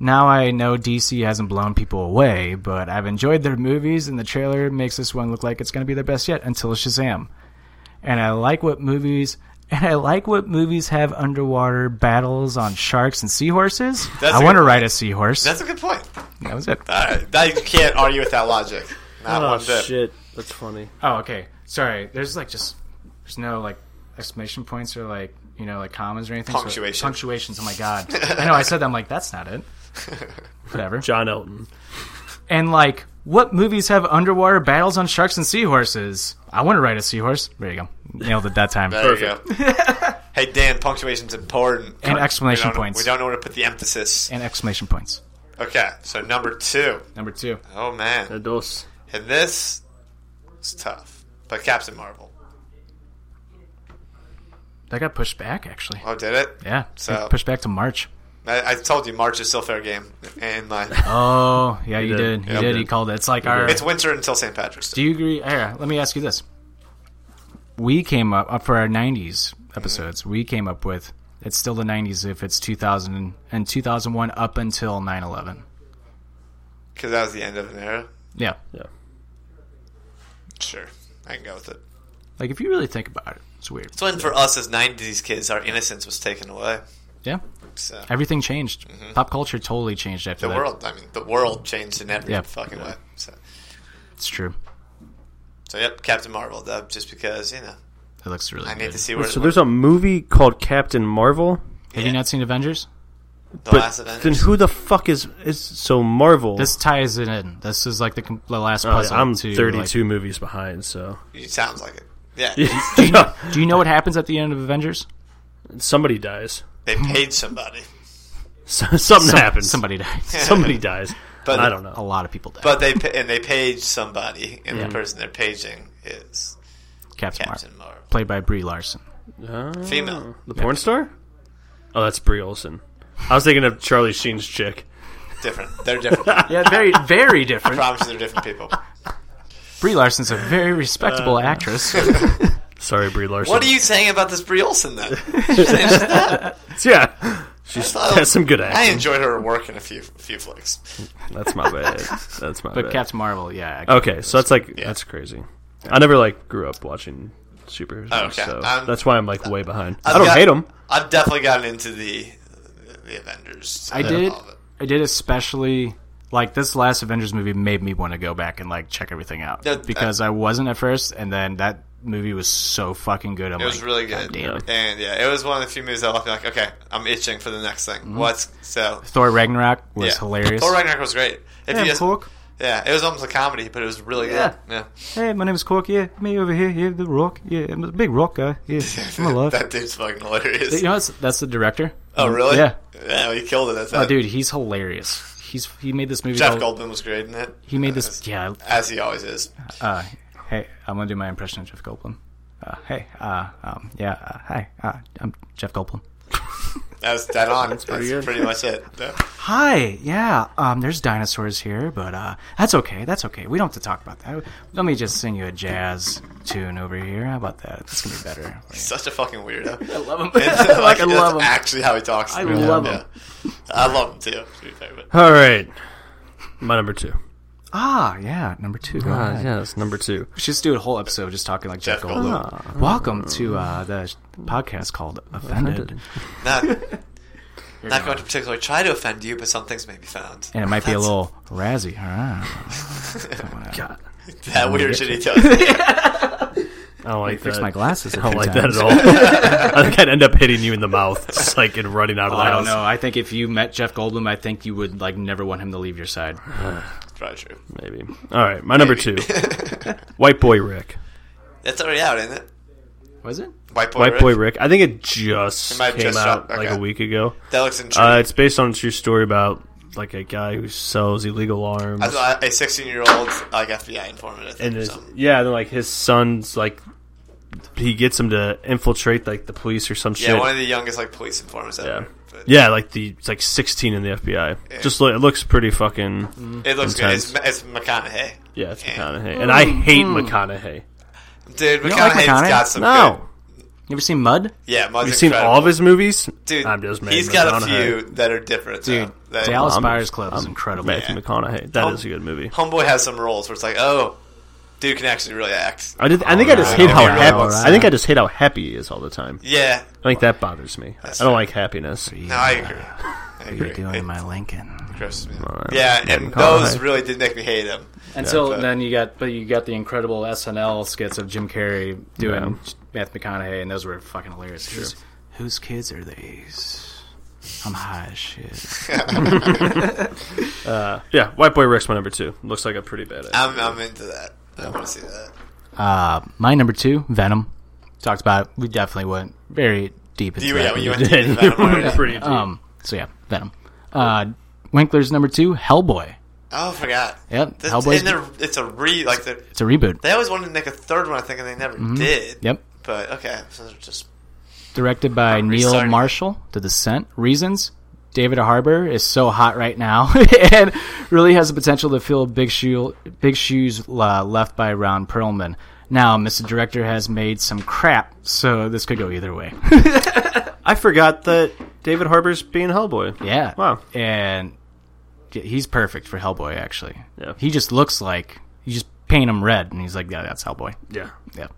Speaker 4: Now I know DC hasn't blown people away, but I've enjoyed their movies, and the trailer makes this one look like it's going to be their best yet until Shazam. And I like what movies. And I like what movies have underwater battles on sharks and seahorses.
Speaker 6: That's
Speaker 4: I
Speaker 6: a
Speaker 4: want to
Speaker 6: good-
Speaker 4: ride a seahorse.
Speaker 6: That's a good point.
Speaker 4: that was it.
Speaker 6: All right, that, you can't argue with that logic. Not one
Speaker 7: Oh
Speaker 6: bit.
Speaker 7: shit. That's funny.
Speaker 4: Oh, okay. Sorry. There's like just there's no like exclamation points or like you know like commas or anything. So-
Speaker 6: Punctuation.
Speaker 4: punctuations. Oh my god. I know. I said that. I'm like that's not it. Whatever.
Speaker 7: John Elton.
Speaker 4: And like, what movies have underwater battles on sharks and seahorses? I want to ride a seahorse. There you go. Nailed it that time.
Speaker 6: There you go. hey Dan, punctuation's important.
Speaker 4: And exclamation
Speaker 6: we don't-
Speaker 4: points.
Speaker 6: We don't know where to put the emphasis.
Speaker 4: and exclamation points.
Speaker 6: Okay, so number two.
Speaker 4: Number two.
Speaker 6: Oh man,
Speaker 7: Dos.
Speaker 6: and this is tough. But Captain Marvel.
Speaker 4: That got pushed back actually.
Speaker 6: Oh, did it?
Speaker 4: Yeah.
Speaker 6: So-
Speaker 4: pushed back to March.
Speaker 6: I, I told you March is still fair game, and my
Speaker 4: Oh yeah, you
Speaker 7: did.
Speaker 4: did. You
Speaker 7: Yeah.
Speaker 4: did. You called it. It's like our.
Speaker 6: it's winter until St. Patrick's. Day.
Speaker 4: Do you agree? Here, let me ask you this. We came up, up for our 90s episodes. We came up with it's still the 90s if it's 2000 and 2001 up until 9 11.
Speaker 6: Because that was the end of an era.
Speaker 4: Yeah.
Speaker 7: Yeah.
Speaker 6: Sure, I can go with it.
Speaker 4: Like, if you really think about it, it's weird.
Speaker 6: It's when for us as '90s kids, our innocence was taken away.
Speaker 4: Yeah.
Speaker 6: So Mm-hmm.
Speaker 4: Everything changed. Pop culture totally changed after
Speaker 6: the
Speaker 4: that.
Speaker 6: world, I mean, the world changed in every
Speaker 4: Yeah.
Speaker 6: fucking way. So,
Speaker 4: It's true.
Speaker 6: so yep, Captain Marvel. Though, just because you know,
Speaker 4: It looks really
Speaker 6: I
Speaker 4: good.
Speaker 6: need to see where
Speaker 7: So there's a movie called Captain Marvel.
Speaker 4: Have you not seen Avengers?
Speaker 6: the
Speaker 7: But
Speaker 6: last event.
Speaker 7: then who the fuck is is so Marvel?
Speaker 4: This ties it in. This is like the, com- the last
Speaker 7: Oh, yeah,
Speaker 4: puzzle.
Speaker 7: I'm
Speaker 4: to, like-
Speaker 7: 32 movies behind, so
Speaker 6: It sounds like it. Yeah,
Speaker 4: do you know what happens at the end of Avengers?
Speaker 7: somebody dies.
Speaker 6: they paid somebody,
Speaker 7: So, something
Speaker 4: Some-
Speaker 7: happens.
Speaker 4: Somebody dies.
Speaker 7: somebody dies.
Speaker 6: But-
Speaker 7: I don't know.
Speaker 4: A lot of people die.
Speaker 6: but they pa- and they paid somebody, and the person they're paging is
Speaker 4: Captain, Marvel.
Speaker 6: Captain Marvel,
Speaker 4: Played by Brie Larson. Mm.
Speaker 6: female.
Speaker 7: The porn star? Oh, that's Brie Olson. I was thinking of Charlie Sheen's chick.
Speaker 6: Different. They're different.
Speaker 4: Yeah, very, very different.
Speaker 6: Promises they're different people.
Speaker 4: Brie Larson's a very
Speaker 6: Uh,
Speaker 4: respectable actress.
Speaker 7: Sorry, Brie Larson.
Speaker 6: What are you saying about this Brie Olsen then?
Speaker 7: Yeah, she's has some good
Speaker 6: I
Speaker 7: acting.
Speaker 6: enjoyed her work in a few few flicks.
Speaker 7: That's my bad. That's my
Speaker 4: But
Speaker 7: bad.
Speaker 4: Captain Marvel, yeah. I-
Speaker 7: okay, so that's like that's crazy. I never like grew up watching superheroes,
Speaker 6: Oh, Okay,
Speaker 7: so
Speaker 6: I'm-
Speaker 7: that's why I'm like way behind.
Speaker 6: I've
Speaker 7: I don't
Speaker 6: got-
Speaker 7: hate them.
Speaker 6: I've definitely gotten into the the Avengers.
Speaker 4: I did. I did especially like this last Avengers movie made me want to go back and like check everything out
Speaker 6: That- that-
Speaker 4: because I wasn't at first, and then that movie was so fucking good. I'm
Speaker 6: It was
Speaker 4: like,
Speaker 6: really good,
Speaker 4: damn it.
Speaker 6: and yeah, it was one of the few movies that left me like, okay, I'm itching for the next thing. What's so?
Speaker 4: Thor Ragnarok was
Speaker 6: yeah.
Speaker 4: hilarious.
Speaker 6: Thor Ragnarok was great. If you
Speaker 4: Hey,
Speaker 6: just,
Speaker 4: Hulk.
Speaker 6: yeah, it was almost a comedy, but it was really
Speaker 4: Yeah.
Speaker 6: good. Yeah,
Speaker 4: Hey, my name is Cork. Yeah, me over here. Yeah, the Rock. Yeah, I'm a big Rock guy. Yeah, I'm alive.
Speaker 6: that dude's fucking hilarious.
Speaker 4: you know, that's, that's the director.
Speaker 6: oh really?
Speaker 4: Yeah.
Speaker 6: yeah, he killed it. That's
Speaker 4: Oh,
Speaker 6: that.
Speaker 4: dude, he's hilarious. He's he made this movie.
Speaker 6: Jeff
Speaker 4: all-
Speaker 6: Goldman was great in it.
Speaker 4: He made this. Yeah,
Speaker 6: as he always is.
Speaker 4: Uh, hey, I'm gonna do my impression of Jeff Goldblum. Uh, hey, uh, um, yeah, uh, hi, uh, I'm Jeff Goldblum.
Speaker 6: That's dead on. That's pretty, much it. Yeah.
Speaker 4: Hi, yeah, um, there's dinosaurs here, but uh, that's okay, that's okay. We don't have to talk about that. Let me just sing you a jazz tune over here. How about that? This gonna be better.
Speaker 6: Such a fucking weirdo. I
Speaker 4: love him.
Speaker 6: like,
Speaker 4: I
Speaker 6: that's
Speaker 4: love him.
Speaker 6: Actually, how he talks. I
Speaker 4: love
Speaker 6: I love him too. to be fair, but-
Speaker 7: All right, my number two.
Speaker 4: Ah, yeah, number two.
Speaker 7: Ah,
Speaker 4: right.
Speaker 7: yeah, that's number two.
Speaker 4: We should just do a whole episode just talking like Jeff
Speaker 6: Jeff
Speaker 4: Goldblum. Welcome to uh, the sh- podcast called Offended.
Speaker 6: Not, not going to particularly try to offend you, but some things may be found.
Speaker 4: And it might be a little razzy. All right. Come on out.
Speaker 6: That weird shit he does.
Speaker 7: I don't like
Speaker 4: Fix
Speaker 7: that.
Speaker 4: my glasses. a
Speaker 7: I don't
Speaker 4: few
Speaker 7: like
Speaker 4: times.
Speaker 7: that at all. I think I'd end up hitting you in the mouth, just like and running out of
Speaker 4: Oh,
Speaker 7: the
Speaker 4: I don't
Speaker 7: house.
Speaker 4: know. I think if you met Jeff Goldblum, I think you would like never want him to leave your side.
Speaker 6: Probably true.
Speaker 7: Maybe. All right, my number two, White Boy Rick.
Speaker 6: That's already out, isn't it?
Speaker 4: Was it?
Speaker 6: White boy.
Speaker 7: White
Speaker 6: Rick?
Speaker 7: Boy Rick. I think it just
Speaker 6: It might have
Speaker 7: came
Speaker 6: just
Speaker 7: out
Speaker 6: dropped, okay.
Speaker 7: like a week ago.
Speaker 6: That looks intriguing.
Speaker 7: Uh, it's based on a true story about like a guy who sells illegal arms.
Speaker 6: I thought a 16 year old like FBI informant. I think,
Speaker 7: and
Speaker 6: or
Speaker 7: his,
Speaker 6: something.
Speaker 7: yeah, then like his son's like he gets him to infiltrate like the police or some
Speaker 6: yeah,
Speaker 7: shit.
Speaker 6: one of the youngest like police informants ever.
Speaker 7: yeah.
Speaker 6: But
Speaker 7: Yeah, like the it's like 16 in the FBI. Just look, it looks pretty fucking
Speaker 6: It looks
Speaker 7: Intense.
Speaker 6: good. It's, it's McConaughey.
Speaker 7: yeah. It's
Speaker 6: Yeah.
Speaker 7: McConaughey, and I hate McConaughey.
Speaker 6: Dude,
Speaker 4: don't like
Speaker 6: McConaughey's
Speaker 4: McConaughey?
Speaker 6: got some.
Speaker 7: No,
Speaker 4: You ever seen Mud?
Speaker 6: Good, yeah, Mud's
Speaker 7: you've seen
Speaker 6: incredible.
Speaker 7: all of his movies.
Speaker 6: Dude,
Speaker 7: I'm just mad
Speaker 6: he's got a
Speaker 7: McConaughey.
Speaker 6: few that are different.
Speaker 4: Dude,
Speaker 6: though, that,
Speaker 4: Dallas
Speaker 7: I'm-
Speaker 4: Buyers Club is incredible.
Speaker 7: Matthew McConaughey. That is a good movie.
Speaker 6: Homeboy has some roles where it's like, oh, dude can actually really act.
Speaker 7: I, did, I think I just hate how
Speaker 6: Alright,
Speaker 7: happy.
Speaker 4: alright.
Speaker 7: I think I just hate how happy he is all the time.
Speaker 6: Yeah,
Speaker 7: I think that bothers me. I
Speaker 6: fair.
Speaker 7: don't like happiness.
Speaker 6: no, I agree. I agree.
Speaker 4: You're doing
Speaker 6: It
Speaker 4: my Lincoln.
Speaker 6: grosses me out. Yeah, and those really did make me hate him.
Speaker 4: Until then, you got but you got the incredible SNL skits of Jim Carrey doing Matthew McConaughey, and those were fucking hilarious. Whose, whose kids are these? I'm high as shit.
Speaker 7: Yeah, White Boy Rick's my number two. Looks like a pretty bad. ass.
Speaker 6: I'm, I'm into that. I want to see that.
Speaker 4: Uh, my number two, Venom. Talked about. It. We definitely went very deep into
Speaker 6: You,
Speaker 4: that.
Speaker 6: yeah, when you went to Venom already.
Speaker 7: pretty deep.
Speaker 4: um. So yeah, Venom. Uh, Winkler's number two, Hellboy.
Speaker 6: Oh, I forgot.
Speaker 4: Yep,
Speaker 6: This,
Speaker 4: Hellboy's-
Speaker 6: and they're- it's a re like they're-
Speaker 4: It's a reboot.
Speaker 6: they always wanted to make a third one. I think and they never did.
Speaker 4: Mm-hmm. Yep.
Speaker 6: But okay, so they're just
Speaker 4: directed by Neil
Speaker 6: restarting.
Speaker 4: Marshall, The Descent, Reasons. David Harbour is so hot right now, and really has the potential to fill big shoe, big shoes uh, left by Ron Perlman. Now, Mr. Director has made some crap, so this could go either way.
Speaker 7: I forgot that David Harbour's being Hellboy.
Speaker 4: yeah.
Speaker 7: Wow.
Speaker 4: And yeah, he's perfect for Hellboy. Actually,
Speaker 7: Yeah.
Speaker 4: he just looks like you just paint him red, and he's like, yeah, that's Hellboy.
Speaker 7: Yeah,
Speaker 4: Yeah.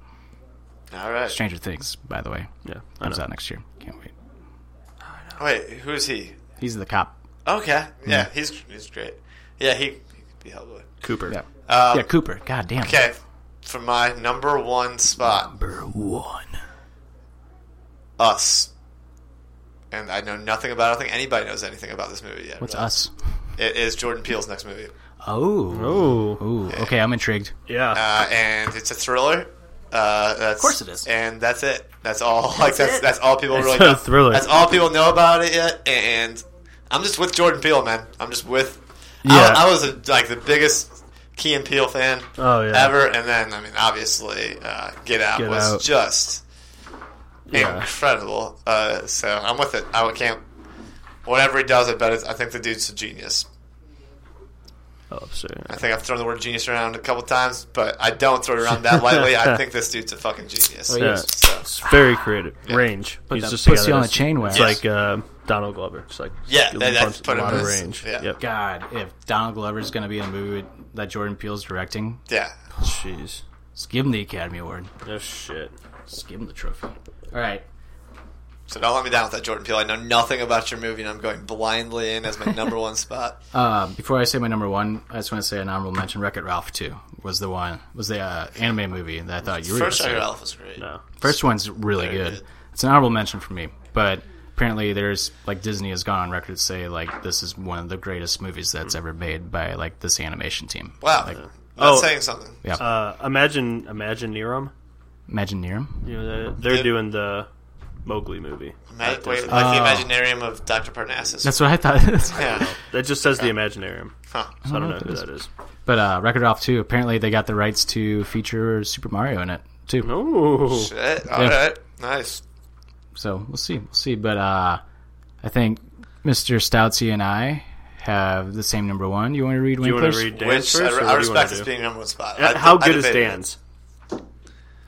Speaker 6: all right.
Speaker 4: Stranger Things, by the way,
Speaker 7: yeah. I
Speaker 4: comes
Speaker 7: know.
Speaker 4: out next year. Can't wait.
Speaker 6: Wait, who is he?
Speaker 4: He's the cop.
Speaker 6: Okay,
Speaker 4: Mm.
Speaker 6: yeah, he's he's great. Yeah, he, he could be Hellboy.
Speaker 7: Cooper.
Speaker 4: Yeah.
Speaker 6: Um,
Speaker 7: Uh,
Speaker 4: yeah, Cooper. God damn.
Speaker 6: Okay, for my number one spot,
Speaker 4: Number one.
Speaker 6: Us. And I know nothing about. I don't think anybody knows anything about this movie yet.
Speaker 4: What's
Speaker 6: really.
Speaker 4: us?
Speaker 6: It is Jordan Peele's next movie,
Speaker 4: Oh.
Speaker 7: Oh,
Speaker 4: Ooh. Okay, I'm intrigued.
Speaker 7: yeah.
Speaker 6: uh, and it's a thriller. Uh, that's, of
Speaker 4: course it is.
Speaker 6: and that's it. That's all. Like that's that's all people
Speaker 7: It's
Speaker 6: really.
Speaker 7: a
Speaker 6: know.
Speaker 7: thriller.
Speaker 6: That's all people know about it yet. And I'm just with Jordan Peele, man. I'm just with.
Speaker 7: Yeah.
Speaker 6: I, I was a, like the biggest Key and Peele fan.
Speaker 7: Oh, yeah.
Speaker 6: Ever and then I mean obviously uh, Get Out
Speaker 7: Get
Speaker 6: was
Speaker 7: Out.
Speaker 6: just
Speaker 7: Yeah.
Speaker 6: incredible. Uh, so I'm with it. I can't. Whatever he does, I bet it's, I think the dude's a genius.
Speaker 7: Oh, sorry.
Speaker 6: I think I've thrown the word genius around a couple times, but I don't throw it around that lightly. I think this dude's a fucking genius.
Speaker 4: Oh,
Speaker 7: Yeah.
Speaker 4: yes.
Speaker 6: So,
Speaker 7: It's very creative. Range. He's
Speaker 4: that
Speaker 7: just
Speaker 4: pussy
Speaker 7: together.
Speaker 4: on a
Speaker 7: It's-
Speaker 4: chain
Speaker 7: It's
Speaker 4: wire.
Speaker 7: like uh, Donald Glover. It's like
Speaker 6: Yeah,
Speaker 7: a
Speaker 6: that- that's
Speaker 7: bunch-
Speaker 6: put
Speaker 7: a
Speaker 6: him
Speaker 7: lot
Speaker 6: in
Speaker 7: of
Speaker 6: his-
Speaker 7: range.
Speaker 6: yeah.
Speaker 7: Yep.
Speaker 4: God, if Donald Glover's going to be in a movie with- that Jordan Peele's directing,
Speaker 6: yeah.
Speaker 7: Jeez.
Speaker 4: just give him the Academy Award.
Speaker 7: Oh shit.
Speaker 4: Just give him the trophy. All right.
Speaker 6: So don't let me down with that, Jordan Peele. I know nothing about your movie, and I'm going blindly in as my number one spot.
Speaker 4: Uh, before I say my number one, I just want to say an honorable mention. Wreck-It Ralph 2 was the one, was the uh, anime movie that I thought you were
Speaker 6: First
Speaker 4: gonna
Speaker 6: Tiger
Speaker 4: say.
Speaker 6: Alpha was great.
Speaker 7: No.
Speaker 4: First one's really
Speaker 6: Very
Speaker 4: good.
Speaker 6: good.
Speaker 4: It's an honorable mention for me, but apparently there's like Disney has gone on record to say like this is one of the greatest movies that's ever made by like this animation team.
Speaker 6: Wow.
Speaker 4: Like,
Speaker 6: That's
Speaker 7: Oh.
Speaker 6: saying something.
Speaker 4: yeah.
Speaker 7: Uh, imagine, imagine Nerum.
Speaker 4: Imagineer.
Speaker 7: You know, they're, they're
Speaker 6: Yeah.
Speaker 7: doing the Mowgli movie.
Speaker 6: Ma- wait, like the Imaginarium of Dr. Parnassus.
Speaker 4: That's what I thought.
Speaker 6: Uh, yeah.
Speaker 7: That just says the Imaginarium.
Speaker 6: Huh.
Speaker 7: So I don't know who that is.
Speaker 4: but uh, Record Off 2, apparently they got the rights to feature Super Mario in it too.
Speaker 7: Ooh.
Speaker 6: Shit. All
Speaker 4: Yeah.
Speaker 6: right. Nice.
Speaker 4: So we'll see. We'll see. But uh, I think Mr. Stoutsy and I have the same number one. You want to read
Speaker 7: Do you want
Speaker 4: Winkler's?
Speaker 7: to read Dan's
Speaker 6: Which
Speaker 7: first?
Speaker 6: I,
Speaker 7: or
Speaker 6: I
Speaker 7: what do you wanna
Speaker 6: respect
Speaker 7: do?
Speaker 6: as being number one spot.
Speaker 7: Uh,
Speaker 6: I-
Speaker 7: How
Speaker 6: I
Speaker 7: good is
Speaker 6: debated it.
Speaker 7: Dan's?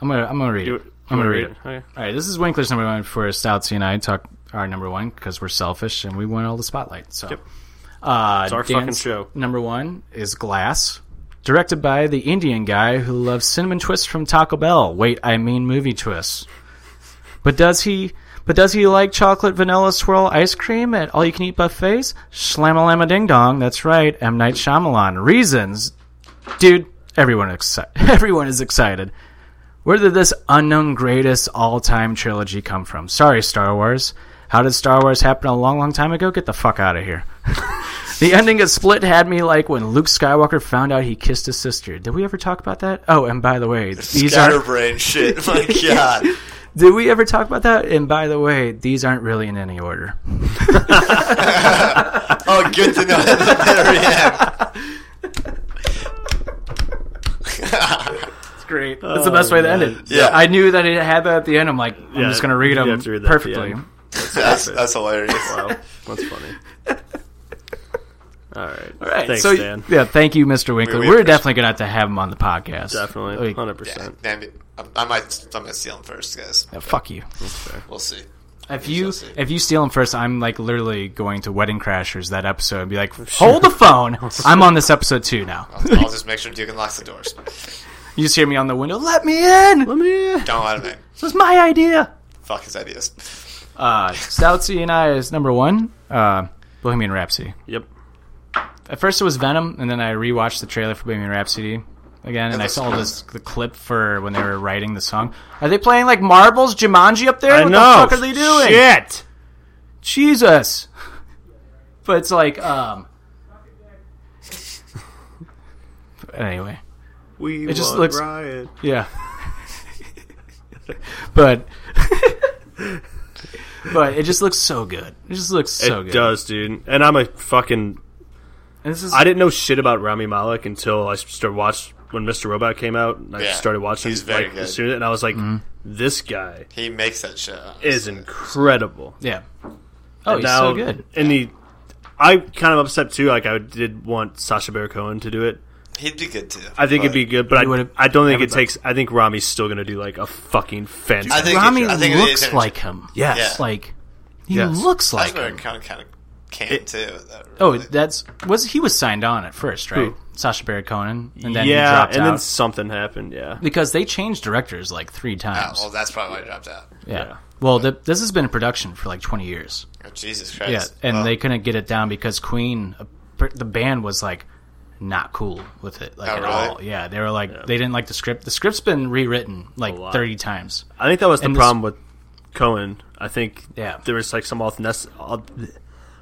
Speaker 4: I'm gonna I'm gonna read it.
Speaker 7: you
Speaker 4: I'm gonna
Speaker 7: wanna
Speaker 4: read
Speaker 7: read
Speaker 4: it.
Speaker 7: it? Okay.
Speaker 4: All right, this is Winkler's number one for Stoutsy and I talk our number one because we're selfish and we want all the spotlight. So, uh,
Speaker 7: our
Speaker 4: Dan's
Speaker 7: fucking show.
Speaker 4: Number one is Glass. Directed by the Indian guy who loves cinnamon twists from Taco Bell. Wait, I mean movie twists. But does he? But does he like chocolate vanilla swirl ice cream at all you can eat buffets? Shlamalama ding dong. That's right. M Night Shyamalan. Reasons, dude. Everyone excited. Everyone is excited. Where did this unknown greatest all time trilogy come from? Sorry, Star Wars. How did Star Wars happen a long, long time ago? Get the fuck out of here. the ending of Split had me like when Luke Skywalker found out he kissed his sister. Did we ever talk about that? Oh, and by the way, these are
Speaker 6: Scatterbrain shit. My God.
Speaker 4: did we ever talk about that? And by the way, these aren't really in any order.
Speaker 6: Oh, good to know at the very end.
Speaker 4: It's great. That's
Speaker 7: Oh,
Speaker 4: the best way to end it.
Speaker 6: Yeah.
Speaker 4: I knew that it had that at the end. I'm like, I'm just gonna read
Speaker 7: you
Speaker 4: them
Speaker 7: have to read that at the
Speaker 4: perfectly.
Speaker 7: end.
Speaker 6: That's, that's hilarious.
Speaker 7: Wow, Oh, that's funny. All right, all
Speaker 4: Right,
Speaker 7: Thanks,
Speaker 4: so,
Speaker 7: Dan.
Speaker 4: Yeah, thank you, Mr. Winkler.
Speaker 6: we
Speaker 4: We're
Speaker 6: appreciate-
Speaker 4: definitely gonna have to have him on the podcast.
Speaker 7: Definitely,
Speaker 4: Like,
Speaker 7: hundred
Speaker 6: Yeah,
Speaker 7: percent.
Speaker 6: Andy, I, I might. I'm gonna steal him first, guys.
Speaker 4: yeah, fuck you.
Speaker 6: We'll see.
Speaker 4: If you
Speaker 6: see.
Speaker 4: if you steal him first, I'm like literally going to Wedding Crashers that episode and be like, hold the phone. I'm on this episode too now.
Speaker 6: I'll, I'll just make sure Dugan locks the doors.
Speaker 4: You just hear me on the window. Let me in. Let me in.
Speaker 6: Don't let him in.
Speaker 4: This is my idea.
Speaker 6: Fuck his ideas.
Speaker 4: Uh, Stoutsy and I is number one. Uh, Bohemian Rhapsody.
Speaker 7: Yep.
Speaker 4: At first it was Venom, and then I rewatched the trailer for Bohemian Rhapsody again, and I
Speaker 6: that's-
Speaker 4: saw this the clip for when they were writing the song. Are they playing like marbles, Jumanji up there?
Speaker 7: I
Speaker 4: what
Speaker 7: know.
Speaker 4: the fuck are they doing?
Speaker 7: Shit.
Speaker 4: Jesus. But it's like, um. anyway,
Speaker 7: We
Speaker 4: It just want looks-
Speaker 7: Ryan.
Speaker 4: yeah. but. but it just looks so good. It just looks so
Speaker 7: it
Speaker 4: good.
Speaker 7: does, dude. And I'm a fucking.
Speaker 4: And this is
Speaker 7: I didn't know shit about Rami Malek until I started watch when Mr. Robot came out. And I
Speaker 6: Yeah,
Speaker 7: started watching.
Speaker 6: he's very
Speaker 7: like,
Speaker 6: good.
Speaker 7: as soon- and I was like,
Speaker 4: Mm-hmm.
Speaker 7: this guy
Speaker 6: He makes that shit. up.
Speaker 7: is incredible.
Speaker 4: yeah. Oh, he's
Speaker 7: now,
Speaker 4: so good.
Speaker 7: And he, I kind of upset too. Like I did want Sasha Baron Cohen to do it.
Speaker 6: He'd be good too.
Speaker 7: I think it'd be good, but I,
Speaker 4: would've-
Speaker 7: I don't think it
Speaker 4: everybody-
Speaker 7: takes. I think Rami's still gonna do like a fucking fantastic.
Speaker 6: I think
Speaker 4: Rami
Speaker 6: it, I think it is
Speaker 4: looks
Speaker 6: energy.
Speaker 4: like him.
Speaker 6: Yeah.
Speaker 4: Like he
Speaker 7: Yes.
Speaker 4: looks like
Speaker 6: Osborne
Speaker 4: him.
Speaker 6: kind of kind of can too. That
Speaker 4: Oh,
Speaker 6: really-
Speaker 4: that's was he was signed on at first, right?
Speaker 7: Who?
Speaker 4: Sasha Baron Cohen, and then he
Speaker 7: yeah,
Speaker 4: dropped
Speaker 7: and
Speaker 4: out
Speaker 7: then something happened. Yeah,
Speaker 4: because they changed directors like three
Speaker 6: Ah,
Speaker 4: times.
Speaker 6: well, that's probably why he dropped out.
Speaker 4: yeah. Well, th- this has been in production for like twenty years.
Speaker 6: Oh, Jesus
Speaker 4: Yeah,
Speaker 6: Christ.
Speaker 4: and
Speaker 6: Well,
Speaker 4: they couldn't get it down because Queen, uh, per- the band was like not cool with it like
Speaker 6: Oh,
Speaker 4: at
Speaker 6: really?
Speaker 4: all. Yeah, they were like they didn't like the script. The script's been rewritten like
Speaker 7: lot.
Speaker 4: thirty times.
Speaker 7: I think that was the
Speaker 4: And this-
Speaker 7: problem with Cohen. I think
Speaker 4: Yeah.
Speaker 7: there was like some authentic,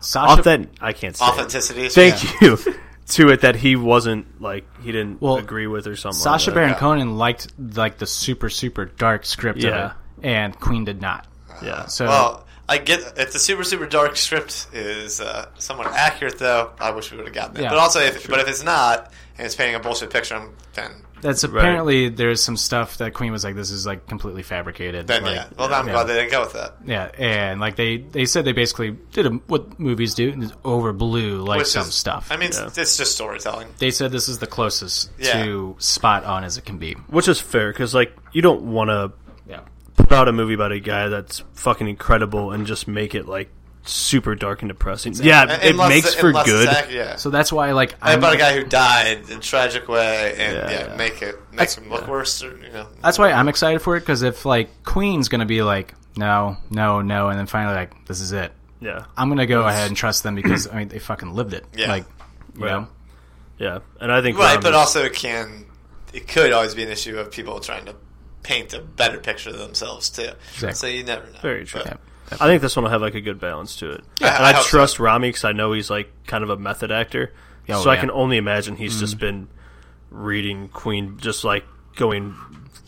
Speaker 4: Sasha
Speaker 7: authentic. I can't say. it.
Speaker 6: authenticity.
Speaker 7: Thank you to it that he wasn't like he didn't
Speaker 4: Well,
Speaker 7: agree with or something.
Speaker 4: Sasha
Speaker 7: like
Speaker 4: Baron Cohen liked like the super super dark script
Speaker 7: Yeah.
Speaker 4: of it, and Queen did not.
Speaker 7: Baron. Yeah.
Speaker 4: So
Speaker 6: Well, I get if the super super dark script is uh, somewhat accurate, though. I wish we would have gotten it.
Speaker 4: Yeah,
Speaker 6: but also, if but if it's not, and it's painting a bullshit picture, then
Speaker 4: that's apparently there's some stuff that Queen was like, this is like completely fabricated.
Speaker 6: then
Speaker 4: like,
Speaker 6: yeah. Well, I'm glad they didn't go with that.
Speaker 4: yeah, and like they they said they basically did a, what movies do and just overblew like
Speaker 6: Which
Speaker 4: some
Speaker 6: is-
Speaker 4: stuff.
Speaker 6: I mean, it's, it's just storytelling.
Speaker 4: they said this is the closest
Speaker 6: Yeah.
Speaker 4: to spot on as it can be.
Speaker 7: which is fair because like you don't want to
Speaker 4: Yeah.
Speaker 7: put out a movie about a guy that's fucking incredible and just make it like super dark and depressing. Yeah, it
Speaker 6: Uh, Unless-
Speaker 7: makes for
Speaker 6: unless
Speaker 7: good.
Speaker 6: it's ac- yeah.
Speaker 4: So that's why like
Speaker 6: And
Speaker 4: I'm,
Speaker 6: about a guy who died in a tragic way, and
Speaker 7: Yeah,
Speaker 6: yeah,
Speaker 7: yeah.
Speaker 6: make it makes him look worse. Or, you know,
Speaker 4: that's why I'm excited for it because if like Queen's gonna be like no no no and then finally like this is it
Speaker 7: Yeah,
Speaker 4: I'm gonna go ahead and trust them because I mean they fucking lived it.
Speaker 6: Yeah.
Speaker 4: Like, you
Speaker 7: Right.
Speaker 4: know,
Speaker 7: yeah, and I think
Speaker 6: right?
Speaker 7: Rami's-
Speaker 6: But also, it can it could always be an issue of people trying to paint a better picture of themselves too.
Speaker 4: Exactly.
Speaker 6: So you never know.
Speaker 7: Very true.
Speaker 6: But-
Speaker 7: I think this one will have like a good balance to it. and
Speaker 6: I
Speaker 7: I,
Speaker 6: hope so.
Speaker 7: trust Rami because I know he's like kind of a method actor,
Speaker 4: Oh,
Speaker 7: so I
Speaker 4: yeah. Mm.
Speaker 7: can only imagine he's just been reading Queen, just like going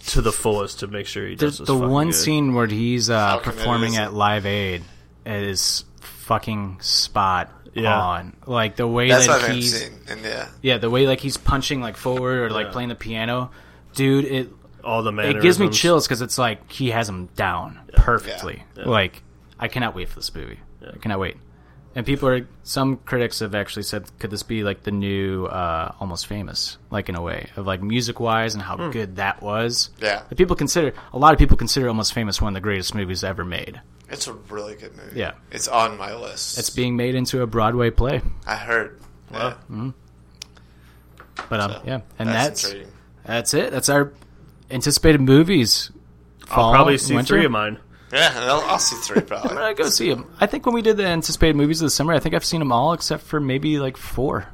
Speaker 7: to the fullest to make sure he
Speaker 4: the,
Speaker 7: does this
Speaker 4: the
Speaker 7: fucking
Speaker 4: one
Speaker 7: good.
Speaker 4: scene where he's uh,
Speaker 6: How committed
Speaker 4: performing
Speaker 6: is
Speaker 4: at Live Aid is fucking spot
Speaker 7: Yeah.
Speaker 4: on. Like the way
Speaker 6: That's
Speaker 4: that
Speaker 6: what I've
Speaker 4: he's
Speaker 6: seen, and yeah,
Speaker 4: yeah, the way like he's punching like forward or like playing the piano, dude. It
Speaker 7: all the
Speaker 4: it
Speaker 7: mannerisms.
Speaker 4: gives me chills because it's like he has him down perfectly. Like I cannot wait for this movie. I cannot wait. And people are some critics have actually said, could this be like the new uh, almost famous, like in a way of like music wise and how good that was.
Speaker 6: Hmm. Yeah.
Speaker 4: But people consider a lot of people consider almost famous one of the greatest movies ever made.
Speaker 6: it's a really good movie.
Speaker 4: Yeah.
Speaker 6: it's on my list.
Speaker 4: It's being made into a Broadway play.
Speaker 6: I heard. Yeah.
Speaker 4: But um, yeah, and
Speaker 6: That's
Speaker 4: that's
Speaker 6: intriguing.
Speaker 4: that's it. That's our anticipated movies.
Speaker 7: I'll
Speaker 4: Fall,
Speaker 7: probably see
Speaker 4: winter.
Speaker 7: three of mine.
Speaker 6: Yeah, and I'll, I'll see three probably.
Speaker 4: I'm gonna go see them. I think when we did the anticipated movies of the summer, I think I've seen them all except for maybe like four.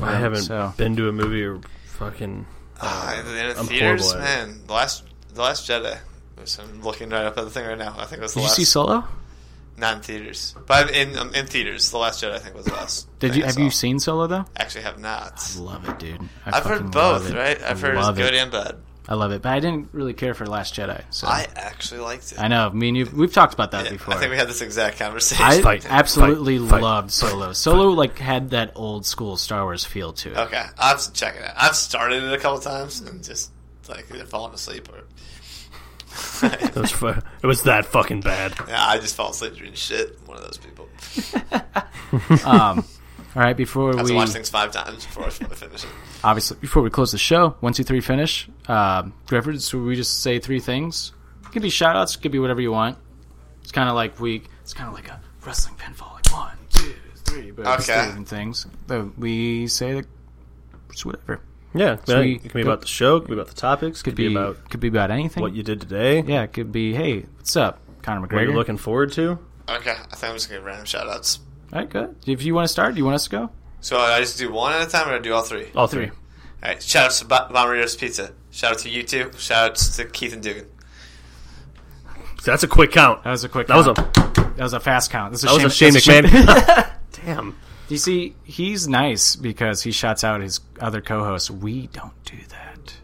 Speaker 7: I haven't
Speaker 4: so.
Speaker 7: been to a movie or fucking.
Speaker 6: Ah, in the
Speaker 7: I'm
Speaker 6: theaters,
Speaker 7: horrible at
Speaker 6: man. The last, the last Jedi. Which I'm looking right up at the thing right now. I think it was the
Speaker 4: Did you
Speaker 6: last.
Speaker 4: see Solo?
Speaker 6: not in theaters, but in um, in theaters. The last Jedi, I think, was the last.
Speaker 4: Did
Speaker 6: thing
Speaker 4: you
Speaker 6: I
Speaker 4: have you
Speaker 6: saw.
Speaker 4: seen Solo though?
Speaker 6: Actually, have not.
Speaker 4: Love it, dude. I
Speaker 6: I've heard
Speaker 4: fucking love
Speaker 6: both,
Speaker 4: it.
Speaker 6: right? I've heard it's
Speaker 4: love
Speaker 6: good
Speaker 4: it.
Speaker 6: and bad.
Speaker 4: I love it, but I didn't really care for Last Jedi. So
Speaker 6: I
Speaker 4: I,
Speaker 6: actually liked it.
Speaker 4: know. Me and you, we've talked about that
Speaker 6: Yeah,
Speaker 4: before.
Speaker 6: I think we had this exact conversation.
Speaker 4: I
Speaker 7: Fight,
Speaker 4: absolutely
Speaker 7: fight, fight,
Speaker 4: loved Solo. Solo like had that old school Star Wars feel to it.
Speaker 6: okay, I'm checking it. I've started it a couple times and just like either fallen asleep or.
Speaker 7: It was, fu- it was that fucking bad.
Speaker 6: yeah, I just fall asleep doing shit. I'm one of those people.
Speaker 4: All right, before
Speaker 6: I have
Speaker 4: we
Speaker 6: to watch things five times before I want to finish it.
Speaker 4: obviously before we close the show, one, two, three, finish. Um, Griffiths, so we just say three things. It could be shout outs, it could be whatever you want. It's kind of like we, it's kind of like a wrestling pinfall, like one, two, three, but it's
Speaker 6: Okay.
Speaker 4: three different things. But we say that it's whatever.
Speaker 7: Yeah,
Speaker 4: So
Speaker 7: man,
Speaker 4: we-
Speaker 7: it can be about the show, it can be about the topics, it
Speaker 4: Could
Speaker 7: could
Speaker 4: be,
Speaker 7: be about
Speaker 4: could be about anything.
Speaker 7: what you did today,
Speaker 4: yeah, it could be hey, what's up, Conor
Speaker 7: what
Speaker 4: McGregor?
Speaker 7: you're looking forward to.
Speaker 6: Okay, I think I'm just gonna give random shout outs.
Speaker 4: All right, good. If you want to start, do you want us to go?
Speaker 6: So I just do one at a time, or I do all three.
Speaker 7: All three.
Speaker 6: All right, shout outs to ba- Bomarito's Pizza. Shout out to you two. Shout outs to Keith and Dugan.
Speaker 7: That's a quick count.
Speaker 4: That was a quick.
Speaker 7: That was a
Speaker 4: count. that was a fast count. This is
Speaker 7: that was a Shane
Speaker 4: that's a shame-
Speaker 7: McMahon. Damn.
Speaker 4: You see, he's nice because he shouts out his other co-hosts. We don't do that.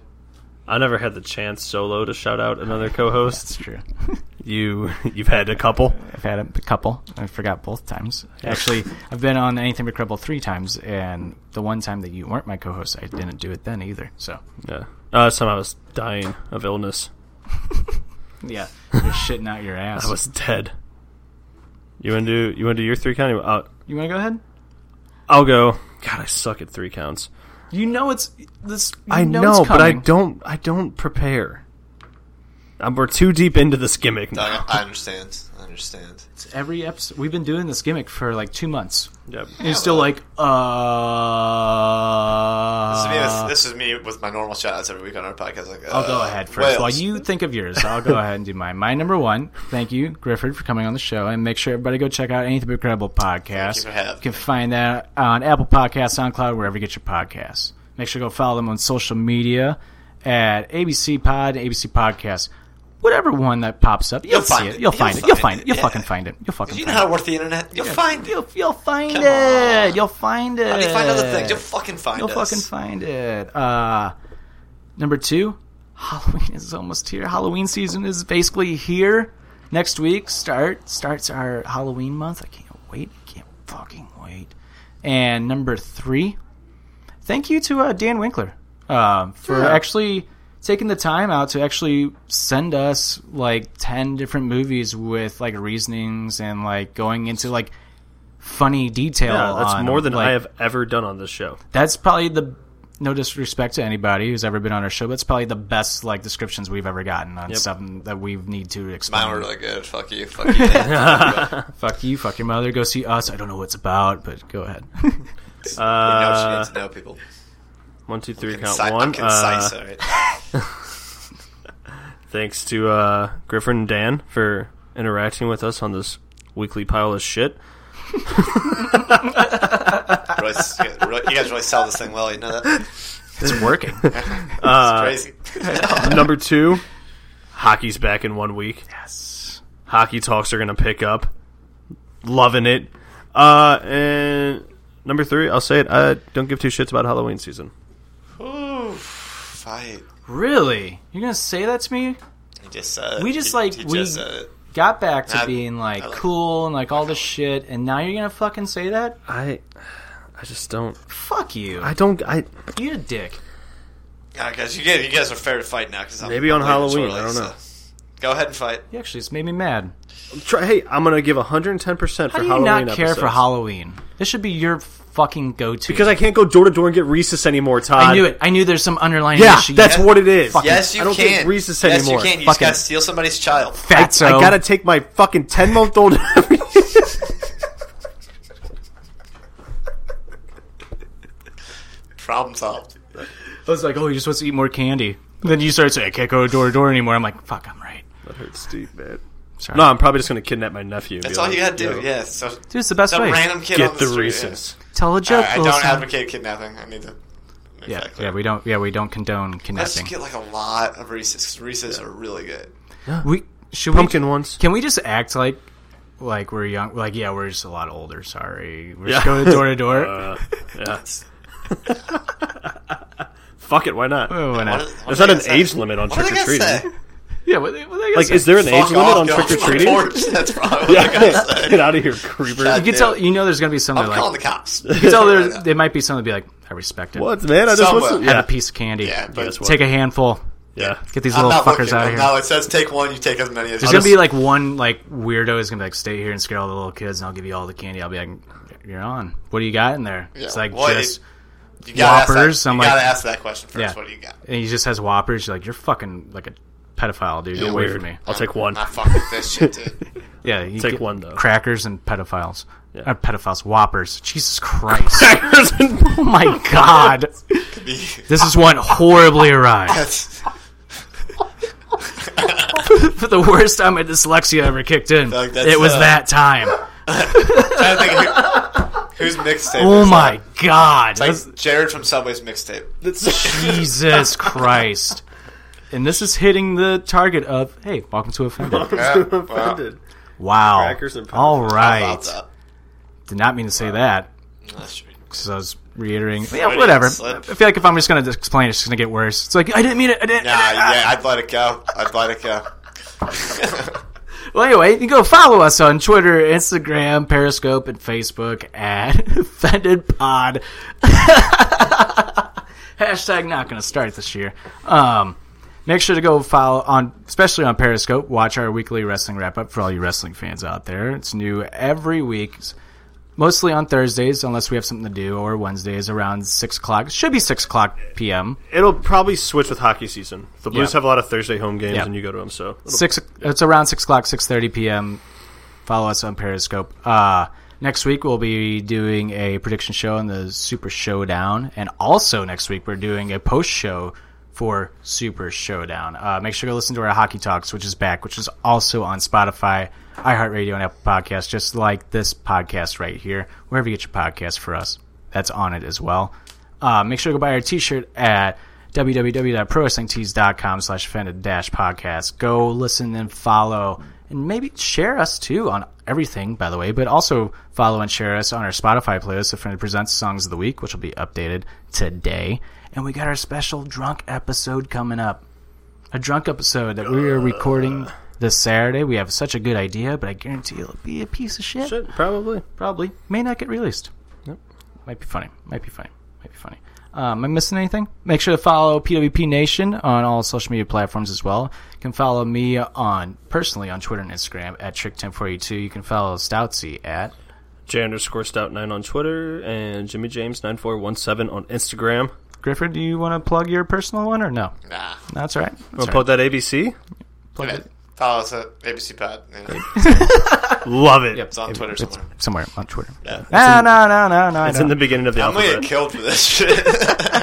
Speaker 7: I never had the chance solo to shout out another co-host.
Speaker 4: It's true.
Speaker 7: You you've had a couple.
Speaker 4: I've had a couple. I forgot both times. Actually, I've been on Anything But Cribble three times, and the one time that you weren't my co-host, I didn't do it then either. So
Speaker 7: Yeah. Uh, last time I was dying of illness.
Speaker 4: yeah, you're shitting out your ass.
Speaker 7: I was dead. You want to do you want to do your three count? You- I'll,
Speaker 4: you want to go ahead?
Speaker 7: I'll go. God, I suck at three counts.
Speaker 4: You know it's this. you
Speaker 7: I know,
Speaker 4: it's
Speaker 7: but I
Speaker 4: coming.
Speaker 7: don't. I don't prepare. Um, we're too deep into this gimmick now.
Speaker 6: Doug, I understand. I understand.
Speaker 4: Every episode, we've been doing this gimmick for like two months.
Speaker 7: Yep.
Speaker 4: And it's still like, uh.
Speaker 6: This is, me with, this is me with my normal shout outs every week on our podcast. Like, uh,
Speaker 4: I'll go ahead first. While you think of yours, I'll go ahead and do mine. My number one, thank you, Grifford, for coming on the show. And make sure everybody go check out Anything But Incredible podcast.
Speaker 6: Thank you for having
Speaker 4: can find that on Apple Podcasts, SoundCloud, wherever you get your podcasts. Make sure to go follow them on social media at ABC Pod, ABC Podcast. Whatever one that pops up, you'll,
Speaker 6: find
Speaker 4: see it.
Speaker 6: it.
Speaker 4: You'll find it. You'll find it. You'll
Speaker 6: yeah.
Speaker 4: fucking find it. You'll fucking
Speaker 6: You know
Speaker 4: find
Speaker 6: how
Speaker 4: it.
Speaker 6: to work the internet. You'll find it.
Speaker 4: You'll, you'll find
Speaker 6: Come
Speaker 4: it.
Speaker 6: on.
Speaker 4: You'll find it.
Speaker 6: How do you find other things? You'll fucking find
Speaker 4: You'll
Speaker 6: us.
Speaker 4: fucking find it. Uh, number two, Halloween is almost here. Halloween season is basically here. Next week start starts our Halloween month. I can't wait. I can't fucking wait. And number three, thank you to uh, Dan Winkler um, for actually taking the time out to actually send us like 10 different movies with like reasonings and like going into like funny detail
Speaker 7: Yeah, that's
Speaker 4: on,
Speaker 7: more than
Speaker 4: like,
Speaker 7: I have ever done on this show.
Speaker 4: that's probably the no disrespect to anybody who's ever been on our show, but it's probably the best like descriptions we've ever gotten on something that we need to explain.
Speaker 6: Mine were really good. Fuck you. Fuck you. Dan.
Speaker 4: fuck you, fuck your mother, go see us. I don't know what it's about, but go ahead.
Speaker 6: you know what you
Speaker 7: Uh,
Speaker 6: need to know, people.
Speaker 7: one, two, three, count
Speaker 6: Conci- I'm
Speaker 7: one.
Speaker 6: concise,
Speaker 7: Uh,
Speaker 6: all right?
Speaker 7: thanks to uh, Griffin and Dan for interacting with us on this weekly pile of shit.
Speaker 6: Really s- you guys really sell this thing well. You know that? It's
Speaker 4: it's working. Uh,
Speaker 6: crazy.
Speaker 7: Number two, hockey's back in one week.
Speaker 4: yes.
Speaker 7: Hockey talks are gonna pick up. Loving it. Uh, and number three, I'll say it. I don't give two shits about Halloween season.
Speaker 6: Fight.
Speaker 4: Really? You're gonna say that to me?
Speaker 6: He just said it.
Speaker 4: We just,
Speaker 6: He-
Speaker 4: like,
Speaker 6: he
Speaker 4: we-
Speaker 6: just said it.
Speaker 4: Got back to
Speaker 6: I-
Speaker 4: being like
Speaker 6: I like-
Speaker 4: cool and like all this shit, and now you're gonna fucking say that?
Speaker 7: I, I just don't.
Speaker 4: Fuck you.
Speaker 7: I don't. I
Speaker 4: you a dick.
Speaker 6: Yeah, guys, you, get, you guys are fair to fight now. Cause I'm
Speaker 7: Maybe on
Speaker 6: I'm leaving
Speaker 7: Halloween,
Speaker 6: shortly,
Speaker 7: I don't
Speaker 6: so
Speaker 7: know.
Speaker 6: Go ahead and fight.
Speaker 4: You actually just made me mad.
Speaker 7: try. Hey, I'm gonna give 110 percent
Speaker 4: How
Speaker 7: for
Speaker 4: do you
Speaker 7: Halloween.
Speaker 4: not care for
Speaker 7: episodes.
Speaker 4: Halloween? This should be your fucking go-to.
Speaker 7: Because I can't go door to door and get Reese's anymore, Todd.
Speaker 4: I knew it. I knew there's some underlying
Speaker 7: Yeah,
Speaker 4: issue.
Speaker 7: that's
Speaker 6: Yes.
Speaker 7: what it is.
Speaker 4: Fucking-
Speaker 6: Yes, you
Speaker 7: I don't
Speaker 6: can.
Speaker 7: get Reese's
Speaker 6: yes,
Speaker 7: anymore.
Speaker 6: you can. You just
Speaker 4: Fucking-
Speaker 6: gotta steal somebody's child.
Speaker 4: Fatso.
Speaker 7: I gotta take my fucking ten month old.
Speaker 6: Problem solved.
Speaker 4: I was like, oh, he just wants to eat more candy. And then you started saying, I can't go door to door anymore. I'm like, fuck, I'm right.
Speaker 7: That hurts deep, man.
Speaker 4: Sorry.
Speaker 7: No, I'm probably just gonna kidnap my nephew. and
Speaker 6: That's
Speaker 7: be
Speaker 6: all
Speaker 7: like,
Speaker 6: you gotta do.
Speaker 7: "Yo,
Speaker 6: Yeah, it's so
Speaker 4: Dude, it's the best
Speaker 6: some
Speaker 4: way.
Speaker 6: random kid
Speaker 7: Get
Speaker 6: on
Speaker 7: the
Speaker 6: the, street.
Speaker 7: Reese's.
Speaker 4: Tell a
Speaker 6: yeah.
Speaker 4: joke.
Speaker 6: I, I
Speaker 4: little
Speaker 6: don't
Speaker 4: son.
Speaker 6: advocate kidnapping. I need to. make
Speaker 4: Yeah,
Speaker 6: that clear.
Speaker 4: yeah, we don't. Yeah, we don't condone
Speaker 6: Let's
Speaker 4: kidnapping.
Speaker 6: just get like a lot of Reese's. 'cause Reese's are really good.
Speaker 4: we should
Speaker 7: Pumpkin
Speaker 4: we,
Speaker 7: ones.
Speaker 4: Can we just act like like we're young? Like yeah, we're just a lot older. Sorry, we're just going door to door.
Speaker 6: Uh,
Speaker 7: Fuck it, why not?
Speaker 4: Oh, why not?
Speaker 6: What is-
Speaker 7: There's
Speaker 6: what do
Speaker 7: not
Speaker 6: they
Speaker 7: an
Speaker 6: gotta say?
Speaker 7: age limit on
Speaker 6: What do
Speaker 7: trick
Speaker 6: they
Speaker 7: or
Speaker 6: gotta say?
Speaker 7: treating.
Speaker 4: Yeah, what, what they
Speaker 7: Like,
Speaker 4: say?
Speaker 7: is there an age
Speaker 6: Fuck
Speaker 7: limit
Speaker 6: off,
Speaker 7: on
Speaker 6: get off
Speaker 7: trick or
Speaker 6: my
Speaker 7: treating?
Speaker 6: porch. That's probably what I gotta say.
Speaker 7: Get out of here, creeper.
Speaker 4: You can
Speaker 6: Yeah.
Speaker 4: tell. You know, there's gonna be some.
Speaker 6: I'm
Speaker 4: that,
Speaker 6: calling
Speaker 4: like,
Speaker 6: the cops.
Speaker 4: you can tell there there might be some that be like, I respect it.
Speaker 7: What, man? I just want
Speaker 6: Somewhat.
Speaker 7: some.
Speaker 4: Have
Speaker 7: Yeah,
Speaker 4: a piece of candy.
Speaker 6: Yeah, but
Speaker 7: Guess what?
Speaker 4: Take a handful.
Speaker 7: yeah.
Speaker 4: Get these
Speaker 6: I'm
Speaker 4: little
Speaker 6: not
Speaker 4: fuckers
Speaker 6: looking.
Speaker 4: out of
Speaker 6: I'm
Speaker 4: here.
Speaker 6: No, it says take one. You take as many as.
Speaker 4: There's
Speaker 6: you
Speaker 4: gonna be like one like weirdo is gonna be like, stay here and scare all the little kids, and I'll give you all the candy. I'll be like, you're on. What do you got in there?
Speaker 6: Yeah,
Speaker 4: It's like
Speaker 6: what
Speaker 4: just,
Speaker 6: is- You gotta
Speaker 4: Whoppers,
Speaker 6: Ask that,
Speaker 4: I'm
Speaker 6: you
Speaker 4: like-
Speaker 6: gotta ask that question first.
Speaker 4: Yeah.
Speaker 6: What do you got?
Speaker 4: and he just has whoppers. You're like, you're fucking like a pedophile, dude. Get away
Speaker 7: Weird.
Speaker 4: from me.
Speaker 7: I'll take one.
Speaker 6: I fuck with this shit, dude.
Speaker 4: Yeah, you
Speaker 7: Take
Speaker 4: get
Speaker 7: one, though.
Speaker 4: Crackers and pedophiles.
Speaker 7: Yeah.
Speaker 4: Uh, pedophiles, whoppers. Jesus Christ!
Speaker 7: Crackers and-
Speaker 4: oh my God!
Speaker 6: Could be.
Speaker 4: This is one horribly awry.
Speaker 6: That's
Speaker 4: For the worst time my dyslexia ever kicked in,
Speaker 6: Doug, that's,
Speaker 4: it was
Speaker 6: uh,
Speaker 4: that time.
Speaker 6: I think who, whose mixtape.
Speaker 4: Oh
Speaker 6: is
Speaker 4: my God!
Speaker 6: that?
Speaker 4: That's-
Speaker 6: Like Jared from Subway's mixtape.
Speaker 4: Jesus Christ. And this is hitting the target of hey, welcome to offended.
Speaker 6: Yeah, wow.
Speaker 7: Offended.
Speaker 4: Wow.
Speaker 7: Crackers and pedophiles.
Speaker 4: All
Speaker 6: How about
Speaker 4: right.
Speaker 6: that?
Speaker 4: Did not mean to say that
Speaker 6: That's true.
Speaker 4: because I was reiterating. Yeah, whatever.
Speaker 6: slip.
Speaker 4: I feel like if I'm just gonna explain, it's just gonna get worse. It's like I didn't mean it. I didn't.
Speaker 6: Nah, yeah, I'd let it go. I'd let it go.
Speaker 4: Well, anyway, you can go follow us on Twitter, Instagram, Periscope, and Facebook at Offended Pod. Hashtag not going to start this year. Um, make sure to go follow on, especially on Periscope. Watch our weekly wrestling wrap up for all you wrestling fans out there. It's new every week, mostly on Thursdays, unless we have something to do, or Wednesdays around six o'clock. It should be six o'clock p.m.
Speaker 7: It'll probably switch with hockey season. The Blues
Speaker 4: Yeah.
Speaker 7: have a lot of Thursday home games,
Speaker 4: Yeah.
Speaker 7: and you go to them. So it'll-
Speaker 4: six. It's around six o'clock, six thirty p.m. Follow us on Periscope. Uh, next week we'll be doing a prediction show on the Super Showdown, and also next week we're doing a post show for Super Showdown. Uh, make sure you listen to our Hockey Talks, which is back, which is also on Spotify, iHeartRadio, and Apple Podcasts, just like this podcast right here. Wherever you get your podcast for us, that's on it as well. Uh, make sure to go buy our t-shirt at www.prowrestlingtees.com slash offended dash podcast. Go listen and follow and maybe share us too on everything, by the way, but also follow and share us on our Spotify playlist, Offended Presents Songs of the Week, which will be updated today. And we got our special drunk episode coming up. A drunk episode that we are recording this Saturday. We have such a good idea, but I guarantee it'll be a piece of shit
Speaker 7: shit, probably.
Speaker 4: probably may not get released. Might be funny. Might be funny. Might be funny. Um, am I missing anything? Make sure to follow PWP Nation on all social media platforms as well. You can follow me on personally on Twitter and Instagram at Trick1042. You can follow Stoutsy at
Speaker 7: J underscore stout nine on Twitter and Jimmy James nine four one seven on Instagram.
Speaker 4: Griffin. Do you want to plug your personal one or no?
Speaker 6: Nah.
Speaker 4: That's all right. That's
Speaker 7: I'll put that ABC.
Speaker 4: Plug it
Speaker 6: Follow us at ABC Pod. You know,
Speaker 7: Love it.
Speaker 6: it's on Twitter somewhere.
Speaker 4: somewhere on Twitter.
Speaker 6: Yeah.
Speaker 4: No, no, no, no, no. I
Speaker 7: It's in
Speaker 4: don't.
Speaker 7: the beginning of the
Speaker 6: I'm gonna get
Speaker 7: alphabet.
Speaker 6: killed for this shit.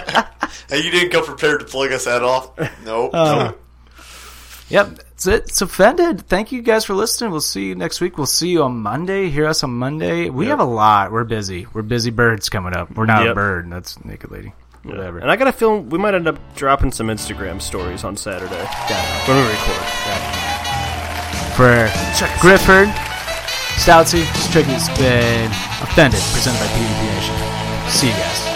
Speaker 6: and you didn't go prepared to plug us at all. Nope.
Speaker 4: Uh,
Speaker 6: nope.
Speaker 4: Yep, that's it. It's offended. Thank you guys for listening. We'll see you next week. We'll see you on Monday. Hear us on Monday. We have a lot. We're busy. We're busy birds coming up. We're not a
Speaker 7: Yep.
Speaker 4: bird. That's naked lady. Whatever.
Speaker 7: And I got a feeling we might end up dropping some Instagram stories on Saturday when we record.
Speaker 4: for Grifford, Stoutsy, Stricky's been offended. Presented by PvP Nation. See you guys.